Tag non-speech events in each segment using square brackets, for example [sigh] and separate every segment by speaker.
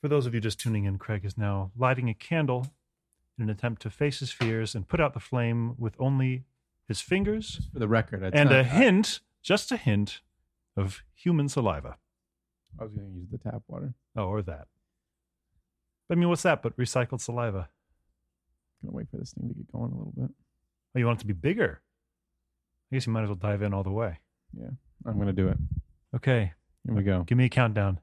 Speaker 1: For those of you just tuning in, Craig is now lighting a candle in an attempt to face his fears and put out the flame with only his fingers
Speaker 2: For the record, it's
Speaker 1: and
Speaker 2: not-
Speaker 1: a hint, just a hint, of human saliva.
Speaker 2: I, I was going to use the tap water.
Speaker 1: Oh, or that. I mean, what's that but recycled saliva?
Speaker 2: Gonna wait for this thing to get going a little bit.
Speaker 1: Oh, you want it to be bigger? I guess you might as well dive in all the way.
Speaker 2: I'm gonna do it.
Speaker 1: Okay,
Speaker 2: Here we go.
Speaker 1: give me a countdown.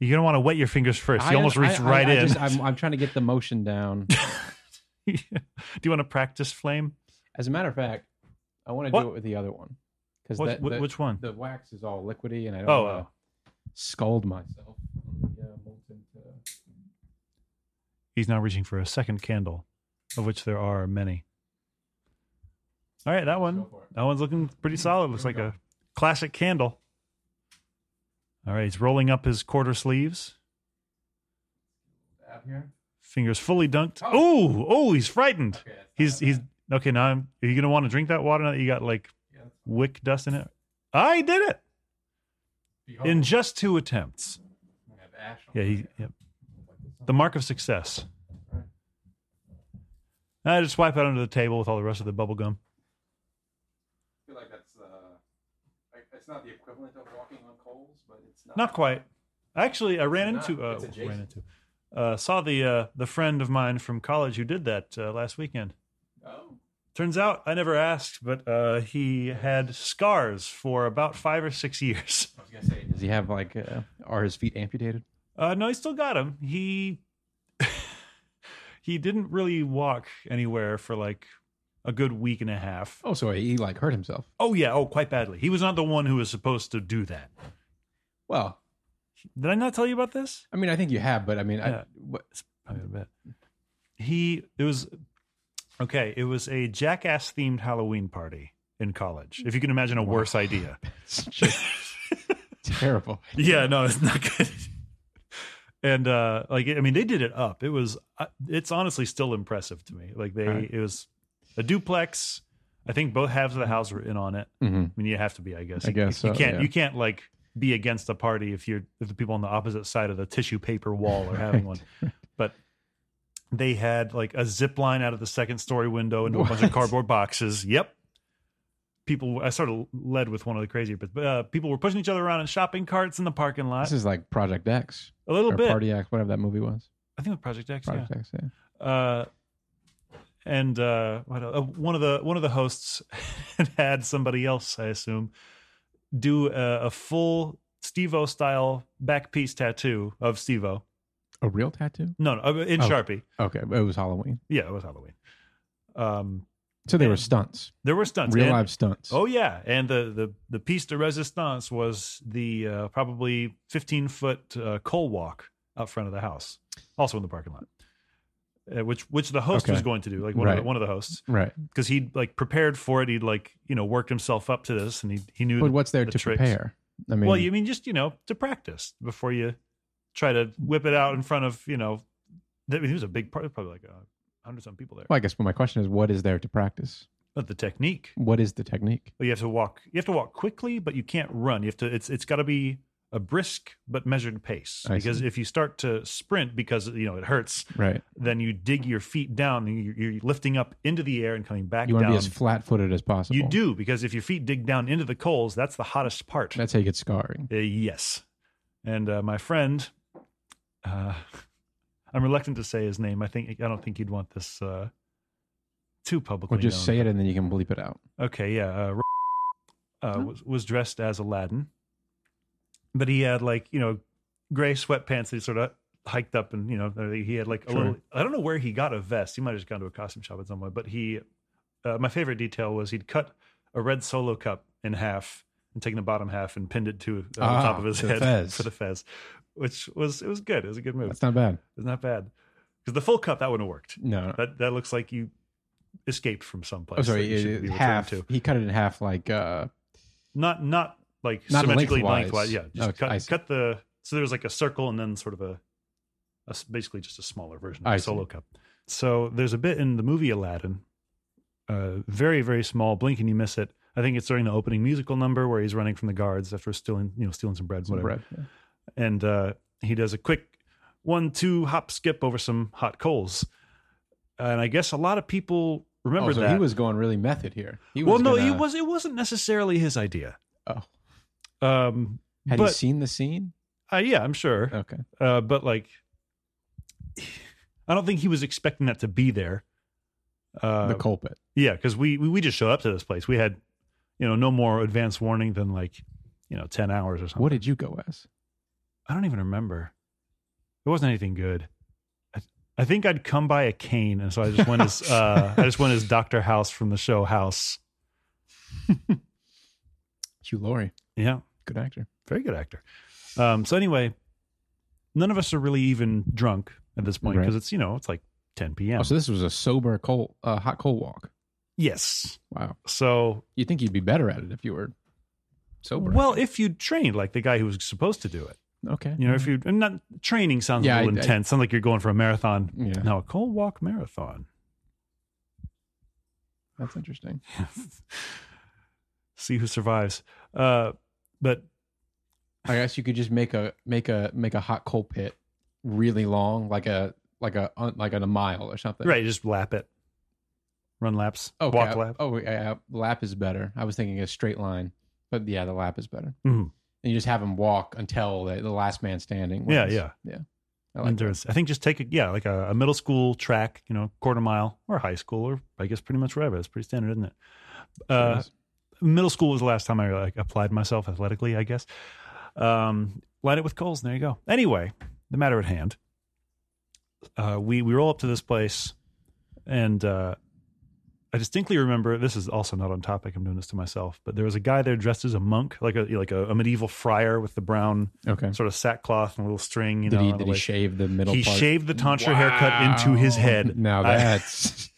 Speaker 1: You're gonna want to wet your fingers first. You
Speaker 2: I-
Speaker 1: almost
Speaker 2: I-
Speaker 1: reached
Speaker 2: I-
Speaker 1: right
Speaker 2: I
Speaker 1: in.
Speaker 2: just- I'm, I'm trying to get the motion down.
Speaker 1: [laughs] Do you want to practice flame?
Speaker 2: As a matter of fact, I want to
Speaker 1: What?
Speaker 2: do it with the other one because
Speaker 1: What,
Speaker 2: the,
Speaker 1: wh- which one?
Speaker 2: the uh, wax is all liquidy, and I don't
Speaker 1: Oh,
Speaker 2: want to scald myself on the uh, molten. Uh,
Speaker 1: He's now reaching for a second candle, of which there are many. All right, that one.
Speaker 2: go for it.
Speaker 1: That one's looking pretty solid. Looks
Speaker 2: Here
Speaker 1: like
Speaker 2: we go.
Speaker 1: a classic candle. All right, he's rolling up his quarter sleeves,
Speaker 2: Out here.
Speaker 1: fingers fully dunked.
Speaker 2: Oh.
Speaker 1: Oh, oh, he's frightened.
Speaker 2: Okay, that's not
Speaker 1: He's
Speaker 2: that
Speaker 1: he's
Speaker 2: bad.
Speaker 1: okay. Now I'm, are you gonna want to drink that water now that you got like
Speaker 2: Yeah, that's
Speaker 1: wick dust in it? I did it
Speaker 2: behold,
Speaker 1: in just two attempts.
Speaker 2: I have ash on
Speaker 1: Yeah,
Speaker 2: my
Speaker 1: he,
Speaker 2: hand.
Speaker 1: yeah. the mark of success. I just wipe it under the table with all the rest of the bubble gum.
Speaker 2: I feel like that's uh, like, it's not the equivalent of walking on coals, but it's not.
Speaker 1: Not quite. Actually, I ran
Speaker 2: It's
Speaker 1: into
Speaker 2: not.
Speaker 1: uh,
Speaker 2: It's adjacent.
Speaker 1: ran into uh, saw the uh, the friend of mine from college who did that uh, last weekend.
Speaker 2: Oh,
Speaker 1: Turns out I never asked, but uh, he had scars for about five or six years. [laughs]
Speaker 2: I was gonna say, does he have like? Uh, are his feet amputated?
Speaker 1: Uh, no, he still got him. He [laughs] he didn't really walk anywhere for like a good week and a half.
Speaker 2: Oh, so he like hurt himself.
Speaker 1: Oh yeah, oh quite badly. He was not the one who was supposed to do that.
Speaker 2: Well,
Speaker 1: Did I not tell you about this?
Speaker 2: I mean, I think you have, but I mean, I,
Speaker 1: Yeah.
Speaker 2: what, [laughs]
Speaker 1: I mean, I bet. He it was okay. It was a jackass themed Halloween party in college. If you can imagine a
Speaker 2: Wow.
Speaker 1: worse idea.
Speaker 2: [laughs] it's just terrible.
Speaker 1: Yeah, no, it's not good. And uh like I mean, they did it up. It was uh, it's honestly still impressive to me. Like they
Speaker 2: Right.
Speaker 1: it was a duplex. I think both halves of the house were in on it.
Speaker 2: Mm-hmm.
Speaker 1: I mean, you have to be, I guess.
Speaker 2: I
Speaker 1: You-
Speaker 2: guess
Speaker 1: you
Speaker 2: so,
Speaker 1: can't
Speaker 2: yeah.
Speaker 1: you can't like be against a party if you're if the people on the opposite side of the tissue paper wall
Speaker 2: [laughs]
Speaker 1: are having one. But they had like a zip line out of the second story window into a bunch of
Speaker 2: What?
Speaker 1: cardboard boxes. Yep. People, I sort of led with one of the crazier, but uh, people were pushing each other around in shopping carts in the parking lot.
Speaker 2: This is like Project X
Speaker 1: A little
Speaker 2: or
Speaker 1: bit,
Speaker 2: Party X, whatever that movie was.
Speaker 1: I think, with Project X. yeah.
Speaker 2: Project X, yeah.
Speaker 1: uh, and uh, what, el- uh, one of the one of the hosts [laughs] had somebody else, I assume, do a, a full Stevo style back piece tattoo of Stevo.
Speaker 2: A real tattoo?
Speaker 1: No, no, uh, in
Speaker 2: Oh.
Speaker 1: Sharpie.
Speaker 2: Okay, but it was Halloween.
Speaker 1: Yeah, it was Halloween. Um,
Speaker 2: So they
Speaker 1: Yeah.
Speaker 2: were stunts,
Speaker 1: there were stunts.
Speaker 2: real
Speaker 1: and-
Speaker 2: life stunts.
Speaker 1: Oh yeah, and the the the piece de resistance was the uh, probably fifteen foot uh, coal walk out front of the house, also in the parking lot, uh, which which the host
Speaker 2: Okay.
Speaker 1: was going to do, like one of the,
Speaker 2: Right.
Speaker 1: one of the hosts.
Speaker 2: right.
Speaker 1: because he'd like prepared for it. He'd like you know worked himself up to this, and he he knew.
Speaker 2: But what's there
Speaker 1: the
Speaker 2: to
Speaker 1: tricks.
Speaker 2: prepare? I mean,
Speaker 1: well, you mean just you know to practice before you try to whip it out in front of you know. I mean, it was a big part, probably like a hundred some people there.
Speaker 2: well, I guess. But my question is, what is there to practice?
Speaker 1: But the technique,
Speaker 2: What is the technique?
Speaker 1: you have to walk. You have to walk quickly, but you can't run. You have to. It's it's got to be a brisk but measured pace
Speaker 2: I
Speaker 1: because
Speaker 2: see.
Speaker 1: if you start to sprint because you know it hurts,
Speaker 2: Right.
Speaker 1: then you dig your feet down and you- you're lifting up into the air and coming back
Speaker 2: You want
Speaker 1: down.
Speaker 2: to be as flat footed as possible.
Speaker 1: you do because if your feet dig down into the coals, that's the hottest part.
Speaker 2: That's how you get scarring.
Speaker 1: Uh, yes. And uh, my friend, uh, I'm reluctant to say his name. I think I don't think he'd want this uh, too publicly.
Speaker 2: Or just say it and then you can bleep it out.
Speaker 1: Okay, yeah. Uh, uh, was, was dressed as Aladdin, but he had like you know gray sweatpants. That he sort of hiked up, and you know uh, he had like a
Speaker 2: Sure.
Speaker 1: little. I don't know where he got a vest. He might have just gone to a costume shop at some point. But he, uh, my favorite detail was he'd cut a red solo cup in half and taken the bottom half and pinned it to uh,
Speaker 2: Ah,
Speaker 1: the top of his
Speaker 2: the
Speaker 1: head
Speaker 2: fez.
Speaker 1: for the fez, which was it was good. It was a good move.
Speaker 2: That's not bad.
Speaker 1: It's not bad because the full cup that wouldn't have worked.
Speaker 2: No.
Speaker 1: That that looks like you escaped from someplace.
Speaker 2: Oh,
Speaker 1: that
Speaker 2: sorry.
Speaker 1: you
Speaker 2: it-
Speaker 1: shouldn't
Speaker 2: it-
Speaker 1: be returned
Speaker 2: half.
Speaker 1: to.
Speaker 2: He cut it in half, like uh,
Speaker 1: not not like
Speaker 2: Not
Speaker 1: symmetrically
Speaker 2: lengthwise.
Speaker 1: lengthwise. Yeah, just
Speaker 2: Okay, I
Speaker 1: cut
Speaker 2: see.
Speaker 1: cut the so there's like a circle and then sort of a, a s- basically just a smaller version of
Speaker 2: I
Speaker 1: a
Speaker 2: see.
Speaker 1: solo cup. So there's a bit in the movie Aladdin, uh, very very small, blink and you miss it. I think it's during the opening musical number where he's
Speaker 2: Oh,
Speaker 1: running from the guards after stealing you know stealing some bread,
Speaker 2: some
Speaker 1: whatever.
Speaker 2: bread.
Speaker 1: and uh, he does a quick one two hop skip over some hot coals, and I guess a lot of people remember
Speaker 2: oh, so
Speaker 1: that.
Speaker 2: he was going really method here. He
Speaker 1: well,
Speaker 2: was
Speaker 1: no,
Speaker 2: gonna-
Speaker 1: it was it wasn't necessarily his idea.
Speaker 2: Oh.
Speaker 1: um,
Speaker 2: Had
Speaker 1: but
Speaker 2: you seen the scene?
Speaker 1: uh, yeah, I'm sure.
Speaker 2: Okay.
Speaker 1: Uh, but like, [sighs] I don't think he was expecting that to be there. Uh,
Speaker 2: the culprit.
Speaker 1: yeah, because we, we we just showed up to this place. We had, you know, no more advance warning than like, you know, ten hours or something.
Speaker 2: What did you go as?
Speaker 1: I don't even remember. It wasn't anything good. I, I think I'd come by a cane, and so I just went
Speaker 2: [laughs]
Speaker 1: as uh, I just went as Doctor House from the show House.
Speaker 2: Hugh Laurie,
Speaker 1: Yeah,
Speaker 2: good actor.
Speaker 1: very good actor. Um, so anyway, none of us are really even drunk at this point
Speaker 2: Right.
Speaker 1: because it's you know it's like 10 p.m.
Speaker 2: Oh, so this was a sober coal, uh, hot coal walk.
Speaker 1: yes.
Speaker 2: Wow.
Speaker 1: So
Speaker 2: You'd think you'd be better at it if you were sober.
Speaker 1: well, if you trained like the guy who was supposed to do it,
Speaker 2: okay.
Speaker 1: you know, if you and not training sounds
Speaker 2: Yeah,
Speaker 1: a little
Speaker 2: I- I-
Speaker 1: intense. sounds like you're going for a marathon.
Speaker 2: Yeah,
Speaker 1: No, a cold walk marathon. [laughs]
Speaker 2: that's interesting.
Speaker 1: See who survives. Uh, but
Speaker 2: I guess you could just make a make a make a hot coal pit really long, like a like a like on a mile or something.
Speaker 1: right, just lap it, run laps,
Speaker 2: Okay.
Speaker 1: walk lap.
Speaker 2: Oh, yeah, lap is better. I was thinking a straight line, but yeah, the lap is better.
Speaker 1: Mhm.
Speaker 2: And you just have them walk until the, the last man standing.
Speaker 1: Yeah,
Speaker 2: wins.
Speaker 1: yeah.
Speaker 2: yeah. I like
Speaker 1: endurance. I think just take a yeah, like a, a middle school track, you know, quarter mile or high school or I guess pretty much wherever. That's pretty standard, isn't it?
Speaker 2: that.
Speaker 1: Uh, middle school was the last time I like applied myself athletically, I guess. Um, light it with coals, and there you go. Anyway, the matter at hand. Uh, we we roll up to this place, and uh, I distinctly remember this is also not on topic. I'm doing this to myself, but there was a guy there dressed as a monk, like a like a, a medieval friar with the brown
Speaker 2: okay.
Speaker 1: sort of sackcloth and a little string. You
Speaker 2: Did
Speaker 1: know, on
Speaker 2: he
Speaker 1: the
Speaker 2: did he
Speaker 1: waist
Speaker 2: shave the middle?
Speaker 1: he
Speaker 2: part?
Speaker 1: shaved the tonsure haircut into his
Speaker 2: Wow.
Speaker 1: head.
Speaker 2: [laughs] Now
Speaker 1: I- [laughs]
Speaker 2: that's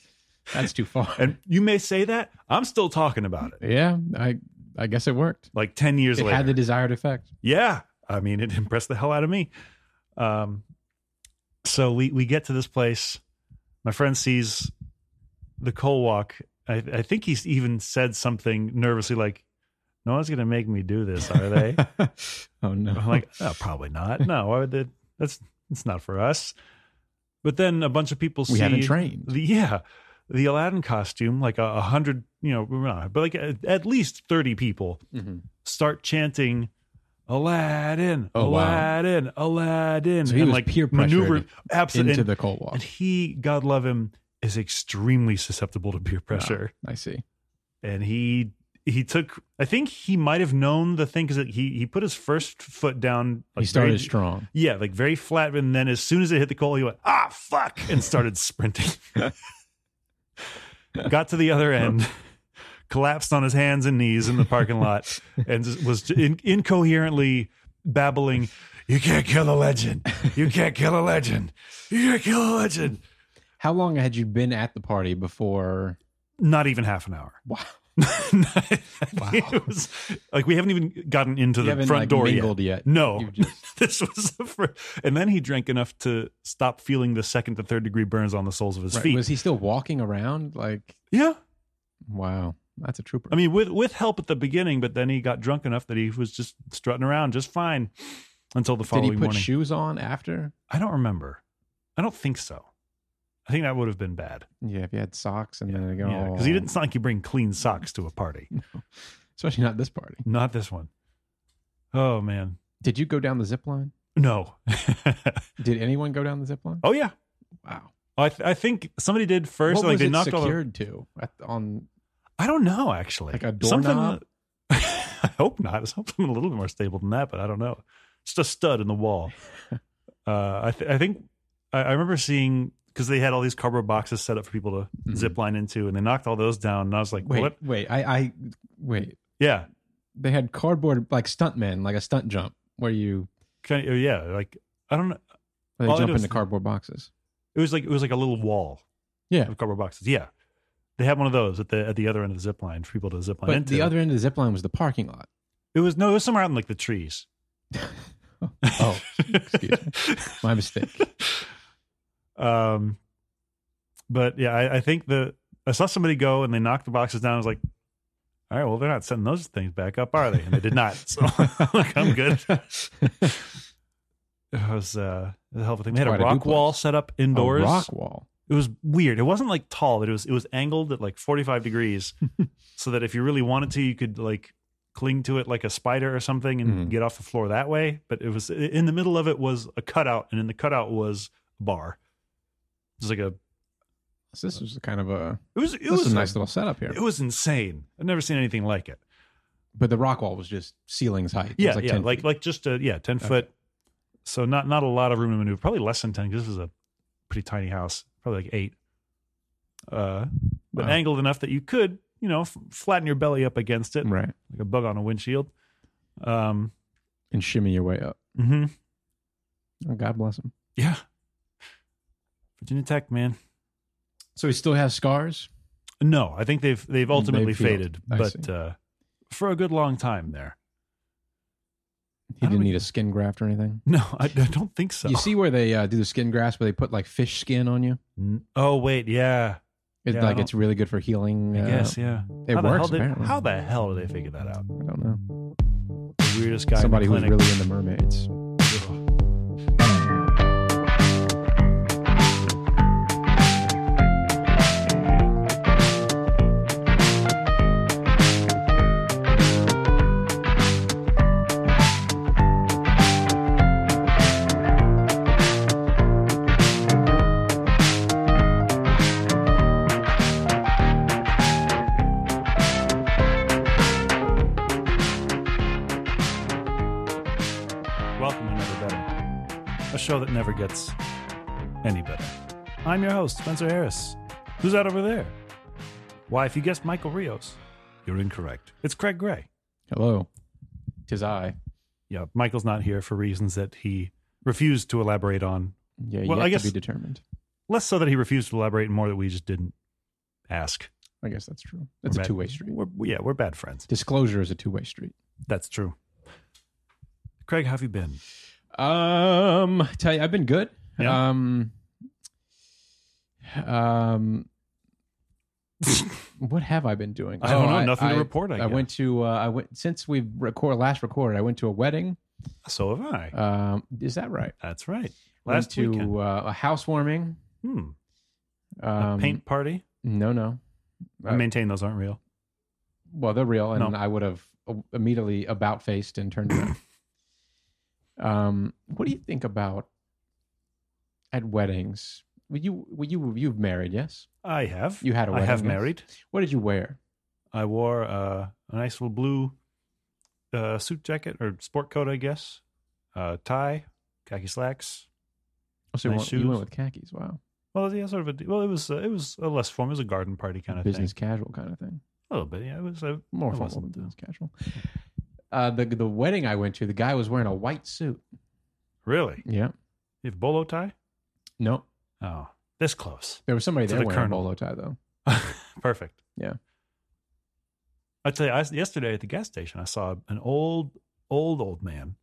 Speaker 2: that's too far.
Speaker 1: And you may say that I'm still talking about it.
Speaker 2: yeah, I I guess it worked.
Speaker 1: Like ten years
Speaker 2: It
Speaker 1: later,
Speaker 2: had the desired effect.
Speaker 1: yeah. I mean, it [laughs] impressed the hell out of me. Um, so we we get to this place. My friend sees the coal walk. I, I think he's even said something nervously like, "No one's going to make me do this, are
Speaker 2: [laughs]
Speaker 1: they?"
Speaker 2: oh no!
Speaker 1: I'm like, oh, probably not. No, why would they? That's it's not for us. But then a bunch of people
Speaker 2: we
Speaker 1: see
Speaker 2: haven't trained.
Speaker 1: the yeah the aladdin costume like a, a hundred you know not- but like at, at least 30 people
Speaker 2: Mm-hmm.
Speaker 1: start chanting aladdin
Speaker 2: Oh, wow.
Speaker 1: aladdin aladdin
Speaker 2: So he
Speaker 1: and
Speaker 2: was
Speaker 1: like
Speaker 2: peer
Speaker 1: maneuver
Speaker 2: pressured
Speaker 1: absolutely
Speaker 2: into
Speaker 1: and,
Speaker 2: the cold walk.
Speaker 1: and he god love him is extremely susceptible to peer pressure
Speaker 2: I see.
Speaker 1: and he he took i think he might have known the thing because he he put his first foot down like,
Speaker 2: he started
Speaker 1: very-
Speaker 2: strong.
Speaker 1: yeah, like very flat. And then as soon as it hit the coal, he went, ah, fuck, and started [laughs] sprinting.
Speaker 2: [laughs]
Speaker 1: Got to the other end, collapsed on his hands and knees in the parking lot, and just was in- incoherently babbling, You can't kill a legend. You can't kill a legend. You can't kill a legend.
Speaker 2: How long had you been at the party before?
Speaker 1: Not even half an hour. [laughs]
Speaker 2: Wow.
Speaker 1: It was like we haven't even gotten into
Speaker 2: you
Speaker 1: the
Speaker 2: haven't
Speaker 1: front
Speaker 2: like,
Speaker 1: door yet.
Speaker 2: mingled yet.
Speaker 1: No,
Speaker 2: You've just-
Speaker 1: this was the first. And then he drank enough to stop feeling the second to third degree burns on the soles of [laughs] his
Speaker 2: Right,
Speaker 1: feet.
Speaker 2: Was he still walking around? Like,
Speaker 1: yeah,
Speaker 2: wow, that's a trooper.
Speaker 1: I mean, with with help at the beginning, but then he got drunk enough that he was just strutting around just fine until the
Speaker 2: Did
Speaker 1: following
Speaker 2: he put
Speaker 1: morning.
Speaker 2: shoes on after?
Speaker 1: I don't remember. I don't think so. I think that would have been bad.
Speaker 2: Yeah, if he had socks and then they go, "Oh."
Speaker 1: Yeah, because he didn't. It's not like you bring clean socks to a
Speaker 2: [laughs]
Speaker 1: party.
Speaker 2: Especially not this party.
Speaker 1: Not this one. Oh man,
Speaker 2: Did you go down the zip line?
Speaker 1: no. [laughs]
Speaker 2: Did anyone go down the zip line?
Speaker 1: oh yeah,
Speaker 2: Wow.
Speaker 1: I th- I think somebody did first.
Speaker 2: what
Speaker 1: like
Speaker 2: was
Speaker 1: they
Speaker 2: it
Speaker 1: knocked all. The-
Speaker 2: secured to at, on?
Speaker 1: I don't know actually.
Speaker 2: Like a
Speaker 1: Something-
Speaker 2: doorknob?
Speaker 1: [laughs] I hope not. [laughs] I was hoping a little bit more stable than that, but I don't know. Just a stud in the
Speaker 2: [laughs]
Speaker 1: wall. Uh, I, th- I think I, I remember seeing because they had all these cardboard boxes set up for people to
Speaker 2: Mhm.
Speaker 1: zip line into, and they knocked all those down. And I was like,
Speaker 2: Mm-hmm. Wait,
Speaker 1: "What?
Speaker 2: wait, I, I, wait.
Speaker 1: Yeah,
Speaker 2: They had cardboard like stuntmen, like a stunt jump where you
Speaker 1: kind of, oh, yeah." Like I don't know.
Speaker 2: where
Speaker 1: All I
Speaker 2: they jump
Speaker 1: know is
Speaker 2: into
Speaker 1: the-
Speaker 2: cardboard boxes.
Speaker 1: It was like it was like a little wall
Speaker 2: Yeah,
Speaker 1: of cardboard boxes. Yeah, they had one of those at the at the other end of the zip line for people to zip line
Speaker 2: but
Speaker 1: into.
Speaker 2: the other end of the zip line was the parking lot.
Speaker 1: it was no, it was somewhere out in like the trees.
Speaker 2: Oh, excuse me,
Speaker 1: [laughs]
Speaker 2: my mistake.
Speaker 1: Um, but yeah, I, I think the I saw somebody go and they knocked the boxes down. I was like, all right, well, they're not setting [laughs]
Speaker 2: [laughs]
Speaker 1: those things back up, are they? And they did not. So like, I'm good. it was uh, a hell of a thing. They had a
Speaker 2: Quite a
Speaker 1: rock
Speaker 2: duplex.
Speaker 1: wall set up indoors.
Speaker 2: A rock wall.
Speaker 1: It was weird. It wasn't like tall, but it was it was angled at like 45
Speaker 2: [laughs]
Speaker 1: degrees, so that if you really wanted to, you could like cling to it like a spider or something and
Speaker 2: Mhm.
Speaker 1: get off the floor that way. But it was in the middle of it was a cutout, and in the cutout was a bar. It was like a
Speaker 2: So this was kind of a
Speaker 1: it was it
Speaker 2: this
Speaker 1: was
Speaker 2: is a nice little setup here.
Speaker 1: It was insane. I've never seen anything like it.
Speaker 2: but the rock wall was just ceilings height. It
Speaker 1: Yeah,
Speaker 2: was like
Speaker 1: yeah,
Speaker 2: 10
Speaker 1: like
Speaker 2: feet.
Speaker 1: like just a yeah, ten
Speaker 2: Okay.
Speaker 1: foot. So not not a lot of room to maneuver. Probably less than ten because this is a pretty tiny house. Probably like eight. Uh, but
Speaker 2: Wow.
Speaker 1: angled enough that you could you know f- flatten your belly up against it
Speaker 2: right,
Speaker 1: like a bug on a windshield. Um.
Speaker 2: and shimmy your way up.
Speaker 1: hmm
Speaker 2: Oh, God bless him.
Speaker 1: Yeah. Virginia Tech, man.
Speaker 2: So he still has scars.
Speaker 1: No, I think they've they've ultimately
Speaker 2: healed.
Speaker 1: faded,
Speaker 2: I
Speaker 1: but
Speaker 2: see.
Speaker 1: uh, for a good long time there. [laughs]
Speaker 2: He
Speaker 1: How do
Speaker 2: didn't
Speaker 1: we-
Speaker 2: need a skin graft or anything.
Speaker 1: No, I, I don't think e- so.
Speaker 2: You see where they uh, do the skin grafts, where they put like fish skin on you.
Speaker 1: N- Oh wait, yeah.
Speaker 2: It's
Speaker 1: Yeah, I
Speaker 2: like
Speaker 1: don't-
Speaker 2: it's really good for healing.
Speaker 1: I
Speaker 2: uh,
Speaker 1: guess, yeah.
Speaker 2: it
Speaker 1: the
Speaker 2: works.
Speaker 1: hell did-
Speaker 2: apparently.
Speaker 1: how the hell did they figure that out?
Speaker 2: I don't know.
Speaker 1: The weirdest guy
Speaker 2: Somebody
Speaker 1: in the
Speaker 2: who's
Speaker 1: clinic.
Speaker 2: really into mermaids.
Speaker 1: Welcome to Never Better, a show that never gets any better. I'm your host, Spencer Harris. Who's that over there? Why, if you guessed Michael Rios, you're incorrect. It's Craig Gray.
Speaker 2: Hello, tis I.
Speaker 1: Yeah, Michael's not here for reasons that he refused to elaborate on.
Speaker 2: Yeah,
Speaker 1: Well,
Speaker 2: yet
Speaker 1: I guess-
Speaker 2: to be determined.
Speaker 1: Less so that he refused to elaborate, and more that we just didn't ask.
Speaker 2: I guess that's true. That's
Speaker 1: We're
Speaker 2: a
Speaker 1: bad-
Speaker 2: two way street.
Speaker 1: We're, yeah, we're bad friends.
Speaker 2: Disclosure is a two way street.
Speaker 1: That's true. Craig, how have you been? [laughs]
Speaker 2: Um, tell you, I've been good.
Speaker 1: Yeah?
Speaker 2: Um, um, what have I been doing?
Speaker 1: I don't
Speaker 2: Oh,
Speaker 1: know. Nothing to
Speaker 2: I-
Speaker 1: report. I,
Speaker 2: I
Speaker 1: guess.
Speaker 2: went to. Uh, I went since we record last recorded. I went to a wedding.
Speaker 1: So have I.
Speaker 2: Um, is that right?
Speaker 1: That's right. Last
Speaker 2: went
Speaker 1: weekend.
Speaker 2: to uh, a housewarming.
Speaker 1: Hmm.
Speaker 2: Um, uh,
Speaker 1: a paint party.
Speaker 2: No, no.
Speaker 1: I maintain those aren't real.
Speaker 2: Well, they're real, and
Speaker 1: No.
Speaker 2: I would have immediately about faced and turned
Speaker 1: [clears throat]
Speaker 2: around. um, what do you think about at weddings? Well, you, well, you, you've married, yes?
Speaker 1: I have.
Speaker 2: You had a
Speaker 1: I
Speaker 2: wedding.
Speaker 1: have
Speaker 2: yes?
Speaker 1: married.
Speaker 2: What did you wear?
Speaker 1: I wore uh, a nice little blue uh, suit jacket or sport coat, I guess. Uh, tie, khaki slacks.
Speaker 2: Oh, so you
Speaker 1: Nice
Speaker 2: went- you
Speaker 1: shoes.
Speaker 2: went with khakis. Wow,
Speaker 1: Well, yeah, sort of a. Well, it was uh, it was a less formal. It was a garden party kind of
Speaker 2: business
Speaker 1: thing.
Speaker 2: casual kind of thing.
Speaker 1: A little bit. Yeah, it was. uh, A,
Speaker 2: More
Speaker 1: It
Speaker 2: formal
Speaker 1: wasn't,
Speaker 2: than
Speaker 1: no.
Speaker 2: business casual. Uh, the the wedding I went to, the guy was wearing a white suit.
Speaker 1: really,
Speaker 2: Yeah.
Speaker 1: you have bolo tie.
Speaker 2: No,
Speaker 1: Oh, this close.
Speaker 2: there was somebody
Speaker 1: To
Speaker 2: there
Speaker 1: the
Speaker 2: wearing
Speaker 1: colonel.
Speaker 2: a bolo tie though.
Speaker 1: Perfect.
Speaker 2: Yeah.
Speaker 1: I tell you, I, yesterday at the gas station, I saw an old, old, old man,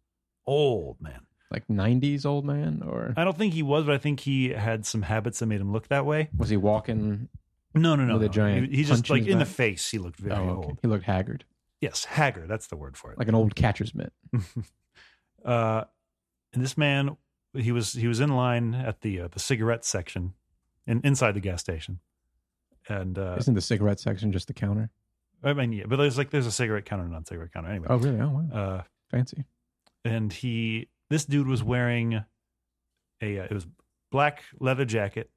Speaker 1: old man.
Speaker 2: Like '90s old man, or
Speaker 1: I don't think he was, but I think he had some habits that made him look that way.
Speaker 2: was he walking?
Speaker 1: No, no, no.
Speaker 2: With a
Speaker 1: no.
Speaker 2: giant
Speaker 1: he, he
Speaker 2: punch
Speaker 1: just
Speaker 2: in
Speaker 1: like
Speaker 2: his
Speaker 1: in the
Speaker 2: back?
Speaker 1: face. He looked very
Speaker 2: oh, okay.
Speaker 1: old.
Speaker 2: He looked haggard,
Speaker 1: Yes, haggard. That's the word for it.
Speaker 2: like an old catcher's mitt.
Speaker 1: [laughs] uh, and this man, he was he was in line at the uh, the cigarette section, in, inside the gas station, and uh,
Speaker 2: Isn't the cigarette section just the counter?
Speaker 1: I mean, yeah, but there's like there's a cigarette counter, and a non-cigarette counter, anyway.
Speaker 2: Oh, really? Oh, wow.
Speaker 1: Uh,
Speaker 2: Fancy.
Speaker 1: and he this dude was wearing a uh, it was black leather jacket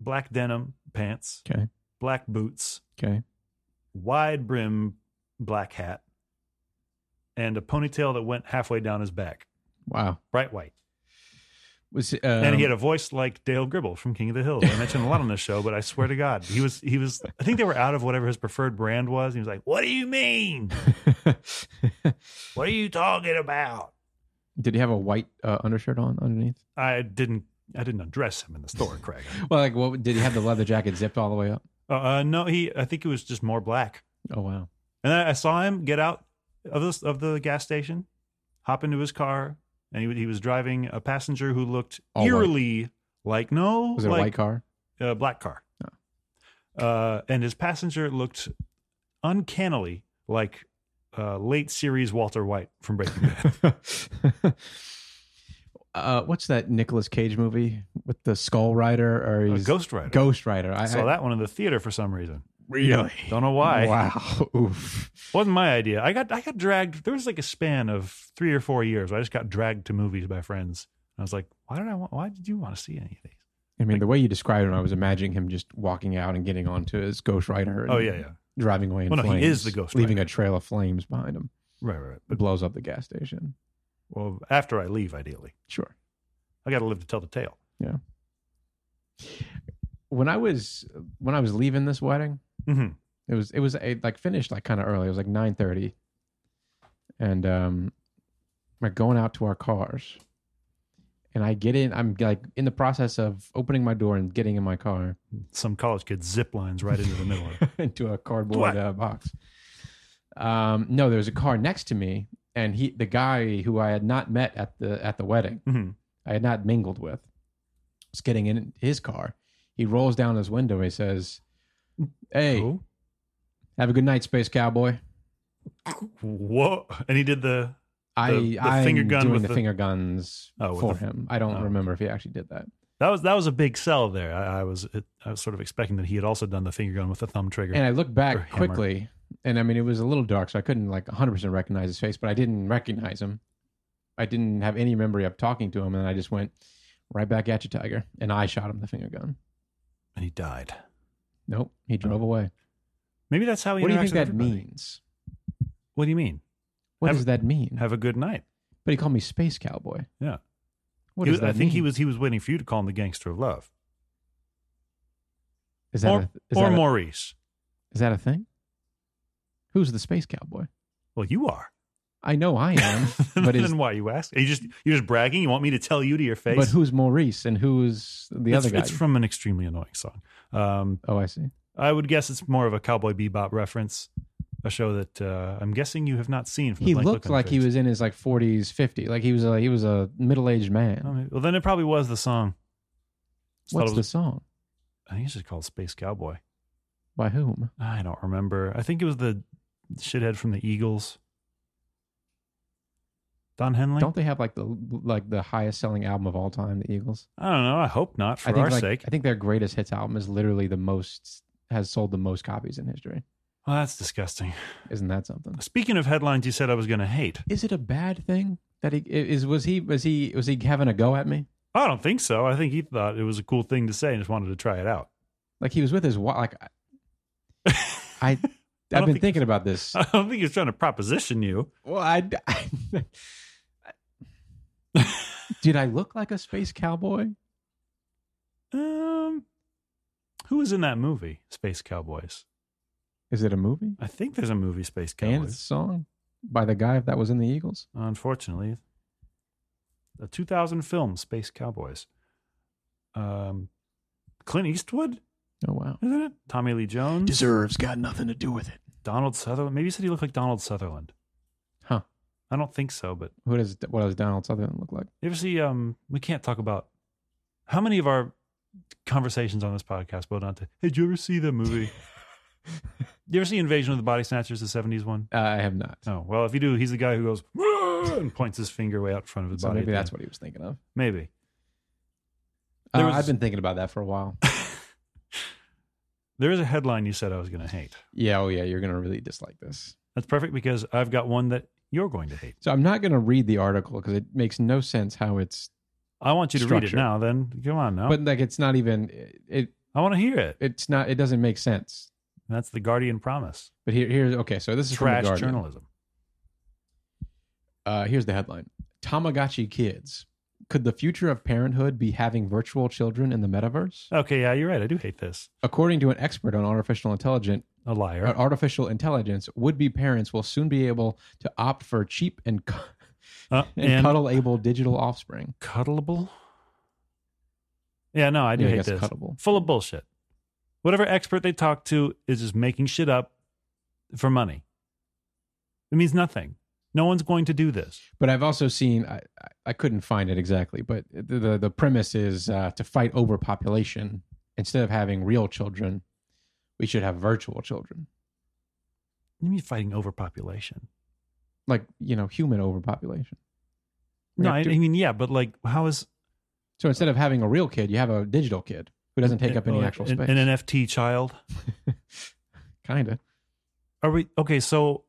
Speaker 1: black denim pants
Speaker 2: Okay.
Speaker 1: black boots
Speaker 2: Okay.
Speaker 1: wide brim black hat and a ponytail that went halfway down his back
Speaker 2: Wow.
Speaker 1: bright white
Speaker 2: Was um,
Speaker 1: and he had a voice like dale gribble from king of the hill i mentioned a lot on this show but i swear to god he was he was i think they were out of whatever his preferred brand was he was like what do you mean what are you talking about
Speaker 2: [laughs] Did he have a white uh, undershirt on underneath?
Speaker 1: i didn't i didn't address him in the store craig
Speaker 2: Well, like, what did he have the leather jacket zipped all the way up?
Speaker 1: Uh, uh, no, he. I think it was just more black.
Speaker 2: Oh, wow.
Speaker 1: And I, I saw him get out of the of the gas station, hop into his car, and he, he was driving a passenger who looked
Speaker 2: All white.
Speaker 1: eerily like no,
Speaker 2: Was it
Speaker 1: like
Speaker 2: a white car? [laughs] Oh.
Speaker 1: uh, black car. Uh, and his passenger looked uncannily like
Speaker 2: [laughs]
Speaker 1: uh, late series Walter White from Breaking Bad.
Speaker 2: uh, what's that Nicolas Cage movie with the Skull Rider or
Speaker 1: A
Speaker 2: he's
Speaker 1: Ghost Rider.
Speaker 2: Ghost Rider? I
Speaker 1: I saw
Speaker 2: I-
Speaker 1: that one in the theater for some reason.
Speaker 2: really.
Speaker 1: Don't know why.
Speaker 2: Wow. [laughs] Oof.
Speaker 1: Wasn't my idea. I got I got dragged. There was like a span of three or four years where I just got dragged to movies by friends. And I was like, why did I want? Why did you want to see any of these?
Speaker 2: I mean, the way you described him, I was imagining him just walking out and getting onto his Ghost Rider. and
Speaker 1: Oh yeah, yeah.
Speaker 2: Driving away in
Speaker 1: Well, Oh, no,
Speaker 2: flames.
Speaker 1: he is the Ghost
Speaker 2: leaving
Speaker 1: Rider.
Speaker 2: a trail of flames behind him.
Speaker 1: Right, right, right.
Speaker 2: It
Speaker 1: But
Speaker 2: blows up the gas station.
Speaker 1: well, after I leave, ideally,
Speaker 2: Sure.
Speaker 1: I got to live to tell the tale.
Speaker 2: When I was when I was leaving this wedding,
Speaker 1: hmm
Speaker 2: it was it was a, like finished like kind of early. It was like nine thirty, and um, we're going out to our cars, and I get in. I'm like in the process of opening my door and getting in my car [laughs]
Speaker 1: Some college kid zip lines right into the middle of it.
Speaker 2: into a
Speaker 1: What?
Speaker 2: cardboard uh, box. Um, no, there was a car next to me, and he the guy who I had not met at the at the wedding.
Speaker 1: hmm
Speaker 2: I had not mingled with. Was getting in his car. He rolls down his window. He says, "Hey,
Speaker 1: Oh,
Speaker 2: have a good night, space cowboy."
Speaker 1: whoa! And he did the
Speaker 2: I
Speaker 1: The- the
Speaker 2: I'm
Speaker 1: finger gun
Speaker 2: doing
Speaker 1: with
Speaker 2: the,
Speaker 1: the-
Speaker 2: finger guns
Speaker 1: Oh, with
Speaker 2: for
Speaker 1: the-
Speaker 2: him. I don't
Speaker 1: oh.
Speaker 2: remember if he actually did that.
Speaker 1: that was that was a big sell there. I, I was it, I was sort of expecting that he had also done the finger gun with the thumb trigger.
Speaker 2: And I looked
Speaker 1: Or
Speaker 2: back
Speaker 1: hammer.
Speaker 2: quickly, and I mean it was a little dark, so I couldn't like 100 percent recognize his face, but I didn't recognize him. I didn't have any memory of talking to him, and I just went right back at you, Tiger, and I shot him the finger gun.
Speaker 1: and he died.
Speaker 2: Nope, he drove away.
Speaker 1: Maybe that's how he.
Speaker 2: What do you
Speaker 1: interacts
Speaker 2: think
Speaker 1: Oh. with
Speaker 2: that
Speaker 1: everybody.
Speaker 2: means?
Speaker 1: What do you mean?
Speaker 2: What
Speaker 1: Have-
Speaker 2: does that mean?
Speaker 1: Have a good night.
Speaker 2: But he called me Space Cowboy.
Speaker 1: Yeah.
Speaker 2: What
Speaker 1: He was-
Speaker 2: does that
Speaker 1: I think he
Speaker 2: mean?
Speaker 1: was he was waiting for you to call him the gangster of love
Speaker 2: Is that,
Speaker 1: or,
Speaker 2: a, is,
Speaker 1: or
Speaker 2: that a-
Speaker 1: Maurice.
Speaker 2: is that a thing? Who's the Space Cowboy?
Speaker 1: Well, you are. [laughs]
Speaker 2: I know I am, but is,
Speaker 1: then why you ask? You just you're just bragging. You want me to tell you to your face?
Speaker 2: but who's Maurice and who's the
Speaker 1: it's,
Speaker 2: other guy?
Speaker 1: It's from an extremely annoying song. Um,
Speaker 2: oh, I see.
Speaker 1: I would guess it's more of a Cowboy Bebop reference, a show that uh, I'm guessing you have not seen. From the
Speaker 2: He
Speaker 1: blank
Speaker 2: looked
Speaker 1: look on your
Speaker 2: like he
Speaker 1: face.
Speaker 2: was in his like 40s, 50s. Like he was a he was a middle aged man.
Speaker 1: Oh, maybe- Well, then it probably was the song. Just thought
Speaker 2: What's
Speaker 1: it
Speaker 2: the
Speaker 1: was-
Speaker 2: song?
Speaker 1: I think it's just called Space Cowboy.
Speaker 2: By whom?
Speaker 1: I don't remember. I think it was the shithead from the Eagles, Don Henley.
Speaker 2: Don't they have like the like the highest selling album of all time, the Eagles?
Speaker 1: I don't know. I hope not for
Speaker 2: I think
Speaker 1: our
Speaker 2: like,
Speaker 1: sake.
Speaker 2: I think their greatest hits album is literally the most has sold the most copies in history.
Speaker 1: Well, that's disgusting.
Speaker 2: Isn't that something?
Speaker 1: Speaking of headlines, you said I was going to hate.
Speaker 2: is it a bad thing that he is was he was he was he having a go at me
Speaker 1: I don't think so. I think he thought it was a cool thing to say and just wanted to try it out. [laughs]
Speaker 2: like he was with his wife like i, I i've
Speaker 1: don't
Speaker 2: been
Speaker 1: think-
Speaker 2: thinking
Speaker 1: [laughs]
Speaker 2: about this
Speaker 1: I don't think he was trying to proposition you.
Speaker 2: well I, I- did i look like a space cowboy
Speaker 1: Um, who was in that movie, Space Cowboys?
Speaker 2: is it a movie
Speaker 1: I think there's a movie, Space
Speaker 2: and it's a
Speaker 1: Cowboys.
Speaker 2: song by the guy that was in the eagles
Speaker 1: Unfortunately, a 2000 film, Space Cowboys. Um, Clint Eastwood,
Speaker 2: oh wow
Speaker 1: isn't it? Tommy Lee Jones,
Speaker 2: deserves got nothing to do with it
Speaker 1: Donald Sutherland. Maybe you said he looked like Donald Sutherland.
Speaker 2: huh
Speaker 1: I don't think so, but
Speaker 2: who does what does donald sutherland look like
Speaker 1: you ever see? Um, we can't talk about how many of our conversations on this podcast boil down to. Hey, did you ever see that
Speaker 2: [laughs]
Speaker 1: movie? you ever see Invasion of the Body Snatchers, the '70s one?
Speaker 2: uh, i have not
Speaker 1: Oh well, if you do, he's the guy who goes "Whoa," and points his finger way out in front of his
Speaker 2: so
Speaker 1: body.
Speaker 2: maybe
Speaker 1: at the
Speaker 2: that's
Speaker 1: end.
Speaker 2: what he was thinking of
Speaker 1: maybe.
Speaker 2: uh,
Speaker 1: There was-
Speaker 2: i've been thinking about that for
Speaker 1: [laughs]
Speaker 2: a while
Speaker 1: There is a headline you said I was going to hate.
Speaker 2: yeah oh yeah you're gonna really dislike this
Speaker 1: That's perfect because I've got one that you're going to hate.
Speaker 2: So I'm not going to read the article because it makes no sense how it's.
Speaker 1: I want you to read it
Speaker 2: Structure.
Speaker 1: now. Then come on now.
Speaker 2: But like, it's not even it.
Speaker 1: I want to hear it.
Speaker 2: It's not. It doesn't make sense.
Speaker 1: That's the Guardian promise.
Speaker 2: But here, here's okay. So this is from the
Speaker 1: Trash
Speaker 2: Guardian.
Speaker 1: journalism.
Speaker 2: Uh, here's the headline: Tamagotchi kids. Could the future of parenthood be having virtual children in the metaverse?
Speaker 1: Okay, yeah, you're right. I do hate this.
Speaker 2: According to an expert on artificial intelligence,
Speaker 1: A liar.
Speaker 2: or artificial intelligence, would-be parents will soon be able to opt for cheap and, cu- [laughs]
Speaker 1: Uh,
Speaker 2: and,
Speaker 1: and
Speaker 2: cuddle-able digital offspring.
Speaker 1: cuddleable. Yeah, no, I do
Speaker 2: Yeah,
Speaker 1: hate
Speaker 2: guess
Speaker 1: this.
Speaker 2: cuddable.
Speaker 1: Full of bullshit. Whatever expert they talk to is just making shit up for money. It means nothing. No one's going to do this.
Speaker 2: But I've also seen I, I- I couldn't find it exactly, but the the, the premise is uh, to fight overpopulation. Instead of having real children, we should have virtual children,
Speaker 1: You mean fighting overpopulation?
Speaker 2: like you know, human overpopulation.
Speaker 1: No,
Speaker 2: Right,
Speaker 1: I,
Speaker 2: do-
Speaker 1: I mean, yeah, but like, how is
Speaker 2: So instead of having a real kid, you have a digital kid who doesn't take up any
Speaker 1: uh,
Speaker 2: actual
Speaker 1: an,
Speaker 2: space.
Speaker 1: an NFT child?
Speaker 2: Kinda.
Speaker 1: Are we okay? So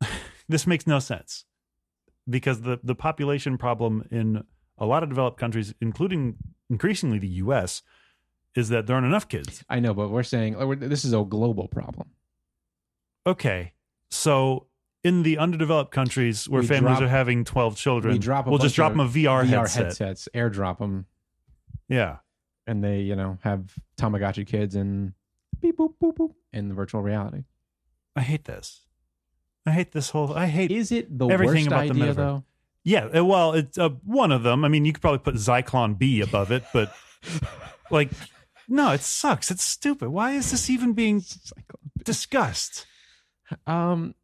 Speaker 1: [laughs] this makes no sense because the the population problem in a lot of developed countries, including increasingly the U.S., is that there aren't enough kids.
Speaker 2: I know, but we're saying oh, we're, this is a global problem.
Speaker 1: Okay, so in the underdeveloped countries where
Speaker 2: We
Speaker 1: families
Speaker 2: drop-
Speaker 1: are having twelve children,
Speaker 2: we drop a
Speaker 1: we'll just
Speaker 2: bunch
Speaker 1: drop
Speaker 2: of
Speaker 1: them a VR,
Speaker 2: VR
Speaker 1: headset.
Speaker 2: headsets, airdrop them,
Speaker 1: Yeah,
Speaker 2: and they you know have Tamagotchi kids and beep boop boop boop in the virtual reality.
Speaker 1: I hate this. I hate this whole. I hate
Speaker 2: Is it the
Speaker 1: Everything
Speaker 2: worst
Speaker 1: about the
Speaker 2: idea
Speaker 1: metaverse.
Speaker 2: though?
Speaker 1: Yeah, uh, well, it's uh, one of them. I mean, you could probably put Zyklon B above it,
Speaker 2: [laughs]
Speaker 1: but like, no, it sucks. It's stupid. Why is this even being
Speaker 2: It's
Speaker 1: discussed?
Speaker 2: like, um,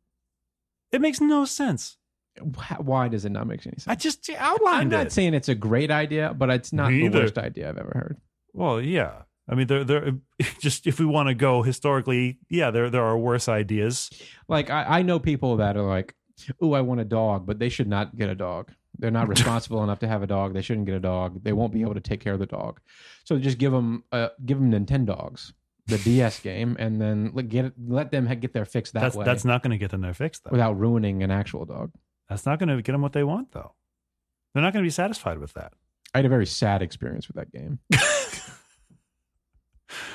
Speaker 1: It makes no sense.
Speaker 2: wh- why does it not make any sense?
Speaker 1: I just
Speaker 2: I'm
Speaker 1: outlined
Speaker 2: not
Speaker 1: it.
Speaker 2: saying it's a great idea, but it's not
Speaker 1: Me
Speaker 2: the
Speaker 1: either.
Speaker 2: worst idea I've ever heard.
Speaker 1: well, yeah. I mean, there, there. [laughs] Just if we want to go historically, yeah, there, there are worse ideas.
Speaker 2: Like I, I know people that are like, "Ooh, I want a dog," but they should not get a dog. They're
Speaker 1: [laughs]
Speaker 2: not responsible enough to have a dog. They shouldn't get a dog. They won't be able to take care of the dog. So just give them, uh, give them Nintendogs, the DS game, and then let, get let them ha- get their fix that
Speaker 1: that's
Speaker 2: way
Speaker 1: that's not going to get them their fix, though.
Speaker 2: without ruining an actual dog.
Speaker 1: that's not going to get them what they want, though. They're not going to be satisfied with that.
Speaker 2: I had a very sad experience with
Speaker 1: [laughs]
Speaker 2: that game.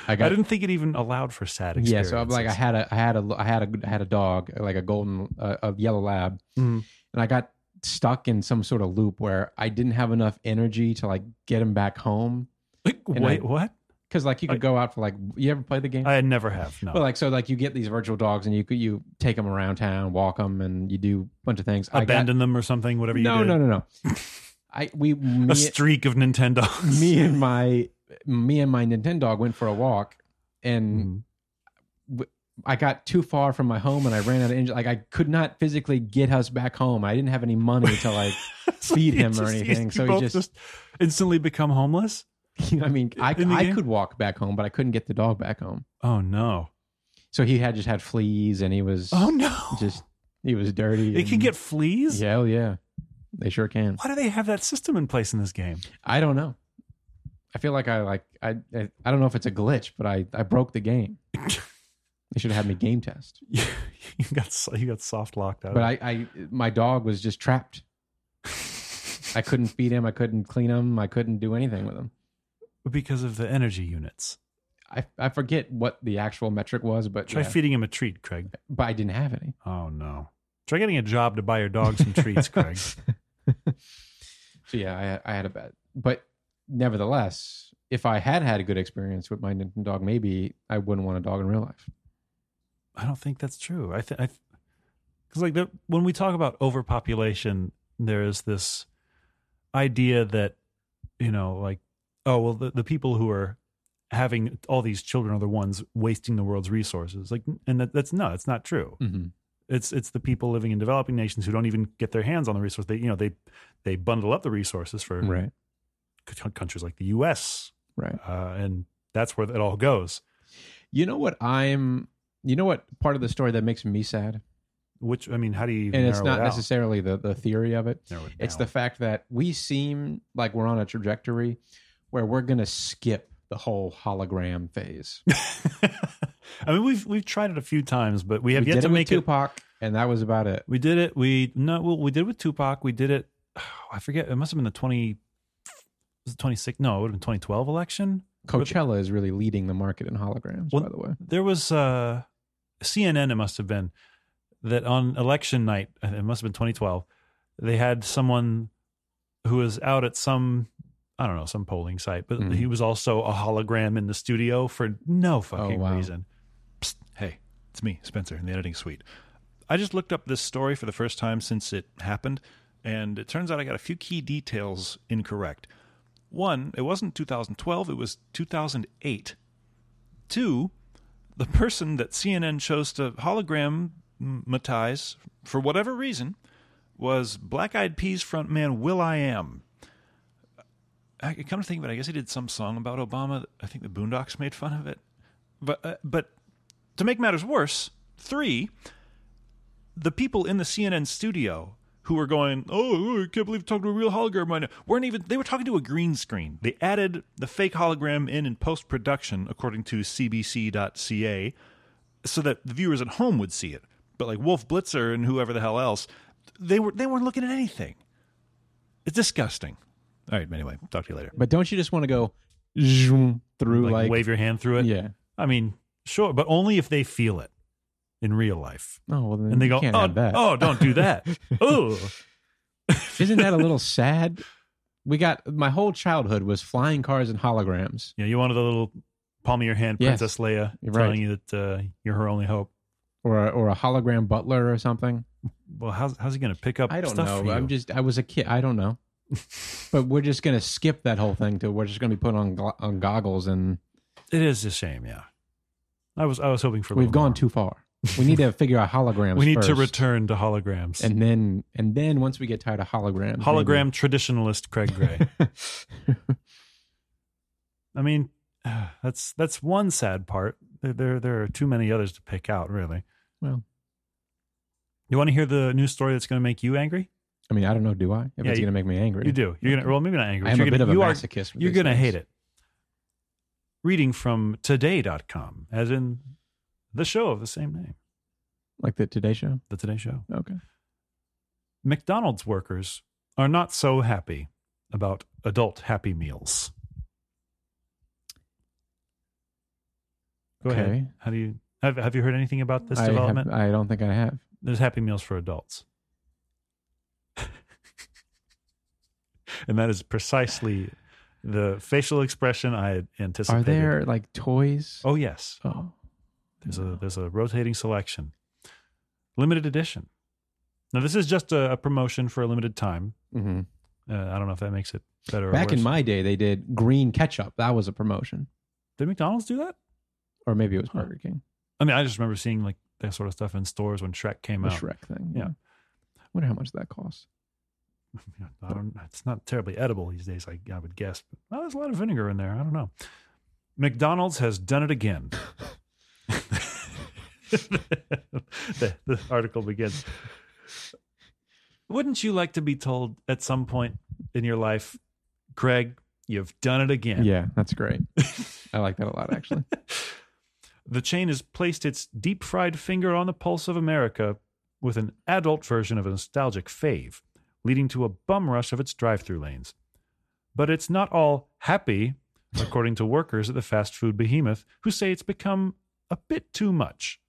Speaker 2: I
Speaker 1: I
Speaker 2: got
Speaker 1: didn't think it even allowed for sad
Speaker 2: yeah.
Speaker 1: experiences.
Speaker 2: So I'm like, I had a, I had a, I had a, I had a dog, like a golden, uh, a yellow lab,
Speaker 1: Mhm.
Speaker 2: and I got stuck in some sort of loop where I didn't have enough energy to like get him back home.
Speaker 1: Like,
Speaker 2: and
Speaker 1: wait,
Speaker 2: I-
Speaker 1: what?
Speaker 2: Because like you could go out for like, you ever play the game?
Speaker 1: I never have. No.
Speaker 2: well, like so, like you get these virtual dogs and you could- you take them around town, walk them, and you do a bunch of things.
Speaker 1: abandon them or something,
Speaker 2: I
Speaker 1: whatever
Speaker 2: got,
Speaker 1: you
Speaker 2: no,
Speaker 1: did.
Speaker 2: no, no, no.
Speaker 1: [laughs]
Speaker 2: I we
Speaker 1: A
Speaker 2: me,
Speaker 1: streak of Nintendo. [laughs]
Speaker 2: [laughs] me and my me and my Nintendo went for a walk, and I got too far from my home and I ran out of energy. Like I could not physically get us back home. I didn't have any money
Speaker 1: [laughs]
Speaker 2: to like. feed him or anything, so he
Speaker 1: both
Speaker 2: just-
Speaker 1: instantly become homeless.
Speaker 2: [laughs] You know, what I mean, I
Speaker 1: In the
Speaker 2: I
Speaker 1: game?
Speaker 2: could walk back home, but I couldn't get the dog back home.
Speaker 1: Oh no!
Speaker 2: So he had just had fleas and he was
Speaker 1: Oh no!
Speaker 2: just he was dirty.
Speaker 1: They can
Speaker 2: and-
Speaker 1: get fleas.
Speaker 2: yeah, oh, yeah, they sure can.
Speaker 1: Why do they have that system in place in this game? [laughs]
Speaker 2: I don't know. I feel like I like I I, I don't know if it's a glitch, but I I broke the game. they should have had me game test.
Speaker 1: you got so- you got soft locked out.
Speaker 2: But I, I my dog was just trapped. I couldn't feed him. I couldn't clean him. I couldn't do anything with him.
Speaker 1: [laughs] because of the energy units.
Speaker 2: I, I forget what the actual metric was, but
Speaker 1: Try
Speaker 2: yeah.
Speaker 1: feeding him a treat, Craig.
Speaker 2: but I didn't have any.
Speaker 1: Oh no! Try getting a job to buy your dog some [laughs]
Speaker 2: [laughs]
Speaker 1: treats, Craig.
Speaker 2: So yeah, I, I had a bet, but nevertheless, if I had had a good experience with my Nintendo dog, maybe I wouldn't want a dog in real life.
Speaker 1: I don't think that's true. I think I because like the, when we talk about overpopulation, there is this idea that you know, like oh well, the, the people who are having all these children are the ones wasting the world's resources. Like, and that, that's no, it's not true.
Speaker 2: Mm-hmm.
Speaker 1: It's it's the people living in developing nations who don't even get their hands on the resource. They you know they they bundle up the resources for
Speaker 2: Right,
Speaker 1: c- countries like the U.S.
Speaker 2: right.
Speaker 1: Uh, and that's where it all goes.
Speaker 2: You know what I'm. You know what part of the story that makes me sad,
Speaker 1: Which I mean, how do you even
Speaker 2: and it's
Speaker 1: narrow
Speaker 2: not
Speaker 1: it out?
Speaker 2: necessarily the the theory of it.
Speaker 1: Narrow it
Speaker 2: It's
Speaker 1: down?
Speaker 2: the fact that we seem like we're on a trajectory where we're gonna skip the whole hologram phase.
Speaker 1: [laughs] I mean, we've we've tried it a few times, but we have
Speaker 2: we
Speaker 1: yet
Speaker 2: did
Speaker 1: to
Speaker 2: it with
Speaker 1: make it.
Speaker 2: Tupac, and that was about it.
Speaker 1: We did it. We no, well, we did it with Tupac. We did it. [sighs] I forget. It must have been the twenty. Was it twenty six? No, it would have been twenty twelve election.
Speaker 2: Coachella is really leading the market in holograms, by the way.
Speaker 1: There was uh, CNN. It must have been that on election night. It must have been twenty twelve. They had someone who was out at some. I don't know some polling site, but
Speaker 2: Mhm.
Speaker 1: he was also a hologram in the studio for no fucking
Speaker 2: wow.
Speaker 1: reason. Psst, hey, it's me, Spencer, in the editing suite. I just looked up this story for the first time since it happened, and it turns out I got a few key details incorrect. One, it wasn't 2012, it was 2008. Two, the person that CNN chose to hologrammatize, for whatever reason, was Black Eyed Peas frontman Will I Am. I come to think of it, I guess he did some song about Obama. I think the Boondocks made fun of it. But, uh, but to make matters worse, three, the people in the CNN studio who were going, "Oh, I can't believe you're talking to a real hologram right now." weren't even they were talking to a green screen. They added the fake hologram in in post production, according to CBC.ca, so that the viewers at home would see it. But like Wolf Blitzer and whoever the hell else, they were they weren't looking at anything. It's disgusting. All right. Anyway, talk to you later.
Speaker 2: But don't you just want to go zoom through
Speaker 1: Like,
Speaker 2: like,
Speaker 1: wave your hand through it.
Speaker 2: yeah?
Speaker 1: I mean, sure, but only if they feel it in real
Speaker 2: [laughs]
Speaker 1: life.
Speaker 2: Oh well, then
Speaker 1: And they
Speaker 2: you
Speaker 1: go,
Speaker 2: can't
Speaker 1: oh,
Speaker 2: have that.
Speaker 1: oh, don't do that. oh,
Speaker 2: [laughs] Isn't that a little sad? We got my whole childhood was flying cars and holograms.
Speaker 1: yeah, you wanted a little palm of your hand,
Speaker 2: Yes.
Speaker 1: Princess Leia,
Speaker 2: You're
Speaker 1: telling
Speaker 2: right.
Speaker 1: you that uh, you're her only hope.
Speaker 2: Or a, or a hologram butler or something.
Speaker 1: Well, how's how's he going to pick up?
Speaker 2: I don't
Speaker 1: stuff
Speaker 2: know.
Speaker 1: for
Speaker 2: I'm
Speaker 1: you?
Speaker 2: just I was a kid. I
Speaker 1: [laughs]
Speaker 2: don't know. but we're just gonna skip that whole thing. To we're just gonna be put on glo- on goggles, and
Speaker 1: It is a shame. Yeah, I was I was hoping for. a
Speaker 2: we've
Speaker 1: little
Speaker 2: gone
Speaker 1: more.
Speaker 2: too far. We
Speaker 1: [laughs]
Speaker 2: need to figure out holograms.
Speaker 1: We need to
Speaker 2: first,
Speaker 1: return to holograms.
Speaker 2: and then and then once we get tired of holograms, maybe-
Speaker 1: hologram traditionalist
Speaker 2: [laughs]
Speaker 1: Craig Gray. I mean, [sighs] that's that's one sad part. There, there there are too many others to pick out, really.
Speaker 2: Well.
Speaker 1: you want to hear the news story that's going to make you angry?
Speaker 2: [laughs] I mean, I don't know. Do I? If
Speaker 1: Yeah,
Speaker 2: it's
Speaker 1: you-
Speaker 2: gonna make me angry,
Speaker 1: You do. You're gonna well, maybe not angry. but
Speaker 2: I am
Speaker 1: you're
Speaker 2: a
Speaker 1: gonna,
Speaker 2: bit of a
Speaker 1: you are,
Speaker 2: masochist. with
Speaker 1: You're
Speaker 2: these
Speaker 1: gonna
Speaker 2: things.
Speaker 1: hate it. Reading from today.com, as in the show of the same name,
Speaker 2: like the Today Show.
Speaker 1: the Today Show.
Speaker 2: Okay.
Speaker 1: McDonald's workers are not so happy about adult Happy Meals. Go
Speaker 2: okay.
Speaker 1: ahead. How do you have? Have you heard anything about this
Speaker 2: I, have,
Speaker 1: development?
Speaker 2: I don't think I have.
Speaker 1: There's Happy Meals for adults, [laughs] and that is precisely the facial expression I had
Speaker 2: Are
Speaker 1: anticipated.
Speaker 2: there like toys?
Speaker 1: Oh yes,
Speaker 2: Oh.
Speaker 1: there's a there's a rotating selection, limited edition. Now this is just a, a promotion for a limited time.
Speaker 2: hmm
Speaker 1: Uh, I don't know if that makes it better. Or
Speaker 2: Back in
Speaker 1: worse.
Speaker 2: my day, they did green ketchup. That was a promotion,
Speaker 1: did McDonald's do that?
Speaker 2: or maybe it was
Speaker 1: Huh.
Speaker 2: Burger King,
Speaker 1: I mean, I just remember seeing like that sort of stuff in stores when Shrek came
Speaker 2: the
Speaker 1: out.
Speaker 2: Shrek thing.
Speaker 1: Yeah.
Speaker 2: Wonder how much that cost.
Speaker 1: [laughs] you know, I don't, it's not terribly edible these days, I, I would guess. But well, there's a lot of vinegar in there. I don't know. McDonald's has done it again. [laughs] the, the article begins. Wouldn't you like to be told at some point in your life, Greg, you've done it
Speaker 2: Yeah,
Speaker 1: again? [laughs]
Speaker 2: that's great. I like that a lot, actually.
Speaker 1: The chain has placed its deep fried finger on the pulse of America with an adult version of a nostalgic fave, leading to a bum rush of its drive through lanes. But it's not all happy, according to workers at the fast food behemoth, who say it's become a bit too much.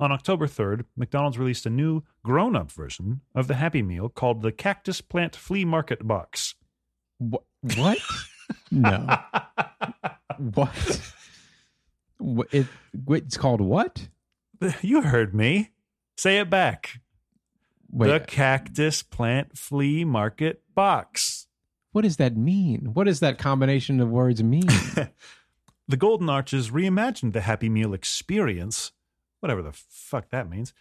Speaker 1: On October 3rd, McDonald's released a new grown up version of the Happy Meal called the Cactus Plant Flea Market Box.
Speaker 2: Wh- what? no. What? Wh- It, wait, it's called what?
Speaker 1: you heard me. Say it back.
Speaker 2: Wait,
Speaker 1: the cactus plant flea market box.
Speaker 2: what does that mean? What does that combination of words mean?
Speaker 1: The Golden Arches reimagined the Happy Meal experience, whatever the fuck that means,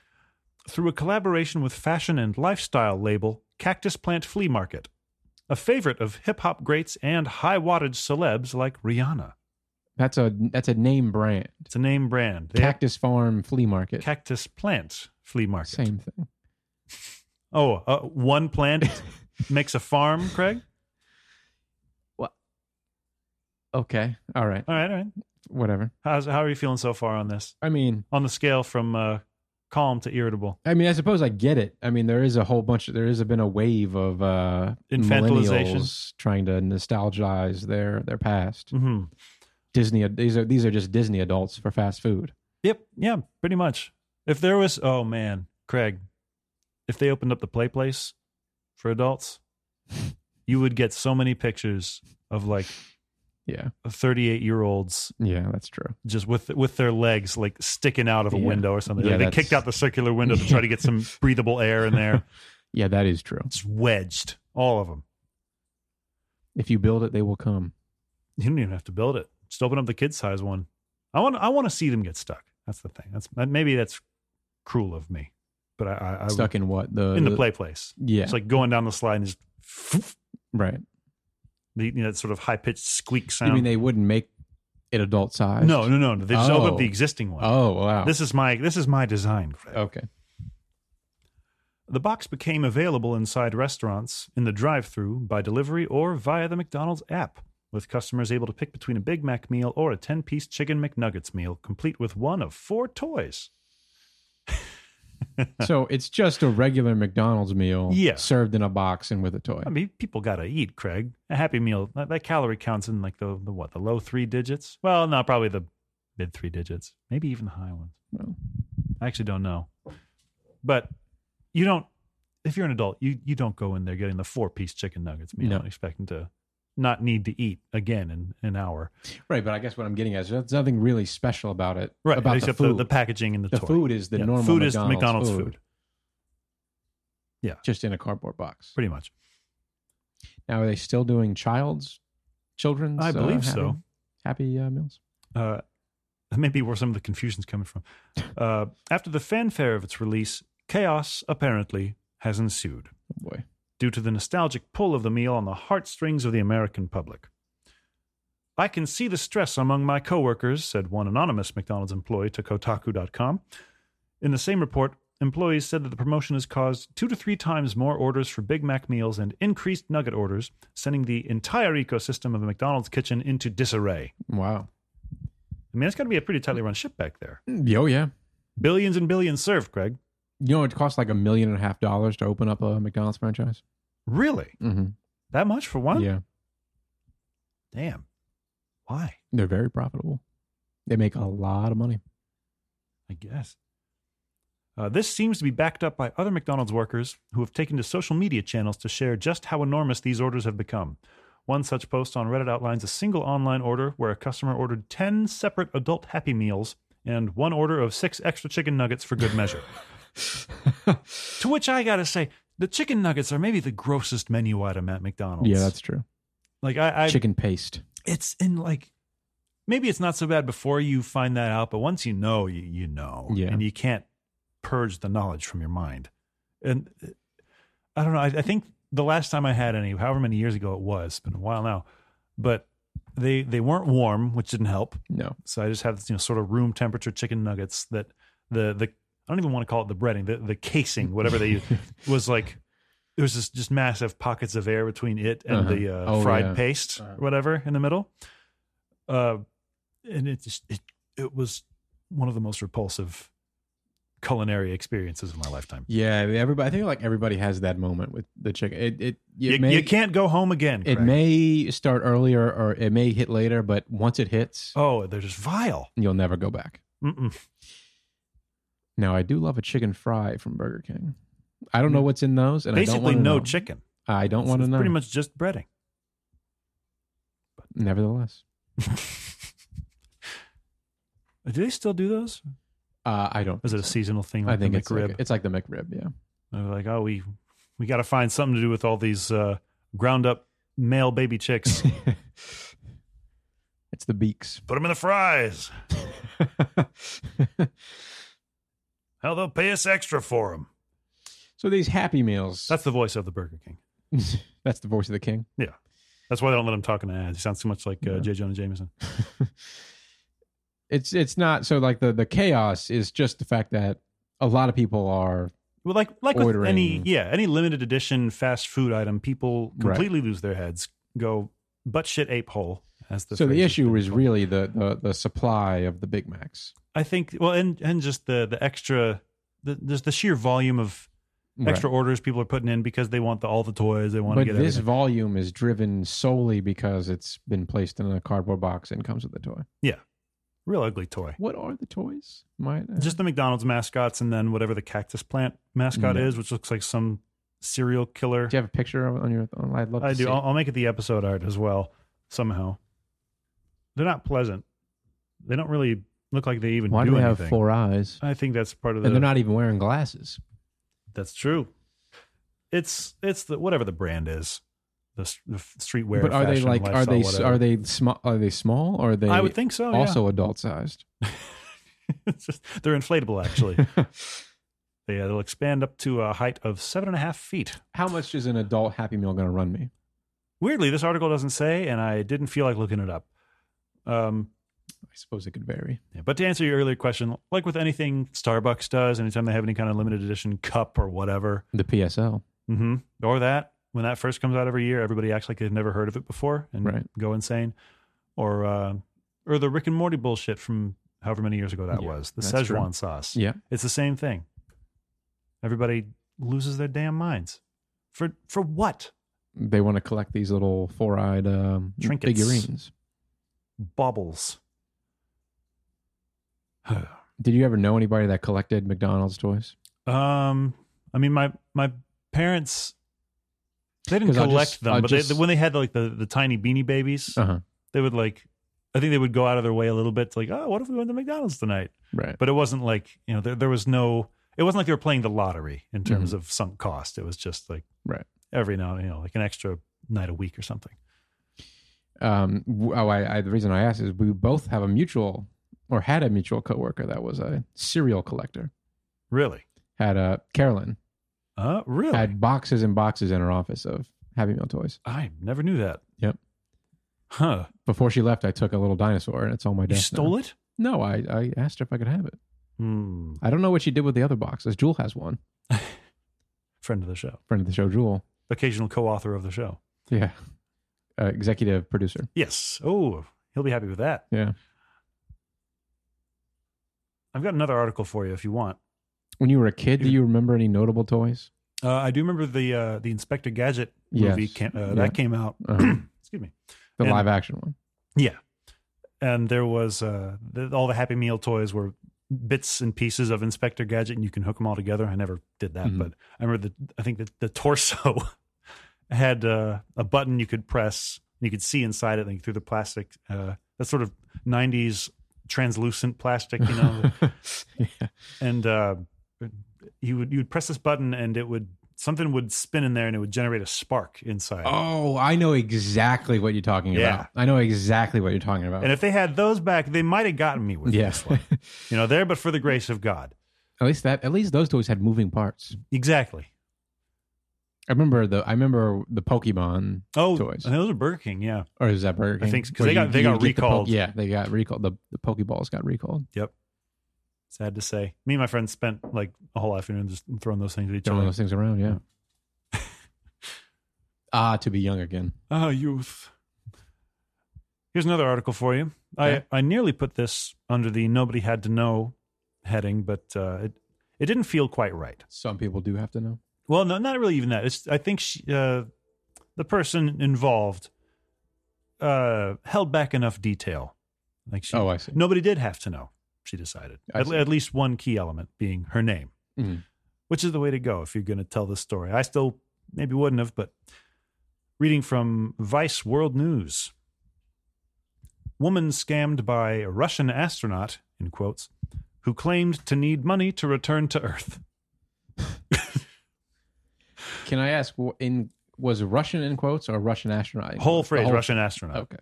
Speaker 1: through a collaboration with fashion and lifestyle label Cactus Plant Flea Market, a favorite of hip hop greats and high wattage celebs like Rihanna.
Speaker 2: that's a that's a name brand.
Speaker 1: It's a name brand. They have
Speaker 2: Cactus Farm Flea Market.
Speaker 1: Cactus Plant Flea Market.
Speaker 2: Same thing.
Speaker 1: Oh, uh, one
Speaker 2: [laughs]
Speaker 1: plant makes a farm, Craig?
Speaker 2: Okay. All right.
Speaker 1: All right, all right.
Speaker 2: Whatever.
Speaker 1: How's, how are you feeling so far on this?
Speaker 2: I mean,
Speaker 1: on the scale from uh, calm to irritable.
Speaker 2: I mean, I suppose I get it. I mean, there is a whole bunch. Of, there has been a wave of uh,
Speaker 1: Infantilization.
Speaker 2: millennials trying to nostalgize their their past.
Speaker 1: Mm-hmm.
Speaker 2: Disney. These are these are just Disney adults for fast food.
Speaker 1: Yep. Yeah. Pretty much. If there was, oh man, Craig, if they opened up the play place for adults, you would get so many pictures of like
Speaker 2: Yeah.
Speaker 1: 38 year olds
Speaker 2: Yeah, that's true.
Speaker 1: just with with their legs like sticking out of a
Speaker 2: Yeah.
Speaker 1: window or something.
Speaker 2: Yeah,
Speaker 1: like they
Speaker 2: that's-
Speaker 1: kicked out the circular window to try to get
Speaker 2: [laughs]
Speaker 1: some breathable air in there.
Speaker 2: Yeah, that is true.
Speaker 1: Just wedged, all of them.
Speaker 2: If you build it, they will come.
Speaker 1: You don't even have to build it. Just open up the kid size one. I want I want to see them get stuck. That's the thing. That's maybe that's cruel of me, but I, I, I would-
Speaker 2: Stuck in what the
Speaker 1: in the play place.
Speaker 2: Yeah.
Speaker 1: It's like going down the slide and just foof,
Speaker 2: right.
Speaker 1: the, you know, that sort of high pitched squeak
Speaker 2: You
Speaker 1: sound.
Speaker 2: mean they wouldn't make it adult size?
Speaker 1: no, no, no, no. They just open up
Speaker 2: Oh.
Speaker 1: the existing one.
Speaker 2: Oh wow.
Speaker 1: [laughs] This is my this is my design. Craig.
Speaker 2: okay.
Speaker 1: The box became available inside restaurants, in the drive through, by delivery, or via the McDonald's app, with customers able to pick between a Big Mac meal or a 10 piece Chicken McNuggets meal, complete with one of four toys.
Speaker 2: so it's just a regular McDonald's meal
Speaker 1: Yeah.
Speaker 2: served in a box and with a toy.
Speaker 1: I mean, people got to eat, Craig. A Happy Meal, that, that calorie counts in like the, the what, the low three digits? Well, no, probably the mid three digits, maybe even the high ones.
Speaker 2: Well.
Speaker 1: I actually don't know. But you don't, if you're an adult, you, you don't go in there getting the four piece chicken nuggets meal
Speaker 2: No.
Speaker 1: and expecting to not need to eat again in an hour.
Speaker 2: Right, but I guess what I'm getting at is there's nothing really special about it. about
Speaker 1: Except
Speaker 2: the
Speaker 1: the,
Speaker 2: food.
Speaker 1: the packaging and the,
Speaker 2: The
Speaker 1: toy.
Speaker 2: food is the
Speaker 1: Yeah,
Speaker 2: normal
Speaker 1: food
Speaker 2: McDonald's
Speaker 1: is the McDonald's
Speaker 2: food,
Speaker 1: food,
Speaker 2: just in a cardboard box.
Speaker 1: pretty much.
Speaker 2: Now, are they still doing child's, children's?
Speaker 1: I believe
Speaker 2: happy,
Speaker 1: so.
Speaker 2: Happy uh, meals.
Speaker 1: uh, maybe where some of the confusion's coming from. Uh, after the fanfare of its release, chaos apparently has ensued
Speaker 2: Oh boy,
Speaker 1: due to the nostalgic pull of the meal on the heartstrings of the American public. I can see the stress among my coworkers, said one anonymous McDonald's employee to Kotaku.com. In the same report, employees said that the promotion has caused two to three times more orders for Big Mac meals and increased nugget orders, sending the entire ecosystem of the McDonald's kitchen into disarray.
Speaker 2: wow.
Speaker 1: I mean, it's got to be a pretty tightly run ship back there.
Speaker 2: Oh yeah.
Speaker 1: Billions and billions served, Craig.
Speaker 2: You know it costs like a million and a half dollars to open up a McDonald's franchise.
Speaker 1: Really?
Speaker 2: Mm-hmm.
Speaker 1: That much for one?
Speaker 2: Yeah,
Speaker 1: Damn. Why?
Speaker 2: they're very profitable. They make a lot of money.
Speaker 1: I guess. Uh, this seems to be backed up by other McDonald's workers who have taken to social media channels to share just how enormous these orders have become. One such post on Reddit outlines a single online order where a customer ordered 10 separate adult Happy Meals and one order of six extra chicken nuggets for good
Speaker 2: [laughs]
Speaker 1: measure. to which I gotta say, the chicken nuggets are maybe the grossest menu item at McDonald's.
Speaker 2: yeah, that's true.
Speaker 1: like I, I
Speaker 2: Chicken paste.
Speaker 1: it's in like maybe it's not so bad before you find that out, but once you know, you, you know,
Speaker 2: Yeah.
Speaker 1: and you can't purge the knowledge from your mind. And uh, I don't know. I, I think the last time I had any, however many years ago it was, it's been a while now, but they they weren't warm, which didn't help.
Speaker 2: No,
Speaker 1: So I just have you know sort of room temperature chicken nuggets that the the I don't even want to call it the breading, the the casing, whatever they
Speaker 2: [laughs]
Speaker 1: use, was like there was this just massive pockets of air between it and
Speaker 2: Uh-huh.
Speaker 1: the uh,
Speaker 2: Oh,
Speaker 1: fried
Speaker 2: yeah.
Speaker 1: paste,
Speaker 2: Uh-huh.
Speaker 1: whatever in the middle. Uh, and it just it it was one of the most repulsive culinary experiences of my lifetime.
Speaker 2: yeah. Everybody, I think like everybody has that moment with the chicken. It, it, it
Speaker 1: You,
Speaker 2: may-
Speaker 1: you can't go home again.
Speaker 2: It
Speaker 1: Craig.
Speaker 2: may start earlier or it may hit later, but once it hits,
Speaker 1: Oh, they're just vile.
Speaker 2: you'll never go back.
Speaker 1: Mm-mm.
Speaker 2: Now, I do love a chicken fry from Burger King. I don't know what's in those, and I don't
Speaker 1: Hmm. Basically,
Speaker 2: wanna
Speaker 1: no
Speaker 2: know.
Speaker 1: chicken.
Speaker 2: I don't
Speaker 1: It's-
Speaker 2: want to
Speaker 1: it's
Speaker 2: know.
Speaker 1: Pretty much just breading.
Speaker 2: Nevertheless,
Speaker 1: Do they still do those?
Speaker 2: uh, I don't.
Speaker 1: Is it a
Speaker 2: so.
Speaker 1: seasonal thing? Like
Speaker 2: I think
Speaker 1: the
Speaker 2: it's like,
Speaker 1: McRib?
Speaker 2: it's like the McRib. Yeah,
Speaker 1: They're like, oh, we we got to find something to do with all these uh, ground up male baby chicks. [laughs]
Speaker 2: [laughs] it's the beaks.
Speaker 1: Put them in the fries. Hell, they'll pay us extra for them.
Speaker 2: [laughs] so these Happy Meals.
Speaker 1: That's the voice of the Burger King.
Speaker 2: [laughs] that's the voice of the king.
Speaker 1: That's why they don't let him talk in the ads. He sounds too much like uh,
Speaker 2: Yeah.
Speaker 1: J. Jonah Jameson.
Speaker 2: It's it's not so like the the chaos is just the fact that a lot of people are
Speaker 1: Well, like like with
Speaker 2: Ordering.
Speaker 1: any yeah any limited edition fast food item, people
Speaker 2: Right.
Speaker 1: completely lose their heads, go butt shit ape hole. As the
Speaker 2: so
Speaker 1: phrase
Speaker 2: the
Speaker 1: has
Speaker 2: issue
Speaker 1: been
Speaker 2: is
Speaker 1: called.
Speaker 2: really the, the the supply of the Big Macs.
Speaker 1: I think well, and and just the the extra the, there's the sheer volume of extra orders people are putting in because they want the, all the toys they want
Speaker 2: But
Speaker 1: to get
Speaker 2: this
Speaker 1: everything.
Speaker 2: volume is driven solely because it's been placed in a cardboard box and comes with a toy.
Speaker 1: real ugly toy.
Speaker 2: What are the toys? Might uh, I-
Speaker 1: Just the McDonald's mascots and then whatever the cactus plant mascot
Speaker 2: No.
Speaker 1: is, which looks like some serial killer.
Speaker 2: do you have a picture of it on your? On, I'd love.
Speaker 1: I
Speaker 2: to see
Speaker 1: do.
Speaker 2: it.
Speaker 1: I'll, I'll make it the episode art as well somehow. They're not pleasant. They don't really look like they even
Speaker 2: Why do
Speaker 1: do
Speaker 2: they
Speaker 1: anything.
Speaker 2: have four eyes?
Speaker 1: I think that's part of the.
Speaker 2: And they're not even wearing glasses.
Speaker 1: that's true. It's it's the whatever the brand is, the, s- the f- streetwear.
Speaker 2: But are they
Speaker 1: fashion,
Speaker 2: like? Are
Speaker 1: lifestyle,
Speaker 2: they?
Speaker 1: whatever.
Speaker 2: Are they small? Are they small? Or are they?
Speaker 1: I would think so.
Speaker 2: also adult sized.
Speaker 1: yeah. [laughs] It's just- they're inflatable
Speaker 2: [laughs]
Speaker 1: actually. They, uh, they'll expand up to a height of seven and a half feet.
Speaker 2: How much is an adult Happy Meal going to run me?
Speaker 1: Weirdly, this article doesn't say, and I didn't feel like looking it up. Um,
Speaker 2: I suppose it could vary.
Speaker 1: Yeah, but to answer your earlier question, like with anything Starbucks does, anytime they have any kind of limited edition cup or whatever,
Speaker 2: The PSL.
Speaker 1: hmm or that when that first comes out every year, everybody acts like they've never heard of it before and
Speaker 2: Right.
Speaker 1: go insane, or uh, or the Rick and Morty bullshit from however many years ago that
Speaker 2: Yeah,
Speaker 1: was, the
Speaker 2: that's true.
Speaker 1: Szechuan sauce.
Speaker 2: Yeah.
Speaker 1: It's the same thing. Everybody loses their damn minds for for what
Speaker 2: They want to collect these little four-eyed um,
Speaker 1: Trinkets.
Speaker 2: figurines.
Speaker 1: [sighs]
Speaker 2: [sighs]
Speaker 1: baubles.
Speaker 2: Did you ever know anybody that collected McDonald's toys?
Speaker 1: Um, I mean, my my parents they didn't
Speaker 2: 'Cause I
Speaker 1: collect
Speaker 2: just-
Speaker 1: them,
Speaker 2: I
Speaker 1: but they,
Speaker 2: just-
Speaker 1: when they had like the the tiny Beanie Babies,
Speaker 2: Uh-huh.
Speaker 1: they would like. I think they would go out of their way a little bit to like, oh, what if we went to McDonald's tonight?
Speaker 2: Right.
Speaker 1: But it wasn't like you know there there was no. It wasn't like they were playing the lottery in terms of sunk cost. It was just like
Speaker 2: Mm-hmm. Right.
Speaker 1: every now and you know like an extra night a week or something.
Speaker 2: um w- oh I, I the reason i asked is we both have a mutual or had a mutual coworker that was a serial collector
Speaker 1: Really?
Speaker 2: had a carolyn
Speaker 1: Uh, really? I,
Speaker 2: had boxes and boxes in her office of happy meal toys
Speaker 1: never knew that.
Speaker 2: Yep.
Speaker 1: Huh?
Speaker 2: before she left i took a little dinosaur and it's on my
Speaker 1: You
Speaker 2: desk
Speaker 1: stole it?
Speaker 2: no i i asked her if i could have it
Speaker 1: Hmm.
Speaker 2: i don't know what she did with the other boxes jewel has one
Speaker 1: Friend of the show,
Speaker 2: friend of the show jewel
Speaker 1: occasional co-author of the show.
Speaker 2: yeah uh, executive producer
Speaker 1: Yes. Oh, he'll be happy with that.
Speaker 2: Yeah.
Speaker 1: I've got another article for you if you want.
Speaker 2: when you were a kid do you remember any notable toys
Speaker 1: Uh, I do remember the uh, the Inspector Gadget
Speaker 2: Yes.
Speaker 1: movie came, uh,
Speaker 2: Yeah.
Speaker 1: that came out. [clears throat]
Speaker 2: Uh-huh.
Speaker 1: Excuse me.
Speaker 2: the
Speaker 1: And-
Speaker 2: live action one
Speaker 1: Yeah, and there was uh, the, all the Happy Meal toys were bits and pieces of Inspector Gadget, and you can hook them all together. I never did that,
Speaker 2: Mhm.
Speaker 1: but I remember the I think the, the torso [laughs] had uh, a button you could press. And you could see inside it, like through the plastic. Uh, that sort of '90s translucent plastic, you
Speaker 2: [laughs]
Speaker 1: know,
Speaker 2: yeah.
Speaker 1: and uh, you would you would press this button and it would something would spin in there and it would generate a spark inside.
Speaker 2: Oh, I know exactly what you're talking
Speaker 1: Yeah.
Speaker 2: about. I know exactly what you're talking about.
Speaker 1: And if they had those back, they might have gotten me with
Speaker 2: yeah.
Speaker 1: this one. You know, there, but for the grace of God.
Speaker 2: [laughs] at least that at least those toys had moving parts.
Speaker 1: Exactly.
Speaker 2: I remember the I remember the Pokemon
Speaker 1: Oh,
Speaker 2: Toys.
Speaker 1: and those are Burger King. Yeah.
Speaker 2: or is that Burger
Speaker 1: I
Speaker 2: King?
Speaker 1: think so, 'cause
Speaker 2: Where
Speaker 1: they got- they got
Speaker 2: would get the
Speaker 1: recalled.
Speaker 2: yeah, they got recalled. The the Pokeballs got recalled.
Speaker 1: Sad to say. Me and my friends spent like a whole afternoon just throwing those things at each
Speaker 2: Throwing
Speaker 1: other.
Speaker 2: those things
Speaker 1: [laughs]
Speaker 2: around, yeah. ah, to be young again.
Speaker 1: Ah, youth. Here's another article for you.
Speaker 2: Okay.
Speaker 1: I, I nearly put this under the nobody had to know heading, but uh, it, it didn't feel quite right.
Speaker 2: Some people do have to know.
Speaker 1: Well, no, not really even that. It's I think she, uh, the person involved uh, held back enough detail. Like she,
Speaker 2: Oh, I see.
Speaker 1: nobody did have to know. She decided
Speaker 2: I
Speaker 1: at,
Speaker 2: see.
Speaker 1: at least one key element being her name,
Speaker 2: Mhm.
Speaker 1: which is the way to go if you're going to tell this story. I still maybe wouldn't have, but reading from Vice World News, woman scammed by a Russian astronaut in quotes who claimed to need money to return to Earth.
Speaker 2: Can I ask wh- in was Russian in quotes or Russian astronaut? in
Speaker 1: Whole
Speaker 2: quotes? The
Speaker 1: phrase, Russian astronaut. [laughs]
Speaker 2: Okay.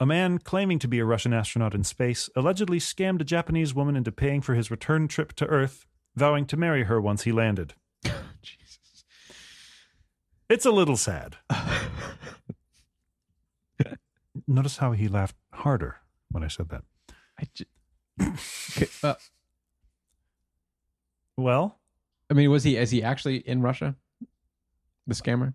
Speaker 1: A man claiming to be a Russian astronaut in space allegedly scammed a Japanese woman into paying for his return trip to Earth, vowing to marry her once he landed.
Speaker 2: Jesus.
Speaker 1: It's a little sad. Notice how he laughed harder when I said that.
Speaker 2: I ju- Okay, uh,
Speaker 1: Well,
Speaker 2: I mean, was he is he actually in Russia? The scammer?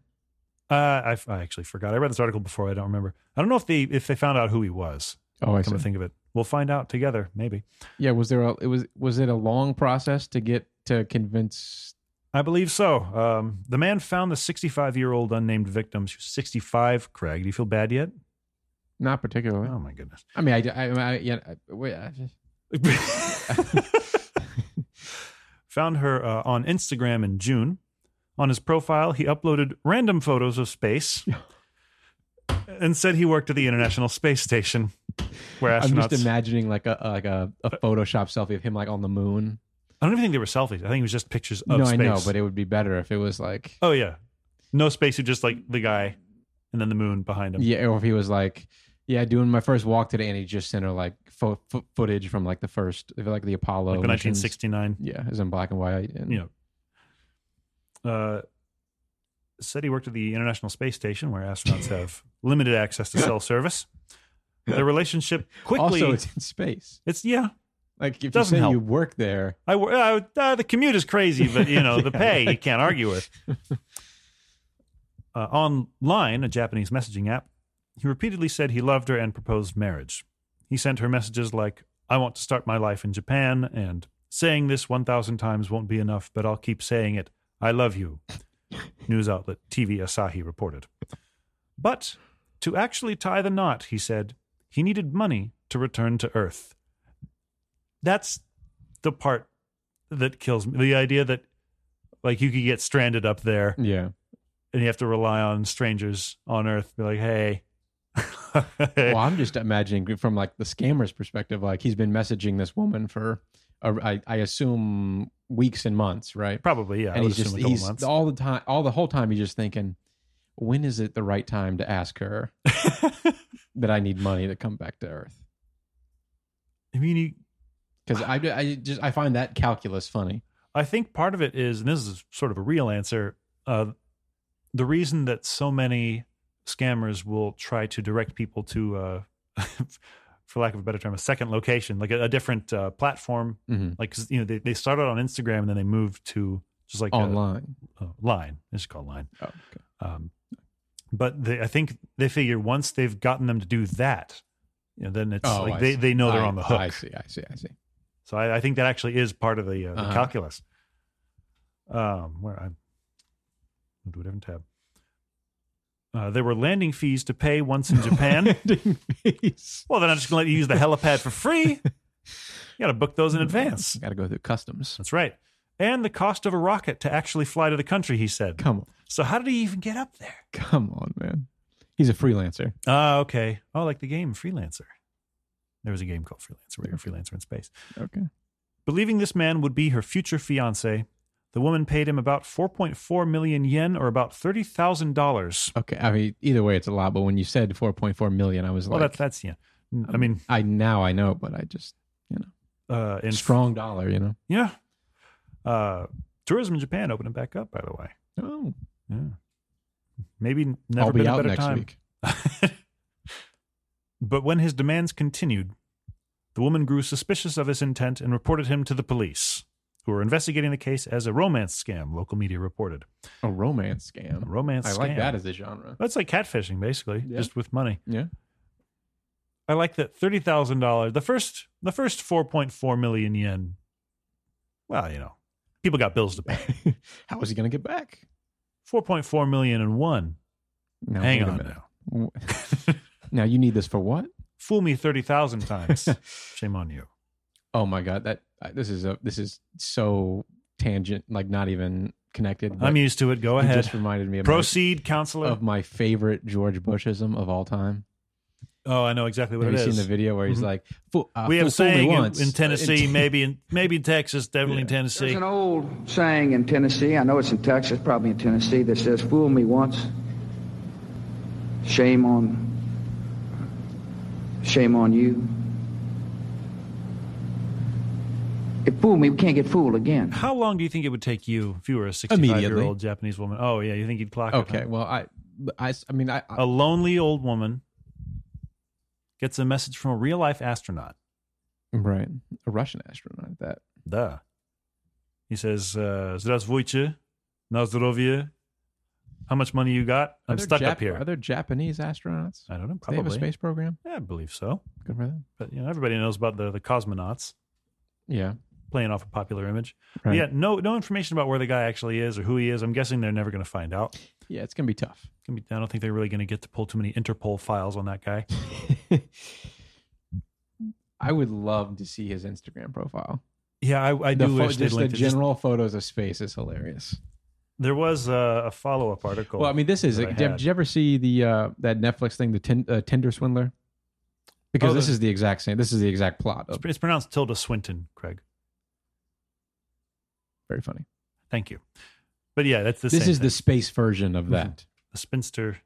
Speaker 1: uh, I, I actually forgot. I read this article before. I don't remember. I don't know if they if they found out who he was.
Speaker 2: Oh, I
Speaker 1: Come to think of it, we'll find out together. Maybe.
Speaker 2: Yeah, was there a it was was it a long process to get to convince
Speaker 1: I believe so. Um, the man found the 65 year old unnamed victim. She was 65. Craig, do you feel bad yet?
Speaker 2: not particularly.
Speaker 1: Oh my goodness.
Speaker 2: I mean, I, I, I yeah, I, wait, I just-
Speaker 1: [laughs] Found her uh, on Instagram in June. On his profile, he uploaded random photos of
Speaker 2: [laughs]
Speaker 1: space and said he worked at the International Space Station where
Speaker 2: I'm just
Speaker 1: astronauts.
Speaker 2: imagining like a like a, a Photoshop selfie of him like on the moon.
Speaker 1: I don't even think they were selfies. I think it was just pictures of
Speaker 2: no,
Speaker 1: space.
Speaker 2: I know, but it would be better if it was like
Speaker 1: oh, yeah. No space, you just like the guy and then the moon behind him.
Speaker 2: yeah, or if he was like yeah, doing my first walk today, and he just sent her like fo- fo- footage from like the first like the Apollo
Speaker 1: like the
Speaker 2: missions.
Speaker 1: 1969.
Speaker 2: Yeah, is in black and white. And
Speaker 1: you know. Uh, said he worked at the International Space Station, where astronauts have limited access to
Speaker 2: [laughs]
Speaker 1: cell service. Their relationship quickly.
Speaker 2: Also, it's in space.
Speaker 1: it's yeah.
Speaker 2: Like if you
Speaker 1: Doesn't
Speaker 2: say
Speaker 1: help.
Speaker 2: you work there,
Speaker 1: I, wor- I uh, the commute is crazy, but you know the
Speaker 2: Yeah,
Speaker 1: pay you
Speaker 2: right.
Speaker 1: can't argue with. Uh, online, a Japanese messaging app, he repeatedly said he loved her and proposed marriage. He sent her messages like "I want to start my life in Japan" and "Saying this one thousand times won't be enough, but I'll keep saying it. I love you." News outlet TV Asahi reported. But to actually tie the knot, he said he needed money to return to Earth. That's the part that kills me. The idea that like you could get stranded up there
Speaker 2: yeah.
Speaker 1: and you have to rely on strangers on Earth. Be like, hey, [laughs] Eh.
Speaker 2: Well, I'm just imagining from like the scammer's perspective. Like he's been messaging this woman for, uh, I, I assume, weeks and months, right?
Speaker 1: probably yeah. I
Speaker 2: and
Speaker 1: would
Speaker 2: he's just
Speaker 1: assume a couple
Speaker 2: he's
Speaker 1: months.
Speaker 2: all the time, all the whole time, he's just thinking, when is it the right time to ask
Speaker 1: [laughs]
Speaker 2: her that I need money to come back to Earth?
Speaker 1: I mean, you,
Speaker 2: Because I, I just I find that calculus funny.
Speaker 1: I think part of it is, and this is sort of a real answer. Uh, the reason that so many scammers will try to direct people to, uh, [laughs] for lack of a better term, a second location, like a, a different uh, platform.
Speaker 2: Mhm.
Speaker 1: Like 'cause, you know, they, they started on Instagram and then they moved to just like a-
Speaker 2: [laughs] Online,
Speaker 1: uh, line. It's called line.
Speaker 2: oh, okay.
Speaker 1: Um, but they, I think they figure once they've gotten them to do that, you know, then it's
Speaker 2: Oh,
Speaker 1: like
Speaker 2: I
Speaker 1: they,
Speaker 2: see.
Speaker 1: they know they're
Speaker 2: I-
Speaker 1: on the hook.
Speaker 2: I see, I see, I see.
Speaker 1: So I, I think that actually is part of the, uh, the
Speaker 2: Uh-huh.
Speaker 1: calculus. Um, where I moved to a different tab. Uh, there were landing fees to pay once [laughs] in
Speaker 2: [laughs]
Speaker 1: Japan.
Speaker 2: Landing fees.
Speaker 1: well, then I'm just going to let you use the helipad for free. You got to book those in advance.
Speaker 2: Got to go through customs.
Speaker 1: That's right. And the cost of a rocket to actually fly to the country, he said.
Speaker 2: Come on,
Speaker 1: So how did he even get up there?
Speaker 2: come on, man. He's a freelancer.
Speaker 1: Ah, okay. Oh, like the game Freelancer. There was a game called Freelancer where you're a freelancer in space.
Speaker 2: Okay.
Speaker 1: Believing this man would be her future fiance, the woman paid him about 4.4 million yen or about $30,000.
Speaker 2: Okay. I mean, either way, it's a lot. But when you said 4.4 million, I was
Speaker 1: Well,
Speaker 2: like, um,
Speaker 1: that's, that's, yeah. I mean,
Speaker 2: I now I know, but I just
Speaker 1: uh, in
Speaker 2: strong dollar, you know.
Speaker 1: Yeah. Uh, tourism in Japan opening back up, by the way.
Speaker 2: Oh,
Speaker 1: Yeah. Maybe never
Speaker 2: I'll be
Speaker 1: been a
Speaker 2: out
Speaker 1: better
Speaker 2: next
Speaker 1: time.
Speaker 2: week.
Speaker 1: but when his demands continued, the woman grew suspicious of his intent and reported him to the police, who were investigating the case as a romance scam, local media reported.
Speaker 2: A romance
Speaker 1: A
Speaker 2: scam.
Speaker 1: romance
Speaker 2: I
Speaker 1: scam.
Speaker 2: like that as a genre.
Speaker 1: That's like catfishing, basically,
Speaker 2: Yeah.
Speaker 1: just with money.
Speaker 2: Yeah.
Speaker 1: I like that thirty thousand dollars. The first, the first four point four million yen. Well, you know, people got bills to pay.
Speaker 2: [laughs] How is he going to get back?
Speaker 1: Four point four million and one.
Speaker 2: Now,
Speaker 1: Hang
Speaker 2: wait a
Speaker 1: on
Speaker 2: minute.
Speaker 1: now. [laughs]
Speaker 2: W- now you need this for what?
Speaker 1: Fool me thirty thousand
Speaker 2: [laughs]
Speaker 1: times. Shame on you.
Speaker 2: Oh my god, that I- this is a this is so tangent, like not even connected. but
Speaker 1: I'm used to it. Go
Speaker 2: you
Speaker 1: ahead.
Speaker 2: Just reminded me of my-
Speaker 1: Proceed, counselor.
Speaker 2: of my favorite George Bushism of all time.
Speaker 1: oh, I know exactly what
Speaker 2: Have you
Speaker 1: it
Speaker 2: seen
Speaker 1: is.
Speaker 2: the video where he's
Speaker 1: Mhm.
Speaker 2: like, "Fool- uh,
Speaker 1: we have a
Speaker 2: fool- fool me
Speaker 1: saying in,
Speaker 2: once."
Speaker 1: in
Speaker 2: [laughs]
Speaker 1: Tennessee,
Speaker 2: In-
Speaker 1: maybe in maybe in Texas, definitely in Tennessee.
Speaker 3: There's an old saying in Tennessee, I know it's in Texas, probably in Tennessee, that says, Fool me once, shame on, shame on you. If fool me, we can't get fooled again.
Speaker 1: How long do you think it would take you if you were a 65 year
Speaker 2: Immediately.
Speaker 1: old Japanese woman? Oh, yeah, you think you'd clock it, huh?
Speaker 2: okay, well, I, I, I mean, I, I
Speaker 1: a lonely old woman gets a message from a real life astronaut.
Speaker 2: right, a Russian astronaut. That
Speaker 1: Duh. He says, uh, Здравствуйте, на здоровье. How much money you got? I'm
Speaker 2: Are there
Speaker 1: stuck
Speaker 2: Jap-
Speaker 1: up here.
Speaker 2: Are there Japanese astronauts?
Speaker 1: I don't know.
Speaker 2: Do they have a
Speaker 1: Probably.
Speaker 2: space program.
Speaker 1: Yeah, I believe so.
Speaker 2: Good for them.
Speaker 1: But you know, everybody knows about the, the cosmonauts
Speaker 2: Yeah.
Speaker 1: playing off a popular image.
Speaker 2: Right.
Speaker 1: Yeah, no no information about where the guy actually is or who he is. I'm guessing they're never going to find out.
Speaker 2: Yeah, it's gonna be [laughs] tough.
Speaker 1: Gonna be- I don't think they're really going to get to pull too many Interpol files on that guy.
Speaker 2: I would love to see his Instagram profile.
Speaker 1: Yeah, I, I
Speaker 2: the
Speaker 1: do
Speaker 2: pho-
Speaker 1: wish they'd
Speaker 2: just the
Speaker 1: linked it. Just-
Speaker 2: general photos of space is hilarious.
Speaker 1: there was a, a follow up article.
Speaker 2: Well, I mean, this is.
Speaker 1: that
Speaker 2: Did,
Speaker 1: I had.
Speaker 2: did you ever see the uh, that Netflix thing, the tin, uh, Tinder swindler? Because
Speaker 1: Oh,
Speaker 2: this
Speaker 1: the-
Speaker 2: is the exact same. This is the exact plot.
Speaker 1: It's,
Speaker 2: Of,
Speaker 1: it's pronounced Tilda Swinton, Craig.
Speaker 2: very funny.
Speaker 1: Thank you. But yeah, that's the
Speaker 2: This
Speaker 1: same
Speaker 2: is the
Speaker 1: thing.
Speaker 2: space version of that.
Speaker 1: the spinster,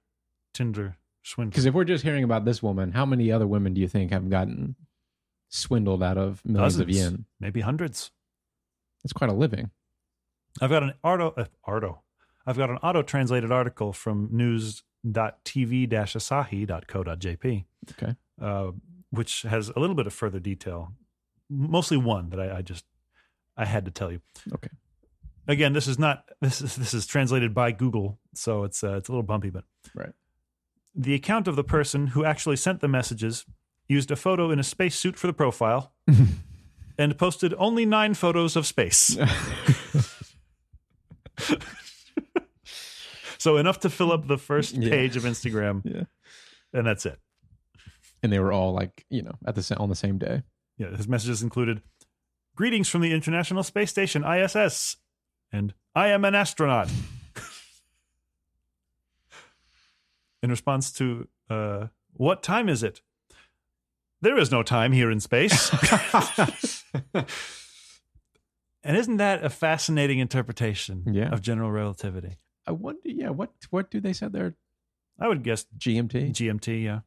Speaker 1: Tinder,
Speaker 2: Because
Speaker 1: Swinton.
Speaker 2: if we're just hearing about this woman, how many other women do you think have gotten swindled out of millions of
Speaker 1: Dozens.
Speaker 2: yen?
Speaker 1: Maybe hundreds.
Speaker 2: It's quite a living.
Speaker 1: I've got an Ardo, uh, Ardo. I've got an auto translated article from news.tv asahi.co.jp,
Speaker 2: Okay.
Speaker 1: uh, which has a little bit of further detail, mostly one that I, I just I had to tell you.
Speaker 2: Okay.
Speaker 1: Again, this is not this is this is translated by Google, so it's uh, it's a little bumpy, but
Speaker 2: Right.
Speaker 1: the account of the person who actually sent the messages used a photo in a spacesuit for the profile and posted only nine photos of space. so enough to fill up the first
Speaker 2: Yeah.
Speaker 1: page of Instagram.
Speaker 2: Yeah.
Speaker 1: And that's it.
Speaker 2: and they were all like, you know, at the sa- on the same day.
Speaker 1: Yeah, his messages included greetings from the International Space Station, ISS, and I am an astronaut. [laughs] in response to, uh, what time is it? There is no time here in space. and isn't that a fascinating interpretation
Speaker 2: Yeah.
Speaker 1: of general relativity?
Speaker 2: I wonder, yeah, what what do they said there?
Speaker 1: I would guess
Speaker 2: GMT.
Speaker 1: GMT, yeah.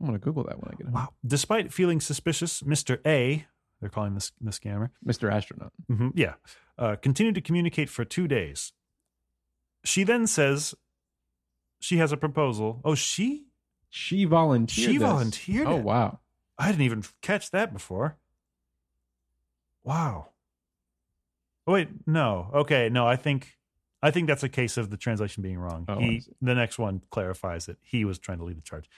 Speaker 2: I'm gonna Google that when I get home.
Speaker 1: Wow. Despite feeling suspicious, Mr. A, they're calling this the scammer,
Speaker 2: Mr. Astronaut.
Speaker 1: hmm yeah, uh, continued to communicate for two days. She then says she has a proposal. Oh, she?
Speaker 2: She volunteered.
Speaker 1: She
Speaker 2: this.
Speaker 1: volunteered
Speaker 2: Oh
Speaker 1: it.
Speaker 2: wow.
Speaker 1: I didn't even catch that before. Wow. Oh, wait, no. Okay, no. I think, I think that's a case of the translation being wrong.
Speaker 2: Oh, I
Speaker 1: he,
Speaker 2: see.
Speaker 1: the next one clarifies that he was trying to lead the charge.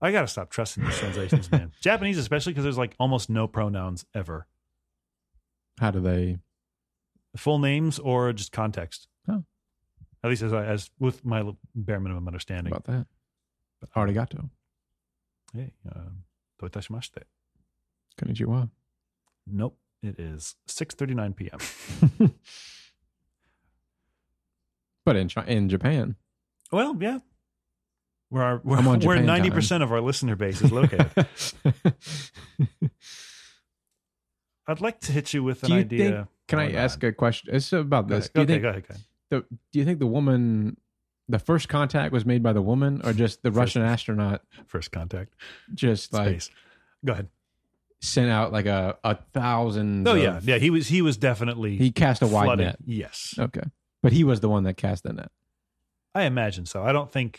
Speaker 1: I gotta stop trusting these translations,
Speaker 2: [laughs]
Speaker 1: man. Japanese, especially because there's like almost no pronouns ever,
Speaker 2: How do they?
Speaker 1: full names or just context.
Speaker 2: Oh.
Speaker 1: At least as I, as with my l- bare minimum understanding.
Speaker 2: About that. Already got to.
Speaker 1: Hey, uh, do itashimashite.
Speaker 2: Konnichiwa.
Speaker 1: Nope. It is 6:39 p.m.
Speaker 2: [laughs] But in Chi- in Japan,
Speaker 1: Well, yeah. Where our where,
Speaker 2: I'm on
Speaker 1: where
Speaker 2: Japan
Speaker 1: 90% of our listener base is
Speaker 2: [laughs]
Speaker 1: located. I'd like to hit you with an
Speaker 2: Do you
Speaker 1: idea.
Speaker 2: think- Can I
Speaker 1: Hold
Speaker 2: ask
Speaker 1: on.
Speaker 2: a question? It's about
Speaker 1: Go
Speaker 2: this.
Speaker 1: ahead.
Speaker 2: Do you
Speaker 1: okay,
Speaker 2: think
Speaker 1: go ahead, go ahead.
Speaker 2: the do you think the woman the first contact was made by the woman or just the
Speaker 1: First-
Speaker 2: Russian astronaut
Speaker 1: First contact.
Speaker 2: just like
Speaker 1: Space. Go ahead.
Speaker 2: sent out like a a thousand
Speaker 1: Oh
Speaker 2: of-
Speaker 1: yeah. Yeah, he was he was definitely
Speaker 2: he cast a wide
Speaker 1: flooding.
Speaker 2: net
Speaker 1: Yes.
Speaker 2: okay but he was the one that cast the net
Speaker 1: I imagine so. I don't think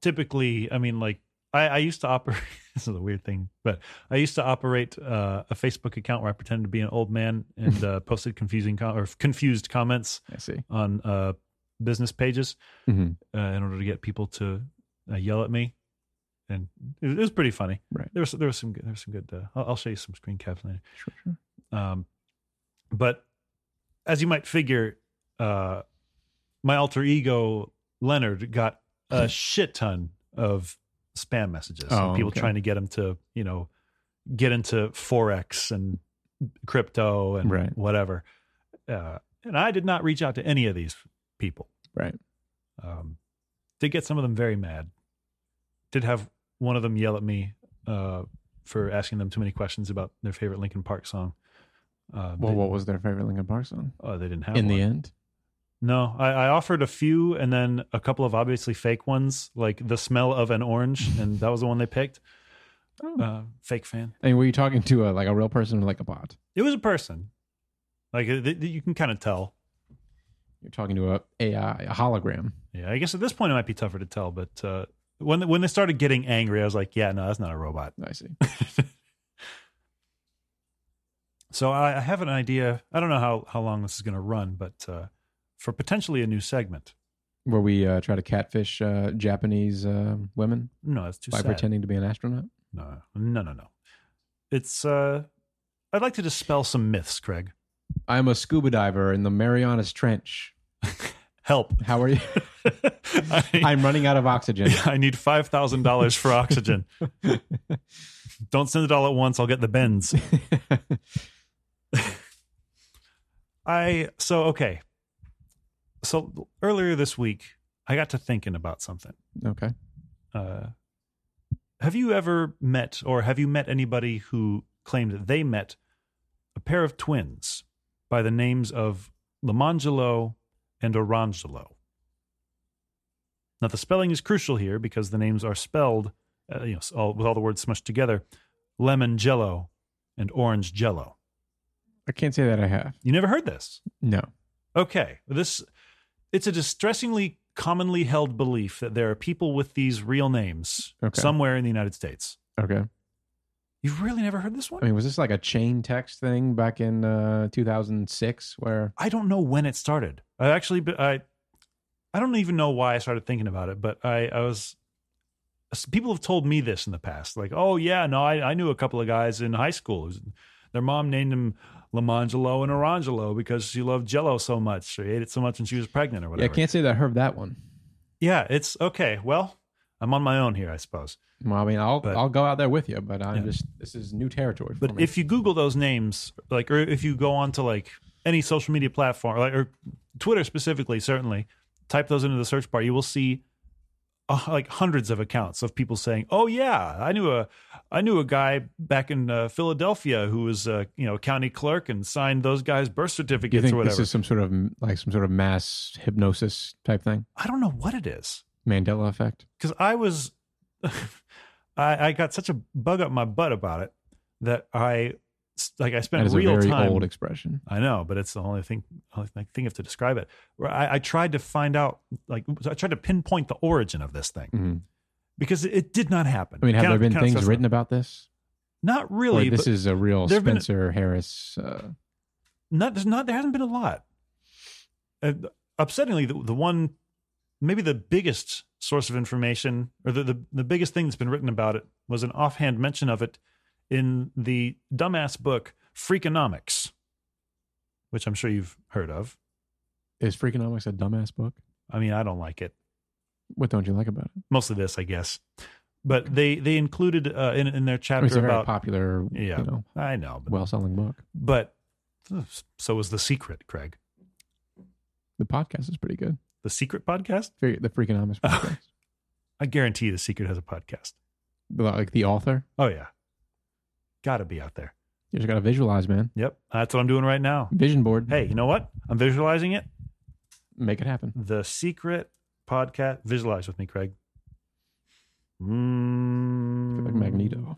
Speaker 1: typically, I mean, like, I, I used to operate, [laughs] this is a weird thing, but I used to operate uh, a Facebook account where I pretended to be an old man and uh, posted confusing com- or confused comments
Speaker 2: I see
Speaker 1: on uh, business pages
Speaker 2: Mhm.
Speaker 1: uh, in order to get people to uh, yell at me. And it, it was pretty funny.
Speaker 2: Right.
Speaker 1: There was, there was some, good- there was some good, uh, I'll, I'll show you some screen caps later.
Speaker 2: sure sure
Speaker 1: Um, but as you might figure, uh, my alter ego Leonard got a shit ton of spam messages. and
Speaker 2: Hmm. Oh,
Speaker 1: people
Speaker 2: okay.
Speaker 1: trying to get him to, you know, get into forex and crypto and
Speaker 2: Right.
Speaker 1: whatever. Uh, and I did not reach out to any of these people.
Speaker 2: Right.
Speaker 1: Um, did get some of them very mad. Did have one of them yell at me uh, for asking them too many questions about their favorite Linkin Park song. Uh,
Speaker 2: well
Speaker 1: they,
Speaker 2: what was their favorite Linkin Park song
Speaker 1: oh, they didn't have
Speaker 2: in
Speaker 1: one.
Speaker 2: the end
Speaker 1: No, I, I offered a few and then a couple of obviously fake ones, like the smell of an orange, and that was the one they
Speaker 2: [laughs]
Speaker 1: picked.
Speaker 2: Oh.
Speaker 1: Uh, fake fan.
Speaker 2: I mean were you talking to a like a real person or like a bot
Speaker 1: It was a person. Like it, it- you can kind of tell.
Speaker 2: you're talking to a AI a hologram
Speaker 1: Yeah, I guess at this point it might be tougher to tell, but uh, when when they started getting angry, I was like, yeah, no, that's not a robot.
Speaker 2: I see
Speaker 1: So I, I have an idea. I don't know how, how long this is going to run, but uh, for potentially a new segment.
Speaker 2: where we uh, try to catfish uh, Japanese uh, women
Speaker 1: No, that's too
Speaker 2: by
Speaker 1: sad.
Speaker 2: pretending to be an astronaut
Speaker 1: No, no, no, no. It's. Uh, I'd like to dispel some myths, Craig.
Speaker 2: I'm a scuba diver in the Marianas Trench
Speaker 1: Help. [laughs]
Speaker 2: how are you
Speaker 1: I,
Speaker 2: [laughs] I'm running out of oxygen
Speaker 1: I need five thousand dollars for oxygen. Don't send it all at once. I'll get the bends. I so okay. So earlier this week, I got to thinking about something.
Speaker 2: [laughs] okay
Speaker 1: uh, have you ever met or have you met anybody who claimed that they met a pair of twins by the names of Lamangelo and Orangelo? Now, the spelling is crucial here because the names are spelled uh, you know, s- all, with all the words smushed together lemon jello and orange jello.
Speaker 2: I can't say that I have
Speaker 1: You never heard this.
Speaker 2: no
Speaker 1: Okay, this it's a distressingly commonly held belief that there are people with these real names
Speaker 2: Okay.
Speaker 1: somewhere in the United States.
Speaker 2: Okay.
Speaker 1: You've really never heard this one?
Speaker 2: I mean, was this like a chain text thing back in uh, 2006 where
Speaker 1: I don't know when it started. I actually, but I, I don't even know why I started thinking about it, but I, I was, s- people have told me this in the past, like, oh yeah, no, I, I knew a couple of guys in high school. whose- Their mom named them Lamangelo and Orangelo because she loved Jello so much. She ate it so much when she was pregnant or
Speaker 2: Yeah, I
Speaker 1: whatever.
Speaker 2: can't say that I heard that one.
Speaker 1: Yeah, it's okay. Well, I'm on my own here, I suppose.
Speaker 2: Well, I mean, I'll
Speaker 1: But-
Speaker 2: I'll go out there with you, but I'm
Speaker 1: Yeah.
Speaker 2: just this is new territory for
Speaker 1: But
Speaker 2: me.
Speaker 1: if you Google those names, like, or if you go on to like any social media platform, like, or Twitter specifically, certainly, type those into the search bar, you will see uh, like hundreds of accounts of people saying, "Oh yeah, I knew a, I knew a guy back in uh, Philadelphia who was, uh, you know, county clerk and signed those guys' birth
Speaker 2: Do you
Speaker 1: certificates or
Speaker 2: think this
Speaker 1: whatever."
Speaker 2: is some sort of like some sort of mass hypnosis type thing,
Speaker 1: I don't know what it is.
Speaker 2: Mandela effect?
Speaker 1: because I was, [laughs] I, I got such a bug up my butt about it that I, like, I
Speaker 2: That
Speaker 1: spent
Speaker 2: is a
Speaker 1: real
Speaker 2: very
Speaker 1: time.
Speaker 2: old expression.
Speaker 1: I know, but it's the only thing, only thing I think of to describe it. Where I, I tried to find out, like, I tried to pinpoint the origin of this thing
Speaker 2: Mhm.
Speaker 1: because it, did not happen.
Speaker 2: I mean, have
Speaker 1: Cannot-
Speaker 2: there been
Speaker 1: cannot
Speaker 2: things
Speaker 1: stress
Speaker 2: written
Speaker 1: enough.
Speaker 2: about this?
Speaker 1: Not
Speaker 2: Or
Speaker 1: really.
Speaker 2: this
Speaker 1: but
Speaker 2: is a real
Speaker 1: there've been-
Speaker 2: Spencer Harris. Uh,
Speaker 1: not there's not there hasn't been a lot. Uh, upsettingly, the, the one maybe the biggest source of information or the, the the biggest thing that's been written about it was an offhand mention of it in the dumbass book Freakonomics, which I'm sure you've heard of.
Speaker 2: is Freakonomics a dumbass book?
Speaker 1: I mean, I don't like it.
Speaker 2: What don't you like about it?
Speaker 1: Mostly this, I guess. But they they included uh, in in their
Speaker 2: I
Speaker 1: chapter
Speaker 2: mean, it's a very
Speaker 1: about
Speaker 2: popular,
Speaker 1: Yeah.
Speaker 2: you know,
Speaker 1: I know, but,
Speaker 2: well-selling book.
Speaker 1: but so was the secret, Craig.
Speaker 2: The podcast is pretty good.
Speaker 1: The secret podcast.
Speaker 2: Fre- The
Speaker 1: [laughs]
Speaker 2: Freakonomics
Speaker 1: Oh.
Speaker 2: podcast.
Speaker 1: I guarantee you, the secret has a podcast.
Speaker 2: like the author,
Speaker 1: Oh yeah. Gotta be out there.
Speaker 2: you just got to visualize, man.
Speaker 1: Yep. That's what I'm doing right now.
Speaker 2: Vision board.
Speaker 1: Hey, you know what? I'm visualizing it.
Speaker 2: make it happen.
Speaker 1: The secret podcast. Visualize with me, Craig. Mm,
Speaker 2: Like Magneto.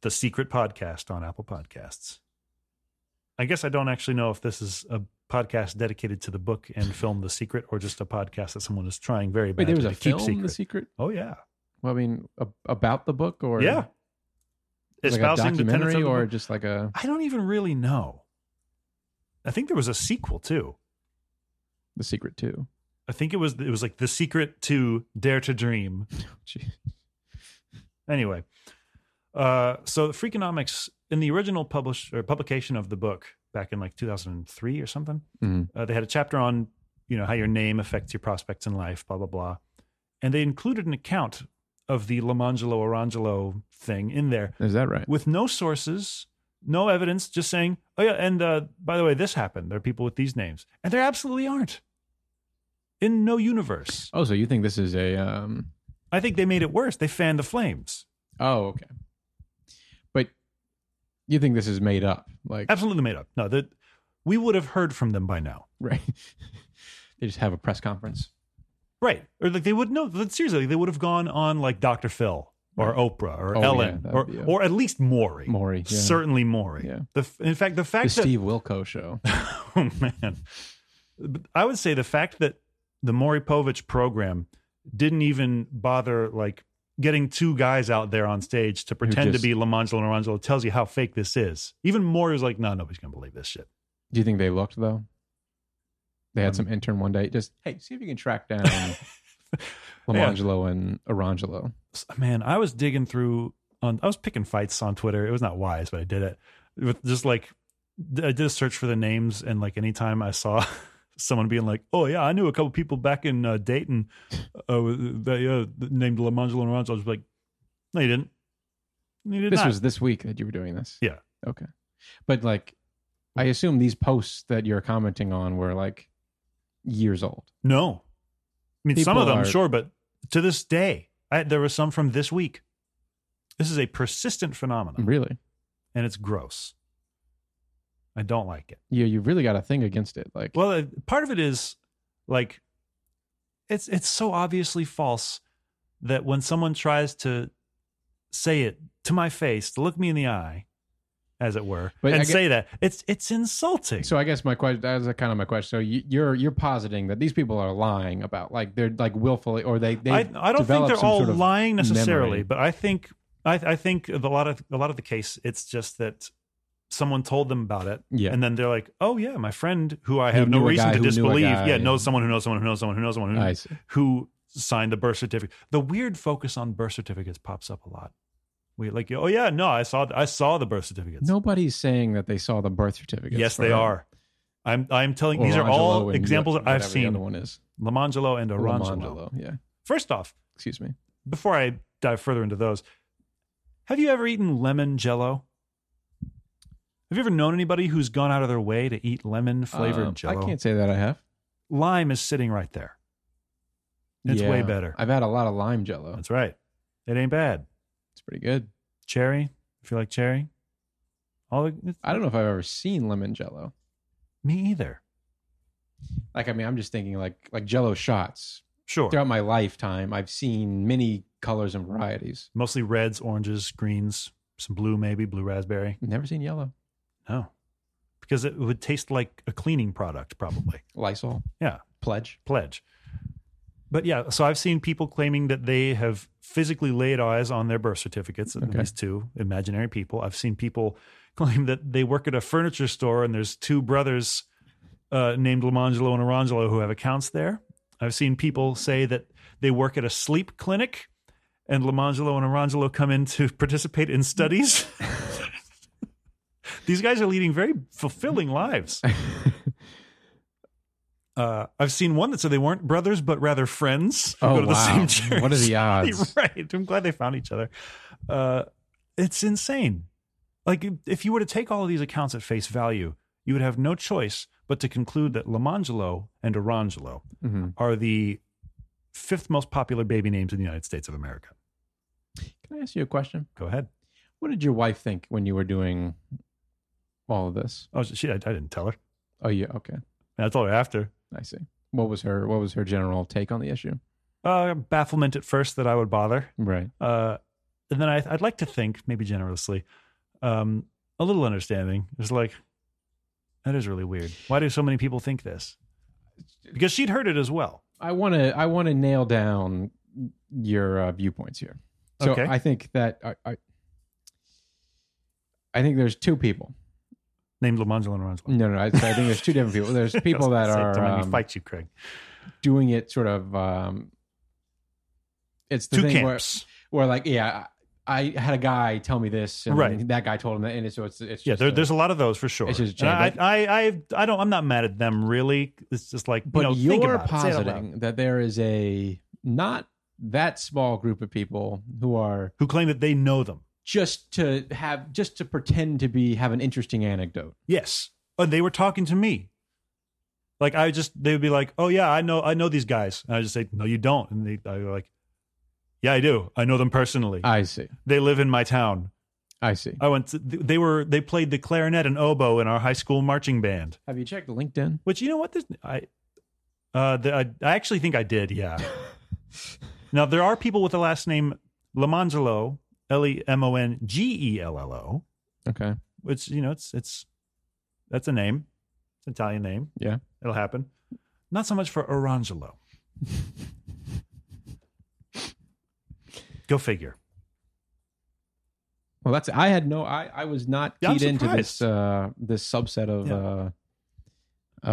Speaker 1: The secret podcast on Apple Podcasts. I guess I don't actually know if this is a podcast dedicated to the book
Speaker 2: [laughs]
Speaker 1: and film The Secret or just a podcast that someone is trying very
Speaker 2: Wait,
Speaker 1: badly
Speaker 2: there was a
Speaker 1: to keep
Speaker 2: film,
Speaker 1: secret.
Speaker 2: The Secret.
Speaker 1: oh yeah.
Speaker 2: Well, I mean, a, about the book, or
Speaker 1: yeah.
Speaker 2: like a
Speaker 1: Espousing the tenets of
Speaker 2: documentary,
Speaker 1: the
Speaker 2: or
Speaker 1: book.
Speaker 2: just like a
Speaker 1: I don't even really know. I think there was a sequel too.
Speaker 2: The Secret Two.
Speaker 1: I think it was it was like the secret to Dare to Dream.
Speaker 2: [laughs] Gee.
Speaker 1: Anyway, uh, so Freakonomics in the original publish or publication of the book back in like 2003 or something,
Speaker 2: Mhm.
Speaker 1: uh, they had a chapter on you know how your name affects your prospects in life, blah blah blah, and they included an account of the Lamangelo Orangelo thing in there
Speaker 2: Is that right?
Speaker 1: with no sources, no evidence, just saying, oh yeah, and uh, by the way, this happened. There are people with these names, and there absolutely aren't in no universe.
Speaker 2: Oh, so you think this is a? um
Speaker 1: I think they made it worse. They fanned the flames.
Speaker 2: Oh, okay. But you think this is made up? Like,
Speaker 1: Absolutely made up. No, that we would have heard from them by now.
Speaker 2: [laughs] right? they just have a press conference.
Speaker 1: Right. Or like they would know but seriously, they would have gone on like Dr. Phil or Oprah or
Speaker 2: Oh, yeah,
Speaker 1: Ellen
Speaker 2: that'd
Speaker 1: or
Speaker 2: be a-
Speaker 1: or at least Maury.
Speaker 2: Maury, yeah.
Speaker 1: Certainly Maury.
Speaker 2: Yeah.
Speaker 1: The, f- in fact, the
Speaker 2: The
Speaker 1: fact that
Speaker 2: Steve Wilco show.
Speaker 1: [laughs] oh man, But I would say the fact that the Maury Povich program didn't even bother like getting two guys out there on stage to pretend
Speaker 2: just-
Speaker 1: to be Lamangelo and Orangelo tells you how fake this is. Even Maury was like, no, nobody's gonna believe this shit.
Speaker 2: Do you think they looked though? They had
Speaker 1: Um,
Speaker 2: some intern one day. Just hey, see if you can
Speaker 1: [laughs]
Speaker 2: track down Lamangelo and Orangelo.
Speaker 1: man, I was digging through on I was picking fights on Twitter. It was not wise, but I did it. With just like I did a search for the names and like anytime I saw [laughs] someone being like, "Oh yeah, I knew a couple people back in uh, Dayton uh, that uh, named Lamangelo and Ronzo." I was like, "No, you didn't. You did
Speaker 2: this
Speaker 1: not."
Speaker 2: was this week that you were doing this.
Speaker 1: Yeah.
Speaker 2: Okay. But like, I assume these posts that you're commenting on were like years old.
Speaker 1: no. I mean, some
Speaker 2: People
Speaker 1: of them,
Speaker 2: are-
Speaker 1: sure, but to this day, I, there were some from this week. This is a persistent phenomenon,
Speaker 2: Really?
Speaker 1: and it's gross. I don't like it.
Speaker 2: Yeah, you really got a thing against it. Like,
Speaker 1: Well, uh, part of it is like it's it's so obviously false that when someone tries to say it to my face, to look me in the eye, as it were,
Speaker 2: But I
Speaker 1: and
Speaker 2: get-
Speaker 1: say that it's it's insulting.
Speaker 2: So I guess my question that was kind of my question. So you, you're you're positing that these people are lying about like they're like willfully or they they
Speaker 1: I, I don't think
Speaker 2: developed
Speaker 1: they're
Speaker 2: some
Speaker 1: all
Speaker 2: sort of
Speaker 1: lying necessarily,
Speaker 2: memory.
Speaker 1: but I think I, I think a lot of a lot of the case it's just that someone told them about it,
Speaker 2: Yeah.
Speaker 1: and then they're like, "Oh yeah, my friend who I
Speaker 2: Who
Speaker 1: have no
Speaker 2: knew a
Speaker 1: reason
Speaker 2: guy
Speaker 1: to
Speaker 2: who knew a
Speaker 1: disbelieve,
Speaker 2: guy,
Speaker 1: yeah,
Speaker 2: and-
Speaker 1: knows someone who knows someone who knows someone who knows someone who,
Speaker 2: I see.
Speaker 1: who signed the birth certificate." The weird focus on birth certificates pops up a lot. We like, oh yeah, no, I saw I saw the birth certificates.
Speaker 2: Nobody's saying that they saw the birth certificates.
Speaker 1: yes,
Speaker 2: for-
Speaker 1: they are. I'm I'm telling
Speaker 2: or
Speaker 1: these are
Speaker 2: Angelo
Speaker 1: all
Speaker 2: and
Speaker 1: examples
Speaker 2: what-
Speaker 1: that I've
Speaker 2: whatever The other
Speaker 1: seen.
Speaker 2: one is
Speaker 1: Lamangelo and Orangelo.
Speaker 2: Romangelo. Yeah,
Speaker 1: First off,
Speaker 2: excuse me.
Speaker 1: before I dive further into those, have you ever eaten lemon jello? Have you ever known anybody who's gone out of their way to eat lemon flavored
Speaker 2: Um,
Speaker 1: jello?
Speaker 2: I can't say that I have.
Speaker 1: Lime is sitting right there. It's way
Speaker 2: Yeah.
Speaker 1: better.
Speaker 2: I've had a lot of lime jello.
Speaker 1: That's right. It ain't bad.
Speaker 2: It's pretty good.
Speaker 1: Cherry, if you like cherry. All the,
Speaker 2: I don't know if I've ever seen lemon jello.
Speaker 1: me either.
Speaker 2: Like I mean, I'm just thinking like like jello shots.
Speaker 1: Sure.
Speaker 2: Throughout my lifetime, I've seen many colors and varieties.
Speaker 1: Mostly reds, oranges, greens, some blue maybe, blue raspberry.
Speaker 2: Never seen yellow.
Speaker 1: No. Because it would taste like a cleaning product probably.
Speaker 2: Lysol.
Speaker 1: Yeah.
Speaker 2: Pledge.
Speaker 1: pledge. But yeah, so I've seen people claiming that they have physically laid eyes on their birth certificates, at
Speaker 2: Okay.
Speaker 1: least two imaginary people. I've seen people [laughs] claim that they work at a furniture store and there's two brothers uh, named Lamangelo and Orangelo who have accounts there. I've seen people say that they work at a sleep clinic and Lamangelo and Orangelo come in to [laughs] participate in studies. These guys are leading very fulfilling lives. Uh, I've seen one that said they weren't brothers, but rather friends who
Speaker 2: Oh,
Speaker 1: go to the
Speaker 2: wow.
Speaker 1: same church.
Speaker 2: What
Speaker 1: [laughs]
Speaker 2: are the odds?
Speaker 1: right. I'm glad they found each other. Uh, it's insane. Like, if- if you were to take all of these accounts at face value, you would have no choice but to conclude that Lamangelo and Orangelo
Speaker 2: Mm-hmm.
Speaker 1: are the fifth most popular baby names in the United States of America.
Speaker 2: Can I ask you a question?
Speaker 1: Go ahead.
Speaker 2: What did your wife think when you were doing all of this?
Speaker 1: Oh, she, I, I didn't tell her.
Speaker 2: Oh yeah, okay,
Speaker 1: I told her after.
Speaker 2: I see. What was her What was her general take on the issue?
Speaker 1: Uh, bafflement at first that I would bother.
Speaker 2: Right.
Speaker 1: Uh, and then I, I'd like to think, maybe generously, um, a little understanding. It's like, that is really weird. Why do so many people think this? Because she'd heard it as well.
Speaker 2: I want to I want to nail down your uh, viewpoints here. So
Speaker 1: Okay.
Speaker 2: I think that I, I I think there's two people.
Speaker 1: Named Lamangelo and Ronzo.
Speaker 2: No, no, I, I think there's two different people.
Speaker 1: [laughs]
Speaker 2: Mm, There's people that are
Speaker 1: Don't make
Speaker 2: um,
Speaker 1: me fight you, Craig.
Speaker 2: doing it sort of. Um, it's the
Speaker 1: Two
Speaker 2: thing where,
Speaker 1: camps.
Speaker 2: where like yeah, I I had a guy tell me this, and
Speaker 1: Right.
Speaker 2: That guy told him that, and it's, so it's it's
Speaker 1: Yeah,
Speaker 2: just
Speaker 1: there,
Speaker 2: a-
Speaker 1: there's a lot of those for sure.
Speaker 2: It's just
Speaker 1: And I,
Speaker 2: jam-
Speaker 1: I, I, I don't. I'm not mad at them really. It's just like,
Speaker 2: but
Speaker 1: you know, think
Speaker 2: you're
Speaker 1: about it. Say it out loud.
Speaker 2: positing that there is a not that small group of people who are
Speaker 1: who claim that they know them.
Speaker 2: just to have just to pretend to be have an interesting anecdote.
Speaker 1: Yes. And they were talking to me. Like I just they would be like, "Oh yeah, I know I know these guys." And I just say, "No, you don't." And they I go like, "Yeah, I do. I know them personally.
Speaker 2: I see.
Speaker 1: they live in my town."
Speaker 2: I see.
Speaker 1: I went to, they were they played the clarinet and oboe in our high school marching band.
Speaker 2: Have you checked LinkedIn?
Speaker 1: Which you know what this I uh the, I, I actually think I did, yeah. now there are people with the last name Lamangelo, L E M O N G E L L O,
Speaker 2: Okay. [laughs]
Speaker 1: which you know it's it's that's a name it's an italian name
Speaker 2: Yeah.
Speaker 1: it'll happen not so much for orangelo go figure
Speaker 2: Well, that's I had no I I was not
Speaker 1: Yeah, I'm
Speaker 2: keyed into this uh this subset of
Speaker 1: Yeah.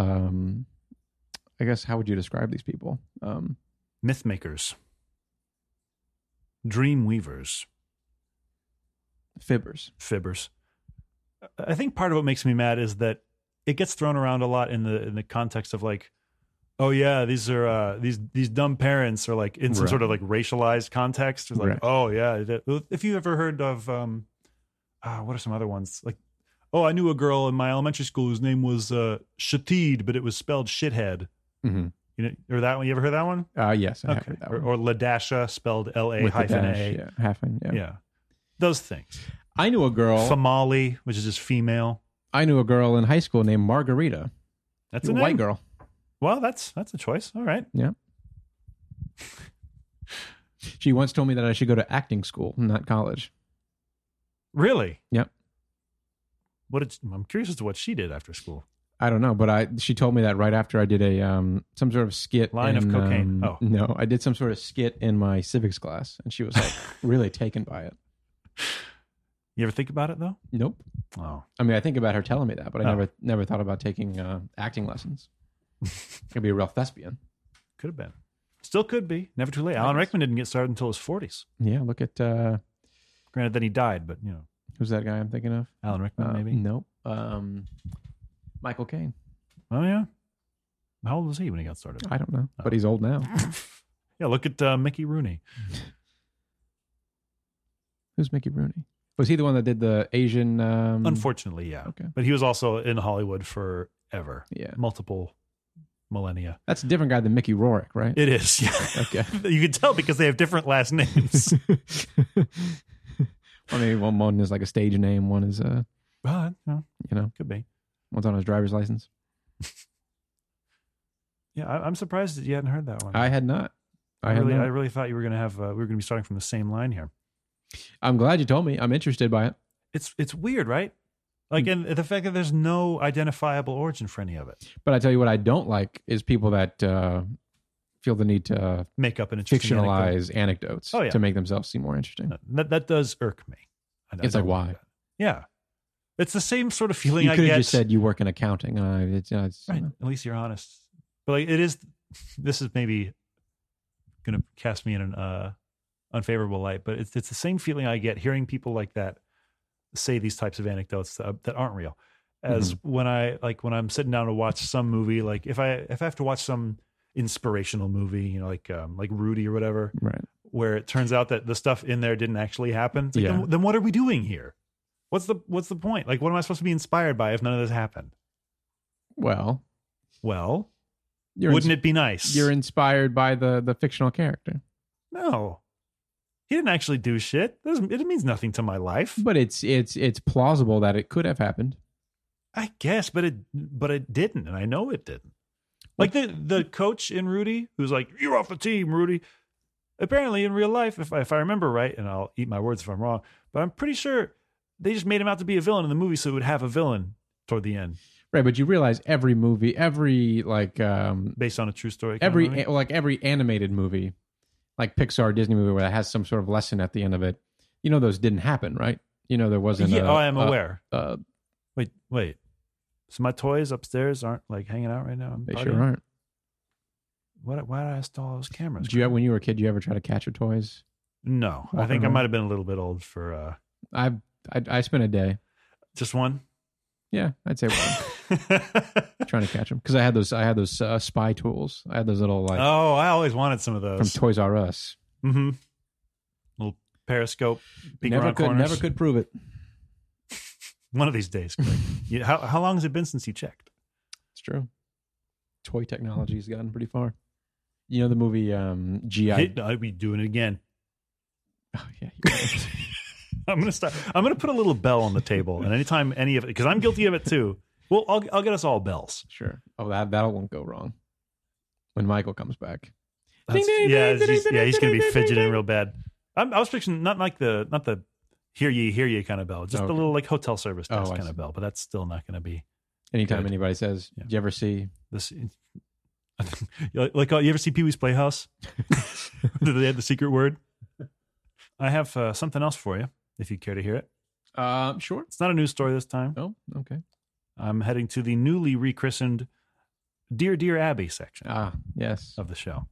Speaker 2: uh um I guess how would you describe these people? Um
Speaker 1: myth makers dream weavers
Speaker 2: fibbers.
Speaker 1: fibbers i think part of what makes me mad is that it gets thrown around a lot in the in the context of like oh yeah these are uh these these dumb parents are like in some
Speaker 2: Right.
Speaker 1: sort of like racialized context It's like
Speaker 2: Right.
Speaker 1: oh yeah that- if you ever heard of um uh, what are some other ones like oh i knew a girl in my elementary school whose name was uh shatid but it was spelled shithead
Speaker 2: Mhm.
Speaker 1: you know or that one you ever heard that one
Speaker 2: Uh yes, I have heard that
Speaker 1: Mm-hmm. or,
Speaker 2: one.
Speaker 1: or ladasha spelled la
Speaker 2: With the
Speaker 1: hyphen
Speaker 2: dash,
Speaker 1: a
Speaker 2: Yeah, hyphen, yeah.
Speaker 1: yeah. those things
Speaker 2: I knew a girl
Speaker 1: famali which is just female
Speaker 2: I knew a girl in high school named Margarita.
Speaker 1: that's
Speaker 2: a
Speaker 1: a
Speaker 2: white
Speaker 1: name.
Speaker 2: girl.
Speaker 1: Well, that's that's a choice. All right.
Speaker 2: She once told me that I should go to acting school, not college.
Speaker 1: Really?
Speaker 2: Yep.
Speaker 1: What did, I'm curious as to what she did after school.
Speaker 2: I don't know, but I she told me that right after I did a um some sort of skit
Speaker 1: Line of
Speaker 2: in,
Speaker 1: cocaine.
Speaker 2: um,
Speaker 1: Oh.
Speaker 2: no, I did some sort of skit in my civics class, and she was
Speaker 1: [laughs]
Speaker 2: like really taken by it.
Speaker 1: You ever think about it though?
Speaker 2: Nope.
Speaker 1: Oh,
Speaker 2: I mean, I think about her telling me that, but I
Speaker 1: Oh.
Speaker 2: never never thought about taking uh, acting lessons. Could be a real thespian.
Speaker 1: could have been. Still could be. Never too late. Alan
Speaker 2: Nice.
Speaker 1: Rickman didn't get started until his 40s.
Speaker 2: Yeah, look at uh,
Speaker 1: Granted, then he died, but you know,
Speaker 2: who's that guy I'm thinking of?
Speaker 1: Alan Rickman
Speaker 2: Uh,
Speaker 1: Oh, maybe.
Speaker 2: Nope. Um, Michael Caine.
Speaker 1: Oh yeah. How old was he when he got started?
Speaker 2: I don't know,
Speaker 1: Oh.
Speaker 2: but he's old now.
Speaker 1: Yeah, look at uh, Mickey Rooney.
Speaker 2: Who's Mickey Rooney? Was he the one that did the Asian?
Speaker 1: Hmm.
Speaker 2: Um,
Speaker 1: Unfortunately, yeah.
Speaker 2: Okay.
Speaker 1: But he was also in Hollywood forever,
Speaker 2: Yeah,
Speaker 1: multiple millennia.
Speaker 2: that's a different guy than Mickey Rourke, right?
Speaker 1: It is. Yeah. [laughs]
Speaker 2: Okay.
Speaker 1: you can tell because they have different last names.
Speaker 2: I mean, one one is like a stage name. One is uh,
Speaker 1: [laughs] but, you know,
Speaker 2: you know,
Speaker 1: could be.
Speaker 2: one's on his driver's license.
Speaker 1: Yeah, I, I'm surprised that you hadn't heard that one.
Speaker 2: I had not. I,
Speaker 1: I
Speaker 2: had
Speaker 1: really,
Speaker 2: not.
Speaker 1: I really thought you were going to have. Uh, we were going to be starting from the same line here.
Speaker 2: I'm glad you told me. I'm interested by it.
Speaker 1: It's it's weird, right? Like,
Speaker 2: Hmm.
Speaker 1: and the fact that there's no identifiable origin for any of it.
Speaker 2: But I tell you what, I don't like is people that uh, feel the need to uh,
Speaker 1: Make up an interesting anecdote.
Speaker 2: fictionalize anecdotes
Speaker 1: Oh, yeah.
Speaker 2: to make themselves seem more interesting.
Speaker 1: That that does irk me. I don't-
Speaker 2: It's like,
Speaker 1: I don't
Speaker 2: why?
Speaker 1: that. Yeah, it's the same sort of feeling.
Speaker 2: You
Speaker 1: I
Speaker 2: could
Speaker 1: get.
Speaker 2: have just said you work in accounting. And I, it's, uh, it's, you
Speaker 1: Right.
Speaker 2: know.
Speaker 1: At least you're honest. But like it is [laughs] this is maybe gonna cast me in an uh unfavorable light, but it's it's the same feeling I get hearing people like that say these types of anecdotes that, that aren't real. As when I like when I'm sitting down to watch some movie, like if I if I have to watch some inspirational movie, you know, like um like Rudy or whatever,
Speaker 2: right.
Speaker 1: where it turns out that the stuff in there didn't actually happen. it's like,
Speaker 2: Yeah.
Speaker 1: then, then what are we doing here? What's the what's the point? Like what am I supposed to be inspired by if none of this happened?
Speaker 2: Well,
Speaker 1: Well,
Speaker 2: you're
Speaker 1: wouldn't it be nice?
Speaker 2: you're inspired by the the fictional character,
Speaker 1: No. He didn't actually do shit. It doesn't- It means nothing to my life.
Speaker 2: but it's it's it's plausible that it could have happened.
Speaker 1: I guess, but it but it didn't, and I know it didn't. Like the the coach in Rudy, who's like, "You're off the team, Rudy." Apparently, in real life, if I, if I remember right, and I'll eat my words if I'm wrong, but I'm pretty sure they just made him out to be a villain in the movie, so it would have a villain toward the end,
Speaker 2: Right, but you realize every movie, every like um
Speaker 1: based on a true story. kind of
Speaker 2: every
Speaker 1: movie.
Speaker 2: well, like every animated movie, like Pixar, Disney movie, where it has some sort of lesson at the end of it. You know, those didn't happen, right? You know, there wasn't.
Speaker 1: yeah,
Speaker 2: a-
Speaker 1: oh, I am
Speaker 2: a-
Speaker 1: aware.
Speaker 2: Uh,
Speaker 1: Wait, wait. So my toys upstairs aren't like hanging out right now. I'm
Speaker 2: they
Speaker 1: partying?
Speaker 2: sure aren't.
Speaker 1: What, why did I install those cameras?
Speaker 2: Did you when you were a kid? Did you ever try to catch your toys?
Speaker 1: No, I
Speaker 2: Walking
Speaker 1: think I
Speaker 2: around.
Speaker 1: might have been a little bit old for uh,
Speaker 2: I I, I spent a day.
Speaker 1: just
Speaker 2: [laughs]
Speaker 1: one.
Speaker 2: Yeah, I'd say one,
Speaker 1: oh,
Speaker 2: trying to catch them because I had those. I had those uh, spy tools. I had those little like
Speaker 1: I always wanted some of
Speaker 2: from
Speaker 1: Oh, those.
Speaker 2: Toys R Us.
Speaker 1: mm-hmm. Little periscope, peek
Speaker 2: never
Speaker 1: around
Speaker 2: could
Speaker 1: corners.
Speaker 2: never could prove it.
Speaker 1: One of these days.
Speaker 2: [laughs]
Speaker 1: Greg. You- how how long has it been since you checked?
Speaker 2: It's true. Toy technology has gotten pretty far. You know the movie um, GI.
Speaker 1: Hit- I'll be doing it again.
Speaker 2: [laughs]
Speaker 1: [laughs]
Speaker 2: Oh, yeah, you're right.
Speaker 1: I'm gonna start. I'm gonna put a little bell on the table, and anytime any of it, because I'm guilty of it too. Well, I'll I'll get us all bells.
Speaker 2: [laughs] Sure. Oh, that that won't go wrong when Michael comes back.
Speaker 1: That's-
Speaker 2: Ding, ding,
Speaker 1: yeah,
Speaker 2: ding,
Speaker 1: he's,
Speaker 2: ding,
Speaker 1: yeah, he's gonna be
Speaker 2: ding, ding,
Speaker 1: fidgeting
Speaker 2: ding.
Speaker 1: real bad. I'm, I was picturing not like the not the hear ye hear ye kind of bell, just the
Speaker 2: Okay.
Speaker 1: little like hotel service
Speaker 2: Oh,
Speaker 1: desk
Speaker 2: I
Speaker 1: kind
Speaker 2: see.
Speaker 1: of bell. But that's still not gonna be
Speaker 2: Anytime
Speaker 1: Good.
Speaker 2: anybody says,
Speaker 1: Yeah.
Speaker 2: "Did you ever see?"
Speaker 1: this [laughs] like like, uh, you ever see Pee Wee's [laughs] Playhouse? Did they have the secret word? I have uh, something else for you if you care to hear it.
Speaker 2: Um, sure.
Speaker 1: It's not a news story this time.
Speaker 2: Oh, okay.
Speaker 1: I'm heading to the newly rechristened Dear Dear Abby section
Speaker 2: Ah, yes.
Speaker 1: of the show.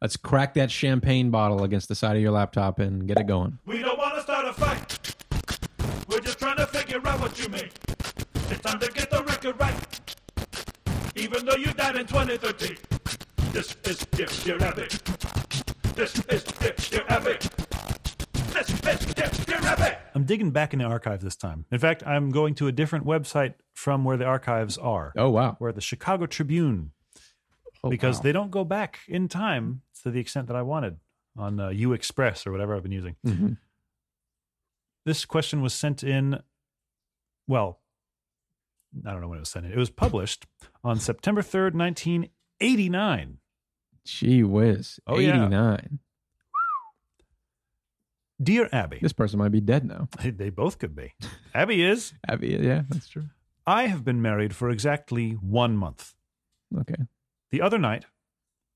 Speaker 2: Let's crack that champagne bottle against the side of your laptop and get it going.
Speaker 1: We don't want to start a fight. We're just trying to figure out what you mean. It's time to get the record right. Even though you died in 2013. This is Dear Dear Abby. This is Dear Dear Abby. This is Dear Dear Abby. I'm digging back in the archive this time. In fact, I'm going to a different website from where the archives are.
Speaker 2: Oh wow.
Speaker 1: We're at the Chicago Tribune
Speaker 2: Oh,
Speaker 1: because
Speaker 2: wow.
Speaker 1: they don't go back in time to the extent that I wanted on uh, U Express or whatever I've been using.
Speaker 2: Mhm.
Speaker 1: This question was sent in, well, I don't know when it was sent in. It was published on September 3rd, 1989.
Speaker 2: Gee whiz.
Speaker 1: Oh, yeah.
Speaker 2: Eighty nine.
Speaker 1: Dear Abby,
Speaker 2: This person might be dead now.
Speaker 1: they both could be. Abby is.
Speaker 2: Abby, yeah, that's true.
Speaker 1: I have been married for exactly one month.
Speaker 2: Okay.
Speaker 1: The other night,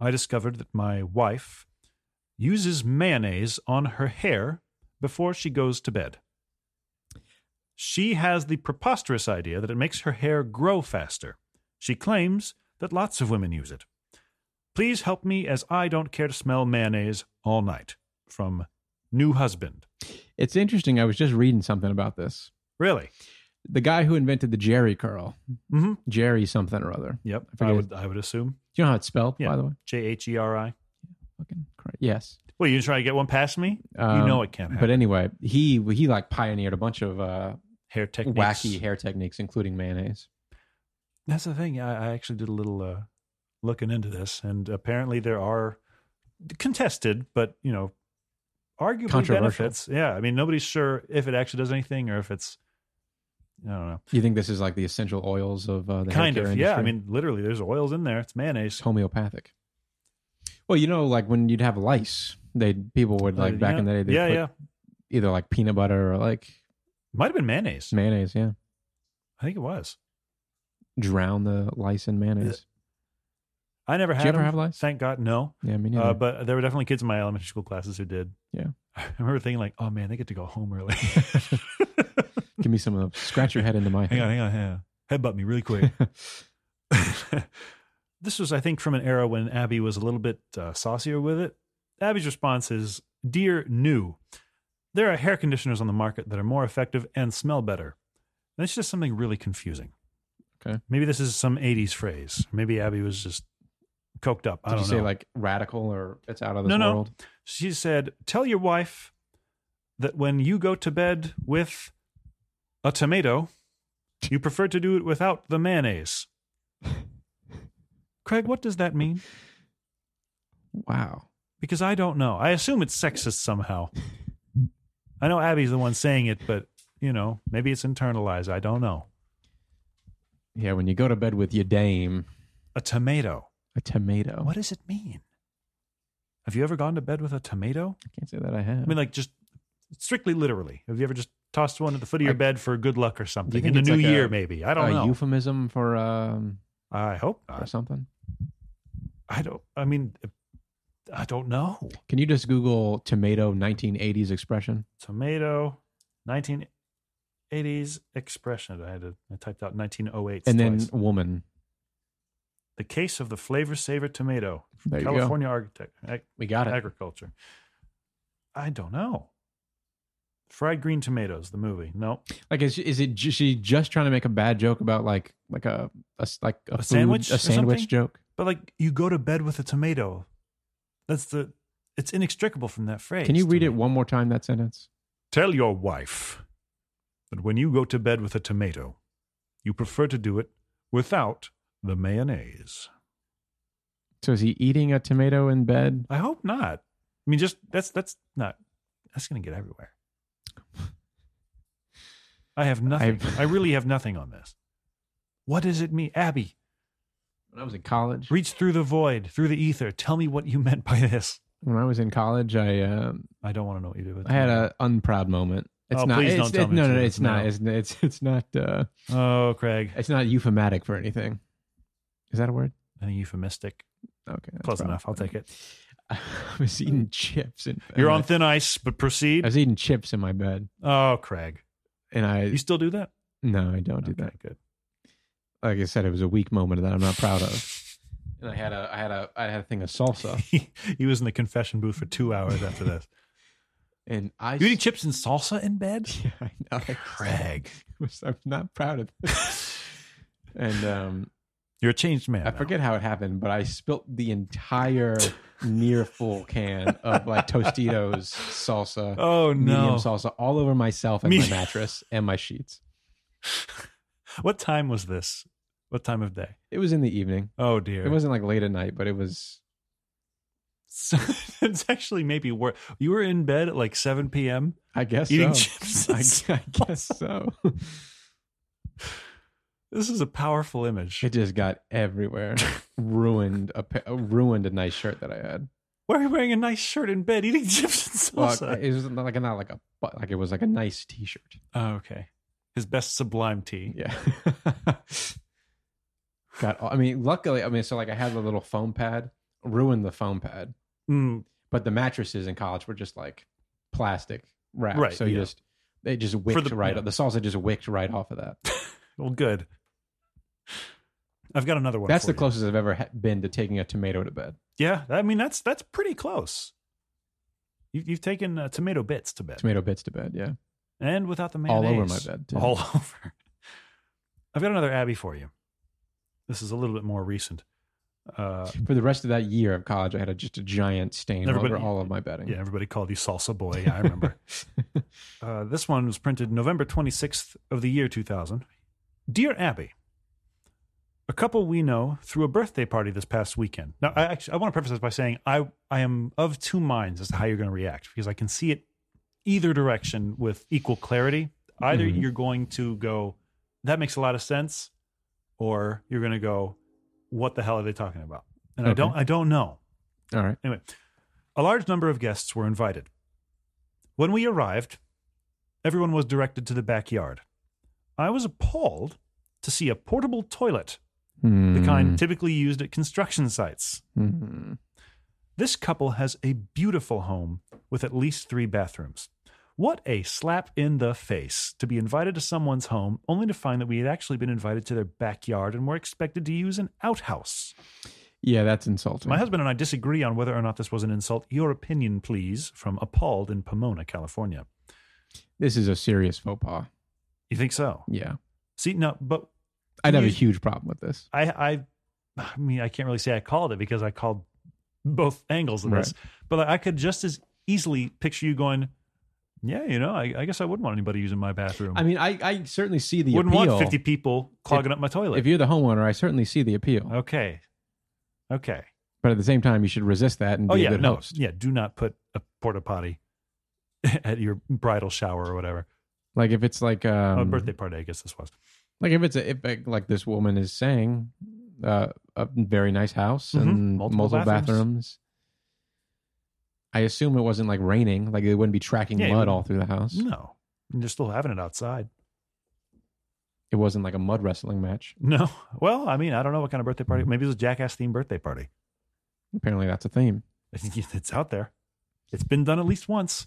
Speaker 1: I discovered that my wife uses mayonnaise on her hair before she goes to bed. She has the preposterous idea that it makes her hair grow faster. She claims that lots of women use it. Please help me as I don't care to smell mayonnaise all night. From New Husband.
Speaker 2: It's interesting. I was just reading something about this.
Speaker 1: Really?
Speaker 2: The guy who invented the Jerry curl,
Speaker 1: Mm-hmm.
Speaker 2: Jerry something or other.
Speaker 1: Yep.
Speaker 2: I
Speaker 1: I,
Speaker 2: forget.
Speaker 1: would I would assume.
Speaker 2: Do you know how it's spelled,
Speaker 1: Yeah.
Speaker 2: by the way?
Speaker 1: J H E R I.
Speaker 2: Fucking correct. Yes.
Speaker 1: What are you trying to get one past me? you
Speaker 2: Um,
Speaker 1: know it can't happen.
Speaker 2: But anyway, he he like pioneered a bunch of uh,
Speaker 1: hair techniques.
Speaker 2: wacky hair techniques, including mayonnaise.
Speaker 1: That's the thing. I, I actually did a little uh, looking into this, and apparently there are contested, but you know, arguably
Speaker 2: Controversial.
Speaker 1: benefits. Yeah, I mean, nobody's sure if it actually does anything or if it's. I don't know.
Speaker 2: You think this is like the essential oils of uh, the
Speaker 1: kind
Speaker 2: haircare
Speaker 1: of,
Speaker 2: industry?
Speaker 1: yeah. I mean, literally, there's oils in there. It's
Speaker 2: it's
Speaker 1: mayonnaise.
Speaker 2: homeopathic. Well, you know, like when you'd have lice, they people would like
Speaker 1: Uh,
Speaker 2: back
Speaker 1: yeah.
Speaker 2: in the day, they
Speaker 1: yeah,
Speaker 2: put
Speaker 1: yeah.
Speaker 2: either like peanut butter or like
Speaker 1: Might have been mayonnaise.
Speaker 2: mayonnaise. Yeah,
Speaker 1: I think it was.
Speaker 2: drown the lice in mayonnaise.
Speaker 1: I never
Speaker 2: Did
Speaker 1: had.
Speaker 2: you ever
Speaker 1: them.
Speaker 2: have lice?
Speaker 1: Thank God, no.
Speaker 2: Yeah, me neither.
Speaker 1: Uh, but there were definitely kids in my elementary school classes who did.
Speaker 2: Yeah.
Speaker 1: [laughs] I remember thinking like, oh man, they get to go home
Speaker 2: [laughs]
Speaker 1: early. [laughs]
Speaker 2: Give me some of those. Scratch your head into
Speaker 1: [laughs]
Speaker 2: my
Speaker 1: hang
Speaker 2: head.
Speaker 1: on, hang on, hang on. Headbutt me really quick. [laughs] this was, I think, from an era when Abby was a little bit uh, saucier with it. Abby's response is Dear new, there are hair conditioners on the market that are more effective and smell better. And it's just something really confusing.
Speaker 2: Okay.
Speaker 1: Maybe this is some 80s phrase. Maybe Abby was just coked up. I
Speaker 2: Did
Speaker 1: don't
Speaker 2: you say
Speaker 1: know.
Speaker 2: like radical or it's out of this
Speaker 1: No, no.
Speaker 2: world?
Speaker 1: she said, Tell your wife that when you go to bed with a tomato, you prefer to do it without the mayonnaise. Craig, what does that mean?
Speaker 2: Wow.
Speaker 1: Because I don't know. I assume it's sexist somehow. I know Abby's the one saying it, but, you know, maybe it's internalized. I don't know.
Speaker 2: Yeah, when you go to bed with your dame,
Speaker 1: A tomato.
Speaker 2: a tomato.
Speaker 1: What does it mean? Have you ever gone to bed with a tomato?
Speaker 2: I can't say that I have.
Speaker 1: I mean, like just strictly literally. Have you ever just tossed one at the foot of your
Speaker 2: Like-
Speaker 1: bed for good luck or something
Speaker 2: think
Speaker 1: in the
Speaker 2: it's
Speaker 1: new
Speaker 2: like
Speaker 1: year?
Speaker 2: a-
Speaker 1: maybe I
Speaker 2: a
Speaker 1: don't know. Uh,
Speaker 2: euphemism for um
Speaker 1: I hope
Speaker 2: or
Speaker 1: not.
Speaker 2: something.
Speaker 1: I don't. I mean, I don't know.
Speaker 2: Can you just Google tomato 1980s expression?
Speaker 1: Tomato, nineteen eighties expression. I had to. I typed out nineteen oh eight.
Speaker 2: and then
Speaker 1: twice.
Speaker 2: woman.
Speaker 1: the case of the flavor saver tomato,
Speaker 2: There you go.
Speaker 1: California architect ag-
Speaker 2: We got it.
Speaker 1: agriculture. I don't know. Fried green tomatoes, the movie. No,
Speaker 2: Like, is, is it ju- she just trying to make a bad joke about like like a, a s- like a,
Speaker 1: A
Speaker 2: food-
Speaker 1: sandwich or
Speaker 2: a sandwich
Speaker 1: something?
Speaker 2: joke?
Speaker 1: But like you go to bed with a tomato. That's the it's inextricable from that phrase.
Speaker 2: Can you
Speaker 1: to
Speaker 2: read
Speaker 1: me.
Speaker 2: it one more time? That sentence.
Speaker 1: Tell your wife that when you go to bed with a tomato, you prefer to do it without the mayonnaise.
Speaker 2: So is he eating a tomato in bed?
Speaker 1: I hope not. I mean just that's that's not that's going to get everywhere. I have nothing.
Speaker 2: I've-
Speaker 1: I really have nothing on this. What does it mean, Abby?
Speaker 2: When I was in college,
Speaker 1: Reach through the void, through the ether. Tell me what you meant by this.
Speaker 2: when I was in college, I um,
Speaker 1: I don't want to know what you did with
Speaker 2: I had a unproud moment. It's
Speaker 1: Oh,
Speaker 2: not.
Speaker 1: please
Speaker 2: it's,
Speaker 1: don't tell
Speaker 2: it-
Speaker 1: me
Speaker 2: no,
Speaker 1: it's
Speaker 2: no,
Speaker 1: you.
Speaker 2: it's not.
Speaker 1: No.
Speaker 2: It's it's it's not. Uh,
Speaker 1: Oh, Craig.
Speaker 2: it's not euphemistic for anything. Is that a word?
Speaker 1: a euphemistic.
Speaker 2: Okay, that's
Speaker 1: Close
Speaker 2: probably-
Speaker 1: enough. I'll take it.
Speaker 2: [laughs] I was eating chips. In,
Speaker 1: You're
Speaker 2: in
Speaker 1: on
Speaker 2: my-
Speaker 1: thin ice, but
Speaker 2: I
Speaker 1: proceed.
Speaker 2: was eating chips in my bed,
Speaker 1: Oh, Craig.
Speaker 2: and I
Speaker 1: You still do that?
Speaker 2: no, I don't do that.
Speaker 1: Good. [laughs]
Speaker 2: like I said, it was a weak moment that I'm not proud of.
Speaker 1: [laughs]
Speaker 2: And I had a I had a I had a thing of salsa,
Speaker 1: he, he was in the confession booth for two hours after this.
Speaker 2: and [laughs] I
Speaker 1: you eating chips and salsa in bed?
Speaker 2: [laughs] Yeah, I know. [laughs]
Speaker 1: Craig.
Speaker 2: Was- I'm not proud of
Speaker 1: [laughs]
Speaker 2: this. and um,
Speaker 1: You're a changed man.
Speaker 2: I
Speaker 1: now.
Speaker 2: forget how it happened, but I spilt
Speaker 1: [laughs]
Speaker 2: the entire near full can of like Tostitos salsa,
Speaker 1: Oh
Speaker 2: medium
Speaker 1: no!
Speaker 2: salsa, all over myself and
Speaker 1: Me-
Speaker 2: my mattress and my sheets.
Speaker 1: What time was this? What time of day?
Speaker 2: It was in the evening.
Speaker 1: Oh dear! [laughs]
Speaker 2: It wasn't like late at night, but it was.
Speaker 1: So, it's actually maybe worse. You were in bed at like 7 p.m.
Speaker 2: I guess
Speaker 1: eating
Speaker 2: so.
Speaker 1: chips. and
Speaker 2: I,
Speaker 1: salsa.
Speaker 2: I guess so.
Speaker 1: This is a powerful image.
Speaker 2: It just got everywhere. ruined a pa- ruined a nice shirt that I had.
Speaker 1: Why are you wearing a nice shirt in bed eating [laughs] chips and
Speaker 2: Well,
Speaker 1: salsa?
Speaker 2: it was not like not like a but like it was like a nice T-shirt.
Speaker 1: oh, okay. His best sublime tea.
Speaker 2: Yeah. [laughs] Got. all- I mean, luckily, I mean, so like I had the little foam pad. Ruined the foam pad,
Speaker 1: Mm,
Speaker 2: but the mattresses in college were just like plastic wrap.
Speaker 1: Right,
Speaker 2: So you
Speaker 1: yeah.
Speaker 2: just they just wicked
Speaker 1: the-
Speaker 2: right.
Speaker 1: yeah.
Speaker 2: off The salsa just wicked right off of that.
Speaker 1: well, good. I've got another one.
Speaker 2: That's
Speaker 1: for
Speaker 2: the
Speaker 1: you.
Speaker 2: closest I've ever ha- been to taking a tomato to bed.
Speaker 1: Yeah, I mean that's that's pretty close. You've, you've taken uh, tomato bits to bed,
Speaker 2: Tomato bits to bed. Yeah.
Speaker 1: and without the
Speaker 2: All
Speaker 1: mayonnaise,
Speaker 2: over my bed. Too.
Speaker 1: all [laughs] over. I've got another Abby for you. This is a little bit more recent. Uh,
Speaker 2: For the rest of that year of college, I had a, just a giant stain all over
Speaker 1: Everybody-
Speaker 2: all of my bedding.
Speaker 1: yeah, everybody called you Salsa Boy. Yeah, I
Speaker 2: [laughs]
Speaker 1: remember. Uh, this one was printed November 26th of the year 2000. Dear Abby, a couple we know threw a birthday party this past weekend. Now, I actually I want to preface this by saying I I am of two minds as to how you're going to react because I can see it either direction with equal clarity. Either
Speaker 2: Mhm.
Speaker 1: you're going to go, that makes a lot of sense, or you're going to go, what the hell are they talking about? And I
Speaker 2: Okay.
Speaker 1: don't I don't know.
Speaker 2: All right.
Speaker 1: A large number of guests were invited. When we arrived, everyone was directed to the backyard. I was appalled to see a portable toilet,
Speaker 2: Hmm.
Speaker 1: the kind typically used at construction sites.
Speaker 2: Mm.
Speaker 1: This couple has a beautiful home with at least three bathrooms. What a slap in the face to be invited to someone's home only to find that we had actually been invited to their backyard and were expected to use an outhouse.
Speaker 2: Yeah, that's insulting.
Speaker 1: My husband and I disagree on whether or not this was an insult. Your opinion, please, from Appalled in Pomona, California.
Speaker 2: this is a serious faux pas.
Speaker 1: You think so?
Speaker 2: Yeah.
Speaker 1: See, no, but
Speaker 2: I'd have a
Speaker 1: You-
Speaker 2: huge problem with this.
Speaker 1: I, I, I mean, I can't really say I called it because I called both angles of this. But I could just as easily picture you going, "Yeah, you know, I, I guess I wouldn't want anybody using my bathroom.
Speaker 2: I mean, I, I certainly see the
Speaker 1: wouldn't
Speaker 2: appeal.
Speaker 1: want fifty people Oh. clogging up my toilet."
Speaker 2: if you're the homeowner, I certainly see the appeal.
Speaker 1: okay, okay.
Speaker 2: But at the same time, you should resist that and be
Speaker 1: Oh yeah,
Speaker 2: a good
Speaker 1: no,
Speaker 2: host.
Speaker 1: yeah. Do not put a porta potty [laughs] at your bridal shower or whatever.
Speaker 2: Like if it's like um,
Speaker 1: oh, birthday party, I guess this was.
Speaker 2: like if it's a, if like, like this woman is saying, uh, a very nice house
Speaker 1: Mhm.
Speaker 2: and
Speaker 1: Multiple
Speaker 2: multiple,
Speaker 1: bathrooms.
Speaker 2: bathrooms. I assume it wasn't like raining, like they wouldn't be tracking
Speaker 1: Yeah, it
Speaker 2: mud
Speaker 1: wouldn't-
Speaker 2: all through the house.
Speaker 1: No, and you're still having it outside.
Speaker 2: It wasn't like a mud wrestling match.
Speaker 1: No, well, I mean, I don't know what kind of birthday party. Maybe it was a jackass themed birthday party. [laughs]
Speaker 2: Apparently, that's a theme.
Speaker 1: it's out there. It's been done at least once.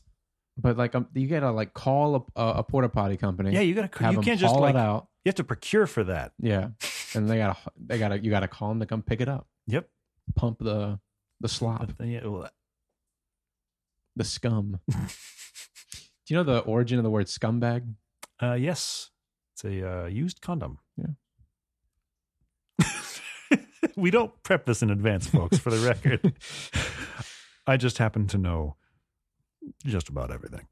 Speaker 2: But like, um, you gotta like call a, a, a porta potty company.
Speaker 1: Yeah, you gotta.
Speaker 2: have
Speaker 1: You
Speaker 2: them
Speaker 1: can't just
Speaker 2: haul
Speaker 1: like.
Speaker 2: it out.
Speaker 1: You have to procure for that. [laughs]
Speaker 2: Yeah, and they gotta they gotta you gotta call them to come pick it up.
Speaker 1: Yep.
Speaker 2: Pump the the slop,
Speaker 1: But then, yeah, well, [laughs]
Speaker 2: the scum. Do you know the origin of the word scumbag?
Speaker 1: uh, yes, it's a uh, used condom. Yeah. [laughs] we don't prep this in advance, folks. For the
Speaker 2: [laughs]
Speaker 1: record, I just happen to know just about everything.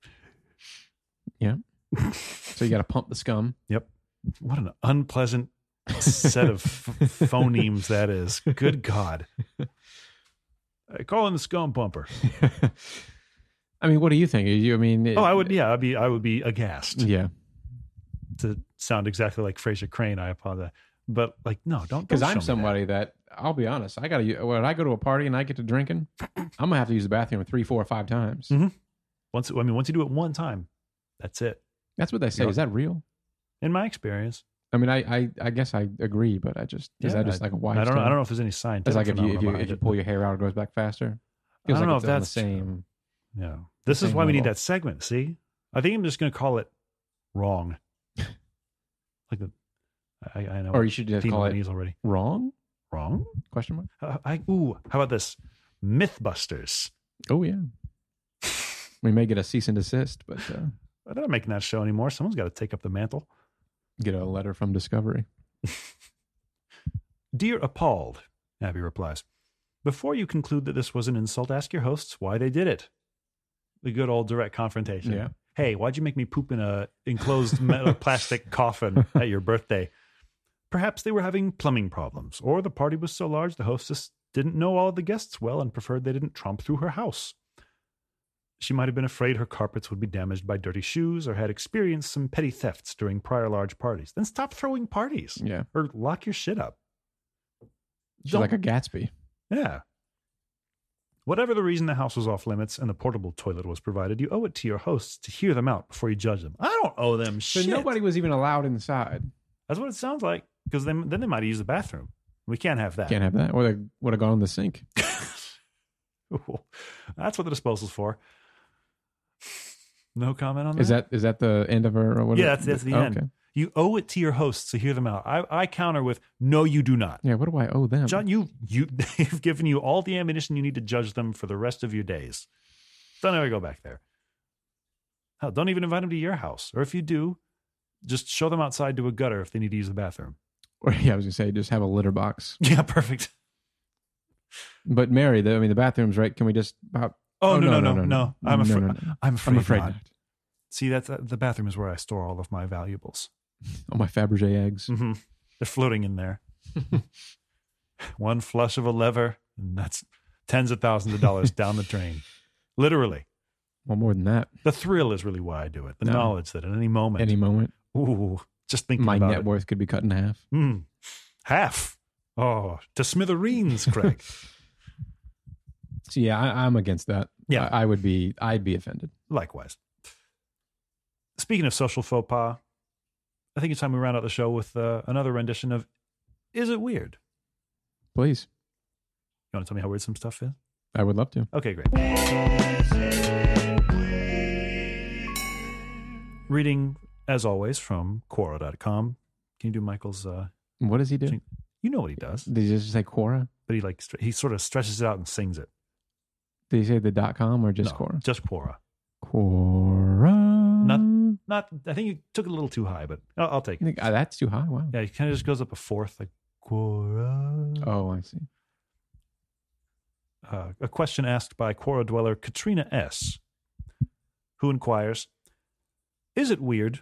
Speaker 2: So you gotta pump
Speaker 1: [laughs]
Speaker 2: the scum.
Speaker 1: What an unpleasant set of f- phonemes that is. Good God. I call him the scum pumper.
Speaker 2: I mean, what do you think? You, I mean, it-
Speaker 1: Oh, I would. Yeah, I'd be. I would be aghast
Speaker 2: Yeah,
Speaker 1: to sound exactly like Fraser Crane. I apologize, but like, no, don't.
Speaker 2: because
Speaker 1: don't show
Speaker 2: I'm
Speaker 1: me
Speaker 2: somebody that. I'll be honest. I gotta. u- When I go to a party and I get
Speaker 1: [clears throat]
Speaker 2: to drinking, I'm gonna have to use the bathroom three, four, or five times.
Speaker 1: Mhm. that. once. I mean, once you do it one time, that's it.
Speaker 2: That's what they say.
Speaker 1: Yeah.
Speaker 2: Is that real?
Speaker 1: In my experience,
Speaker 2: I mean, I, I, I guess I agree, but I just is
Speaker 1: Yeah,
Speaker 2: that just like a wise?
Speaker 1: I don't. know. I
Speaker 2: term?
Speaker 1: don't know if there's any scientific.
Speaker 2: It's like if you if
Speaker 1: phenomenon
Speaker 2: you
Speaker 1: behind
Speaker 2: if you
Speaker 1: it.
Speaker 2: pull your hair out, it goes back faster.
Speaker 1: I don't know
Speaker 2: it's
Speaker 1: if
Speaker 2: on
Speaker 1: that's
Speaker 2: the same.
Speaker 1: Yeah. This is
Speaker 2: same
Speaker 1: why we need
Speaker 2: level.
Speaker 1: that segment. See, I think I'm just going to call it
Speaker 2: [laughs]
Speaker 1: wrong. like the, I, I know.
Speaker 2: Or you should just
Speaker 1: Female
Speaker 2: call it
Speaker 1: knees already
Speaker 2: wrong?
Speaker 1: wrong.
Speaker 2: Question mark.
Speaker 1: Uh, I ooh. How about this? MythBusters.
Speaker 2: Oh yeah. [laughs] we may get a cease and desist, but uh,
Speaker 1: They're not making that show anymore. Someone's got to take up the mantle.
Speaker 2: get a letter from Discovery.
Speaker 1: Dear appalled, Abby replies, before you conclude that this was an insult, ask your hosts why they did it. The good old direct confrontation.
Speaker 2: Yeah.
Speaker 1: Hey, why'd you make me poop in a enclosed metal plastic coffin at your birthday? Perhaps they were having plumbing problems, or the party was so large the hostess didn't know all of the guests well and preferred they didn't tromp through her house. She might have been afraid her carpets would be damaged by dirty shoes or had experienced some petty thefts during prior large parties. Then stop throwing parties
Speaker 2: Yeah.
Speaker 1: or lock your shit up.
Speaker 2: She's
Speaker 1: Don't-
Speaker 2: like a Gatsby.
Speaker 1: Yeah. Whatever the reason the house was off limits and the portable toilet was provided, you owe it to your hosts to hear them out before you judge them. I don't owe them
Speaker 2: So
Speaker 1: shit.
Speaker 2: nobody was even allowed inside.
Speaker 1: That's what it sounds like. Because then, then they might use the bathroom. We can't have that. [laughs]
Speaker 2: Can't have that. Or they would have gone in the sink.
Speaker 1: That's what the disposal's for. No comment on that.
Speaker 2: Is that is that the end of her? Or what Oh,
Speaker 1: Yeah, that's- that's the end.
Speaker 2: Okay.
Speaker 1: you owe it to your hosts to hear them out. I, I counter with, no, you do not.
Speaker 2: Yeah. What do I owe them?
Speaker 1: John, you you [laughs] they've given you all the ammunition you need to judge them for the rest of your days. Don't ever go back there. Hell, don't even invite them to your house. Or if you do, just show them outside to a gutter if they need to use the bathroom.
Speaker 2: [laughs]
Speaker 1: [laughs]
Speaker 2: Or, yeah, I was gonna say just have a litter box.
Speaker 1: Yeah, perfect.
Speaker 2: But Mary, the, I mean, the bathroom's right. Can we just? About,
Speaker 1: Oh, no, no, no, no, I'm afraid.
Speaker 2: no, no.
Speaker 1: I'm afraid.
Speaker 2: I'm afraid
Speaker 1: not.
Speaker 2: not.
Speaker 1: See, that's uh, the bathroom is where I store all of my valuables.
Speaker 2: All my Fabergé eggs.
Speaker 1: hmm They're floating in [laughs] there. One flush of a lever, and that's tens of thousands of dollars down [laughs] the drain. Literally,
Speaker 2: Well, more than that.
Speaker 1: the thrill is really why I do it. The
Speaker 2: No.
Speaker 1: knowledge that at any moment,
Speaker 2: Any moment,
Speaker 1: ooh, just thinking
Speaker 2: my
Speaker 1: about
Speaker 2: net
Speaker 1: it.
Speaker 2: worth could be cut in half.
Speaker 1: Mm. half. Oh, to smithereens,
Speaker 2: [laughs]
Speaker 1: Craig.
Speaker 2: So yeah, I, I'm against that.
Speaker 1: Yeah.
Speaker 2: I, I would be. I'd be offended.
Speaker 1: Likewise. Speaking of social faux pas, I think it's time we round out the show with uh, another rendition of "Is It Weird."
Speaker 2: Please,
Speaker 1: You want to tell me how weird some stuff is?
Speaker 2: I would love to.
Speaker 1: Okay, great. Reading, as always, from Quora.com. Can you do Michael's? Uh,
Speaker 2: What does he do?
Speaker 1: Drink- you know what he does,
Speaker 2: Did he just say Quora?
Speaker 1: but he like str- he sort of stretches it out and sings it.
Speaker 2: Did he say the dot com or just
Speaker 1: No,
Speaker 2: Quora?
Speaker 1: Just Quora.
Speaker 2: Quora.
Speaker 1: Not- Not. I think you took it a little too high, but I'll, I'll take
Speaker 2: You
Speaker 1: it.
Speaker 2: think, ah, that's too high. Wow.
Speaker 1: Yeah, he kind of just goes up a fourth, like Quora.
Speaker 2: Oh, I see.
Speaker 1: uh, a question asked by Quora dweller Katrina S., who inquires Is it weird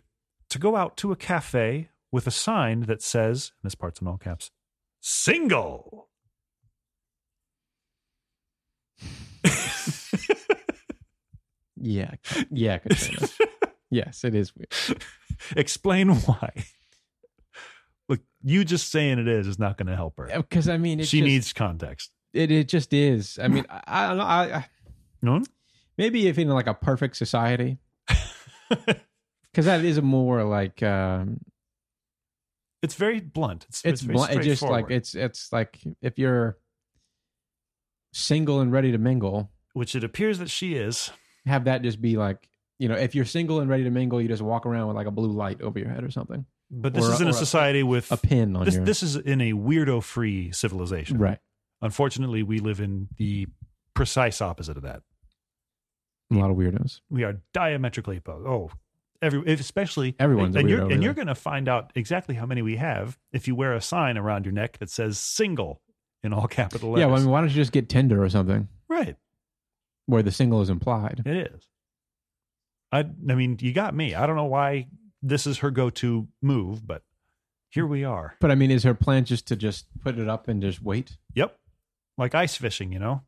Speaker 1: to go out to a cafe with a sign that says, and this part's in all caps, single?
Speaker 2: Yeah. c- [laughs] Yeah. Katrina. [laughs] yes, it is weird.
Speaker 1: Explain [laughs] why. Look, you just saying it is is not going to help her.
Speaker 2: Because I mean, it's
Speaker 1: She
Speaker 2: just-
Speaker 1: needs context.
Speaker 2: it. It just is. I mean, I, I don't know. I, I
Speaker 1: No?
Speaker 2: maybe if in like a perfect society,
Speaker 1: [laughs]
Speaker 2: because that is a more like um,
Speaker 1: It's very blunt. It's,
Speaker 2: it's,
Speaker 1: it's, very
Speaker 2: bl- it's just like
Speaker 1: straightforward,
Speaker 2: it's it's like if you're single and ready to mingle,
Speaker 1: which it appears that she is.
Speaker 2: have that just be like you know if you're single and ready to mingle, you just walk around with like a blue light over your head or something,
Speaker 1: But this
Speaker 2: Or a-
Speaker 1: is in a
Speaker 2: or a-
Speaker 1: society with
Speaker 2: a pin on
Speaker 1: this,
Speaker 2: your
Speaker 1: this is in a weirdo free civilization.
Speaker 2: [laughs] right.
Speaker 1: Unfortunately, we live in the precise opposite of that.
Speaker 2: A lot of weirdos.
Speaker 1: We are diametrically opposed. Oh, every especially
Speaker 2: Everyone's a
Speaker 1: and
Speaker 2: weirdo,
Speaker 1: you're and
Speaker 2: really.
Speaker 1: you're going to find out exactly how many we have if you wear a sign around your neck that says "single" in all capital letters.
Speaker 2: Yeah, well, I mean, why don't you just get Tinder or something
Speaker 1: right.
Speaker 2: where the single is implied?
Speaker 1: It is. I I mean, you got me. I don't know why this is her go-to move, but here we are.
Speaker 2: But I mean, is her plan just to just put it up and just wait?
Speaker 1: Yep. Like ice fishing, you
Speaker 2: [laughs]
Speaker 1: know.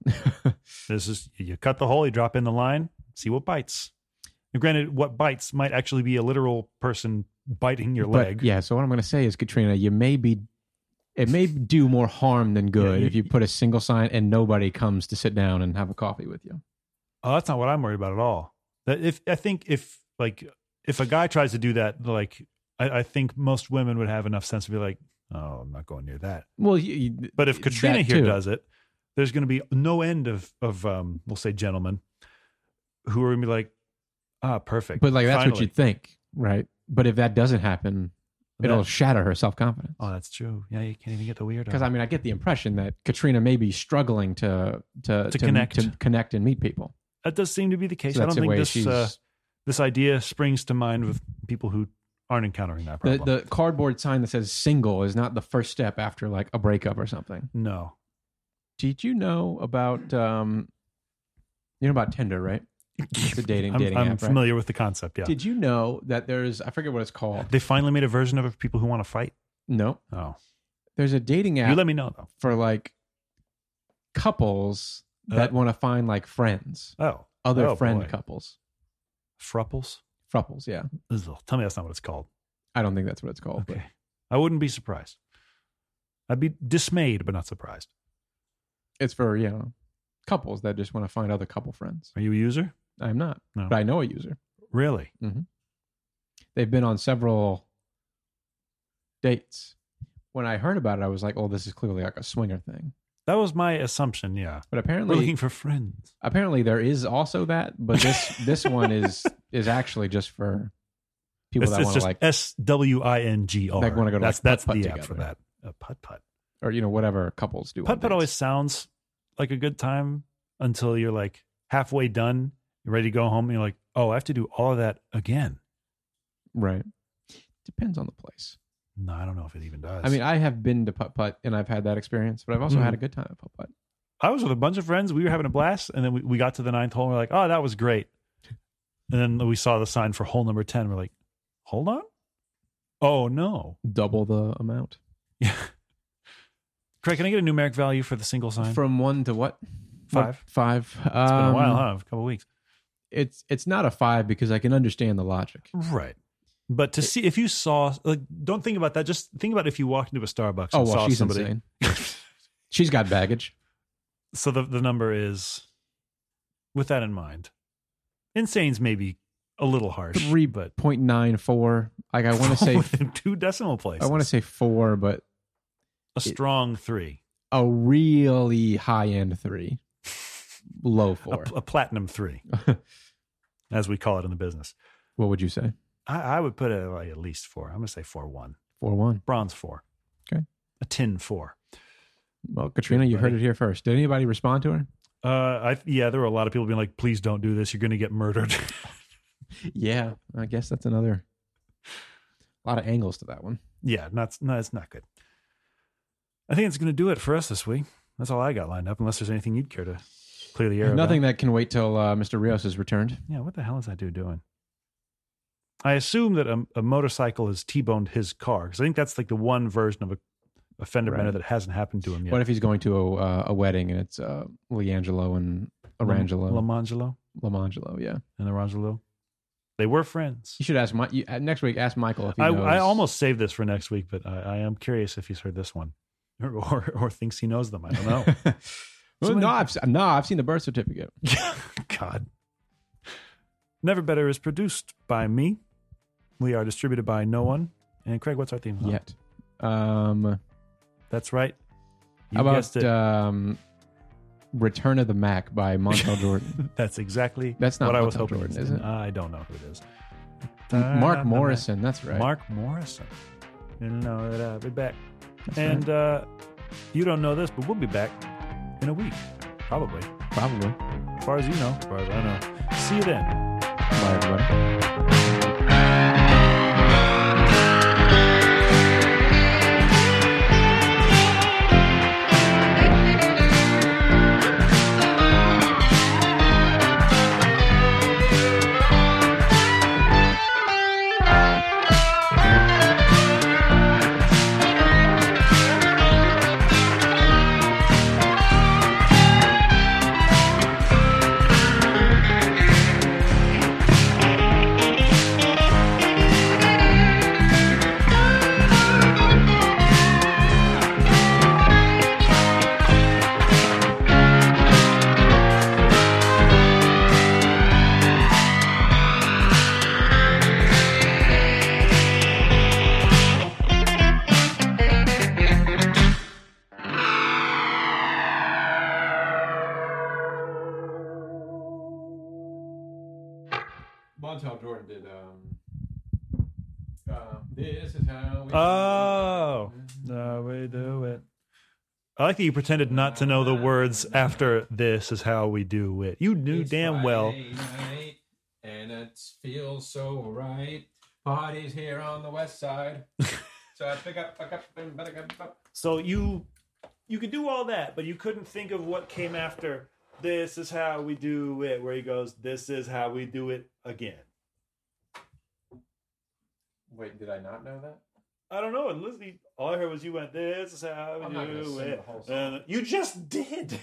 Speaker 1: this is you cut the hole, you drop in the line, see what bites. Now, granted, what bites might actually be a literal person biting your
Speaker 2: But,
Speaker 1: leg.
Speaker 2: yeah. So what I'm going to say is, Katrina, you may be, it may do more harm than good
Speaker 1: you-
Speaker 2: if you put a single sign and nobody comes to sit down and have a coffee with you.
Speaker 1: Oh, that's not what I'm worried about at all. That if I think if like if a guy tries to do that, like I, I think most women would have enough sense to be like, oh, I'm not going near that.
Speaker 2: Well, you, you-
Speaker 1: But if
Speaker 2: that
Speaker 1: Katrina here
Speaker 2: too.
Speaker 1: does it, there's going to be no end of of um, we'll say gentlemen who are going to be like, ah, perfect.
Speaker 2: but like that's what
Speaker 1: Finally.
Speaker 2: you think, right? But if that doesn't happen, it'll
Speaker 1: That-
Speaker 2: shatter her self confidence.
Speaker 1: Oh, that's true. Yeah, you can't even get the weirdo.
Speaker 2: Because I mean, I get the impression that Katrina may be struggling to to
Speaker 1: connect.
Speaker 2: to connect and meet people.
Speaker 1: that does seem to be the case. I
Speaker 2: So
Speaker 1: don't
Speaker 2: that's the
Speaker 1: think
Speaker 2: way
Speaker 1: this
Speaker 2: she's.
Speaker 1: uh, this idea springs to mind with people who aren't encountering that
Speaker 2: the,
Speaker 1: problem.
Speaker 2: the cardboard sign that says single is not the first step after like a breakup or something.
Speaker 1: no,
Speaker 2: Did you know about um you know about Tinder, right?
Speaker 1: [laughs]
Speaker 2: It's a dating
Speaker 1: I'm,
Speaker 2: dating
Speaker 1: I'm
Speaker 2: app, right?
Speaker 1: familiar with the concept. Yeah,
Speaker 2: Did you know that there's I forget what it's called.
Speaker 1: they finally made a version of it for people who want to fight.
Speaker 2: No.
Speaker 1: Oh,
Speaker 2: There's a dating app
Speaker 1: you let me know though.
Speaker 2: for like couples that
Speaker 1: Uh,
Speaker 2: want to find like friends,
Speaker 1: Oh,
Speaker 2: other
Speaker 1: oh,
Speaker 2: friend
Speaker 1: boy.
Speaker 2: couples.
Speaker 1: Frupples.
Speaker 2: Frupples, yeah.
Speaker 1: Ugh, Tell me that's not what it's called.
Speaker 2: I don't think that's what it's called.
Speaker 1: Okay, I wouldn't be surprised. I'd be dismayed, but not surprised.
Speaker 2: But it's for, you know, couples that just want to find other couple friends.
Speaker 1: Are you a user?
Speaker 2: I'm not,
Speaker 1: No.
Speaker 2: but I know a user.
Speaker 1: Really?
Speaker 2: They've been on several dates. When I heard about it, I was like, "Oh, this is clearly like a swinger thing."
Speaker 1: That was my assumption. Yeah.
Speaker 2: But
Speaker 1: We're
Speaker 2: apparently,
Speaker 1: looking for friends.
Speaker 2: apparently there is also that, but this this
Speaker 1: [laughs]
Speaker 2: one is is actually just for people
Speaker 1: It's,
Speaker 2: that
Speaker 1: it's
Speaker 2: want to
Speaker 1: just
Speaker 2: like
Speaker 1: S W I N G R.
Speaker 2: Like, wanna go to,
Speaker 1: That's
Speaker 2: like,
Speaker 1: that's
Speaker 2: putt-putt
Speaker 1: the app for
Speaker 2: together.
Speaker 1: that. Uh, putt putt.
Speaker 2: or you know whatever couples do. on
Speaker 1: Putt putt
Speaker 2: dates.
Speaker 1: always sounds like a good time until you're like halfway done, you're ready to go home, and you're like, oh, I have to do all of that again.
Speaker 2: right. Depends on the place.
Speaker 1: No, I don't know if it even does.
Speaker 2: I mean, I have been to putt putt and I've had that experience, but I've also
Speaker 1: Mhm.
Speaker 2: had a good time at putt putt.
Speaker 1: I was with a bunch of friends. We were having a blast, and then we, we got to the ninth hole. And we're like, oh, that was great. And then we saw the sign for hole number ten. We're like, hold on. Oh no,
Speaker 2: Double the amount
Speaker 1: yeah. Craig, can I get a numeric value for the single sign?
Speaker 2: from one to what?
Speaker 1: Five.
Speaker 2: What- Five. Um,
Speaker 1: it's been a while, huh? A couple weeks,
Speaker 2: It's it's not a five because I can understand the logic.
Speaker 1: right? But to see if you saw, like, don't think about that. Just think about if you walked into a Starbucks
Speaker 2: Oh
Speaker 1: and
Speaker 2: well,
Speaker 1: saw
Speaker 2: she's
Speaker 1: somebody.
Speaker 2: insane. She's got baggage.
Speaker 1: [laughs] So the the number is, with that in mind, insane's maybe a little harsh.
Speaker 2: Three
Speaker 1: but
Speaker 2: point nine four. Like I
Speaker 1: [laughs]
Speaker 2: want to say,
Speaker 1: within two decimal places.
Speaker 2: I want to say four, but
Speaker 1: a strong three,
Speaker 2: a really high end three, [laughs] low
Speaker 1: a,
Speaker 2: four.
Speaker 1: a platinum
Speaker 2: [laughs]
Speaker 1: three, as we call it in the business.
Speaker 2: what would you say?
Speaker 1: I, I would put it at, like at least four. I'm going to say four one,
Speaker 2: Four one.
Speaker 1: bronze four,
Speaker 2: Okay.
Speaker 1: a tin four.
Speaker 2: Well, Katrina, you heard it here first. Did anybody respond to her?
Speaker 1: Uh, I yeah, there were a lot of people being like, "Please don't do this. You're going to get murdered." [laughs]
Speaker 2: Yeah, I guess that's another. A lot of angles to that one.
Speaker 1: yeah, not no, it's not good. I think it's going to do it for us this week. That's all I got lined up. Unless there's anything you'd care to clear the air.
Speaker 2: Nothing that can wait till uh, Mr. Rios is returned.
Speaker 1: About. Yeah, what the hell is that dude doing? I assume that a, a motorcycle has t-boned his car because I think that's like the one version of a, a fender
Speaker 2: Right.
Speaker 1: bender that hasn't happened to him yet.
Speaker 2: What if he's going to a, uh, a wedding and it's uh, Leangelo and Arangelo?
Speaker 1: Lam- Lamangelo
Speaker 2: Lamangelo, yeah.
Speaker 1: and Arangelo. They were friends.
Speaker 2: You should ask my, you, uh, next week. Ask Michael if he
Speaker 1: I,
Speaker 2: knows.
Speaker 1: I almost saved this for next week, but I, I am curious if he's heard this one [laughs] or, or, or thinks he knows them. I don't
Speaker 2: [laughs]
Speaker 1: know.
Speaker 2: well, no, I've, se- no, I've seen the birth certificate.
Speaker 1: God. Never Better is produced by me. We are distributed by no one. And Craig, what's our theme song?
Speaker 2: Yet, um,
Speaker 1: That's right. You
Speaker 2: How
Speaker 1: guessed
Speaker 2: about
Speaker 1: it.
Speaker 2: um, Return of the Mac by Montel Jordan?
Speaker 1: [laughs] That's exactly
Speaker 2: That's not
Speaker 1: what I was
Speaker 2: Montel
Speaker 1: hoping.
Speaker 2: Jordan,
Speaker 1: it's
Speaker 2: is it?
Speaker 1: I don't know who it is. [laughs]
Speaker 2: Mark Morrison, that's right.
Speaker 1: Mark Morrison. You know that I'll be back. and uh, you don't know this, but we'll be back in a week, probably.
Speaker 2: Probably.
Speaker 1: As far as you know. As far as I know. See you then.
Speaker 2: Bye, everybody. Montel Jordan did. Um, uh, this is how we.
Speaker 1: Oh, no, we do it. I like that you pretended not to know the words after this is how we do it. You knew
Speaker 4: It's
Speaker 1: damn well.
Speaker 4: Friday night, and it feels so right. Parties here on the west
Speaker 1: [laughs]
Speaker 4: side. so I pick up, pick up, and pick up, pick up.
Speaker 1: So you you could do all that, but you couldn't think of what came after this is how we do it, where he goes, This is how we do it again.
Speaker 4: Wait, did I not know that?
Speaker 1: I don't know. And Lizzie, all I heard was you went, This is how we
Speaker 4: I'm not gonna
Speaker 1: do
Speaker 4: sing
Speaker 1: it.
Speaker 4: the whole song.
Speaker 1: And you just did.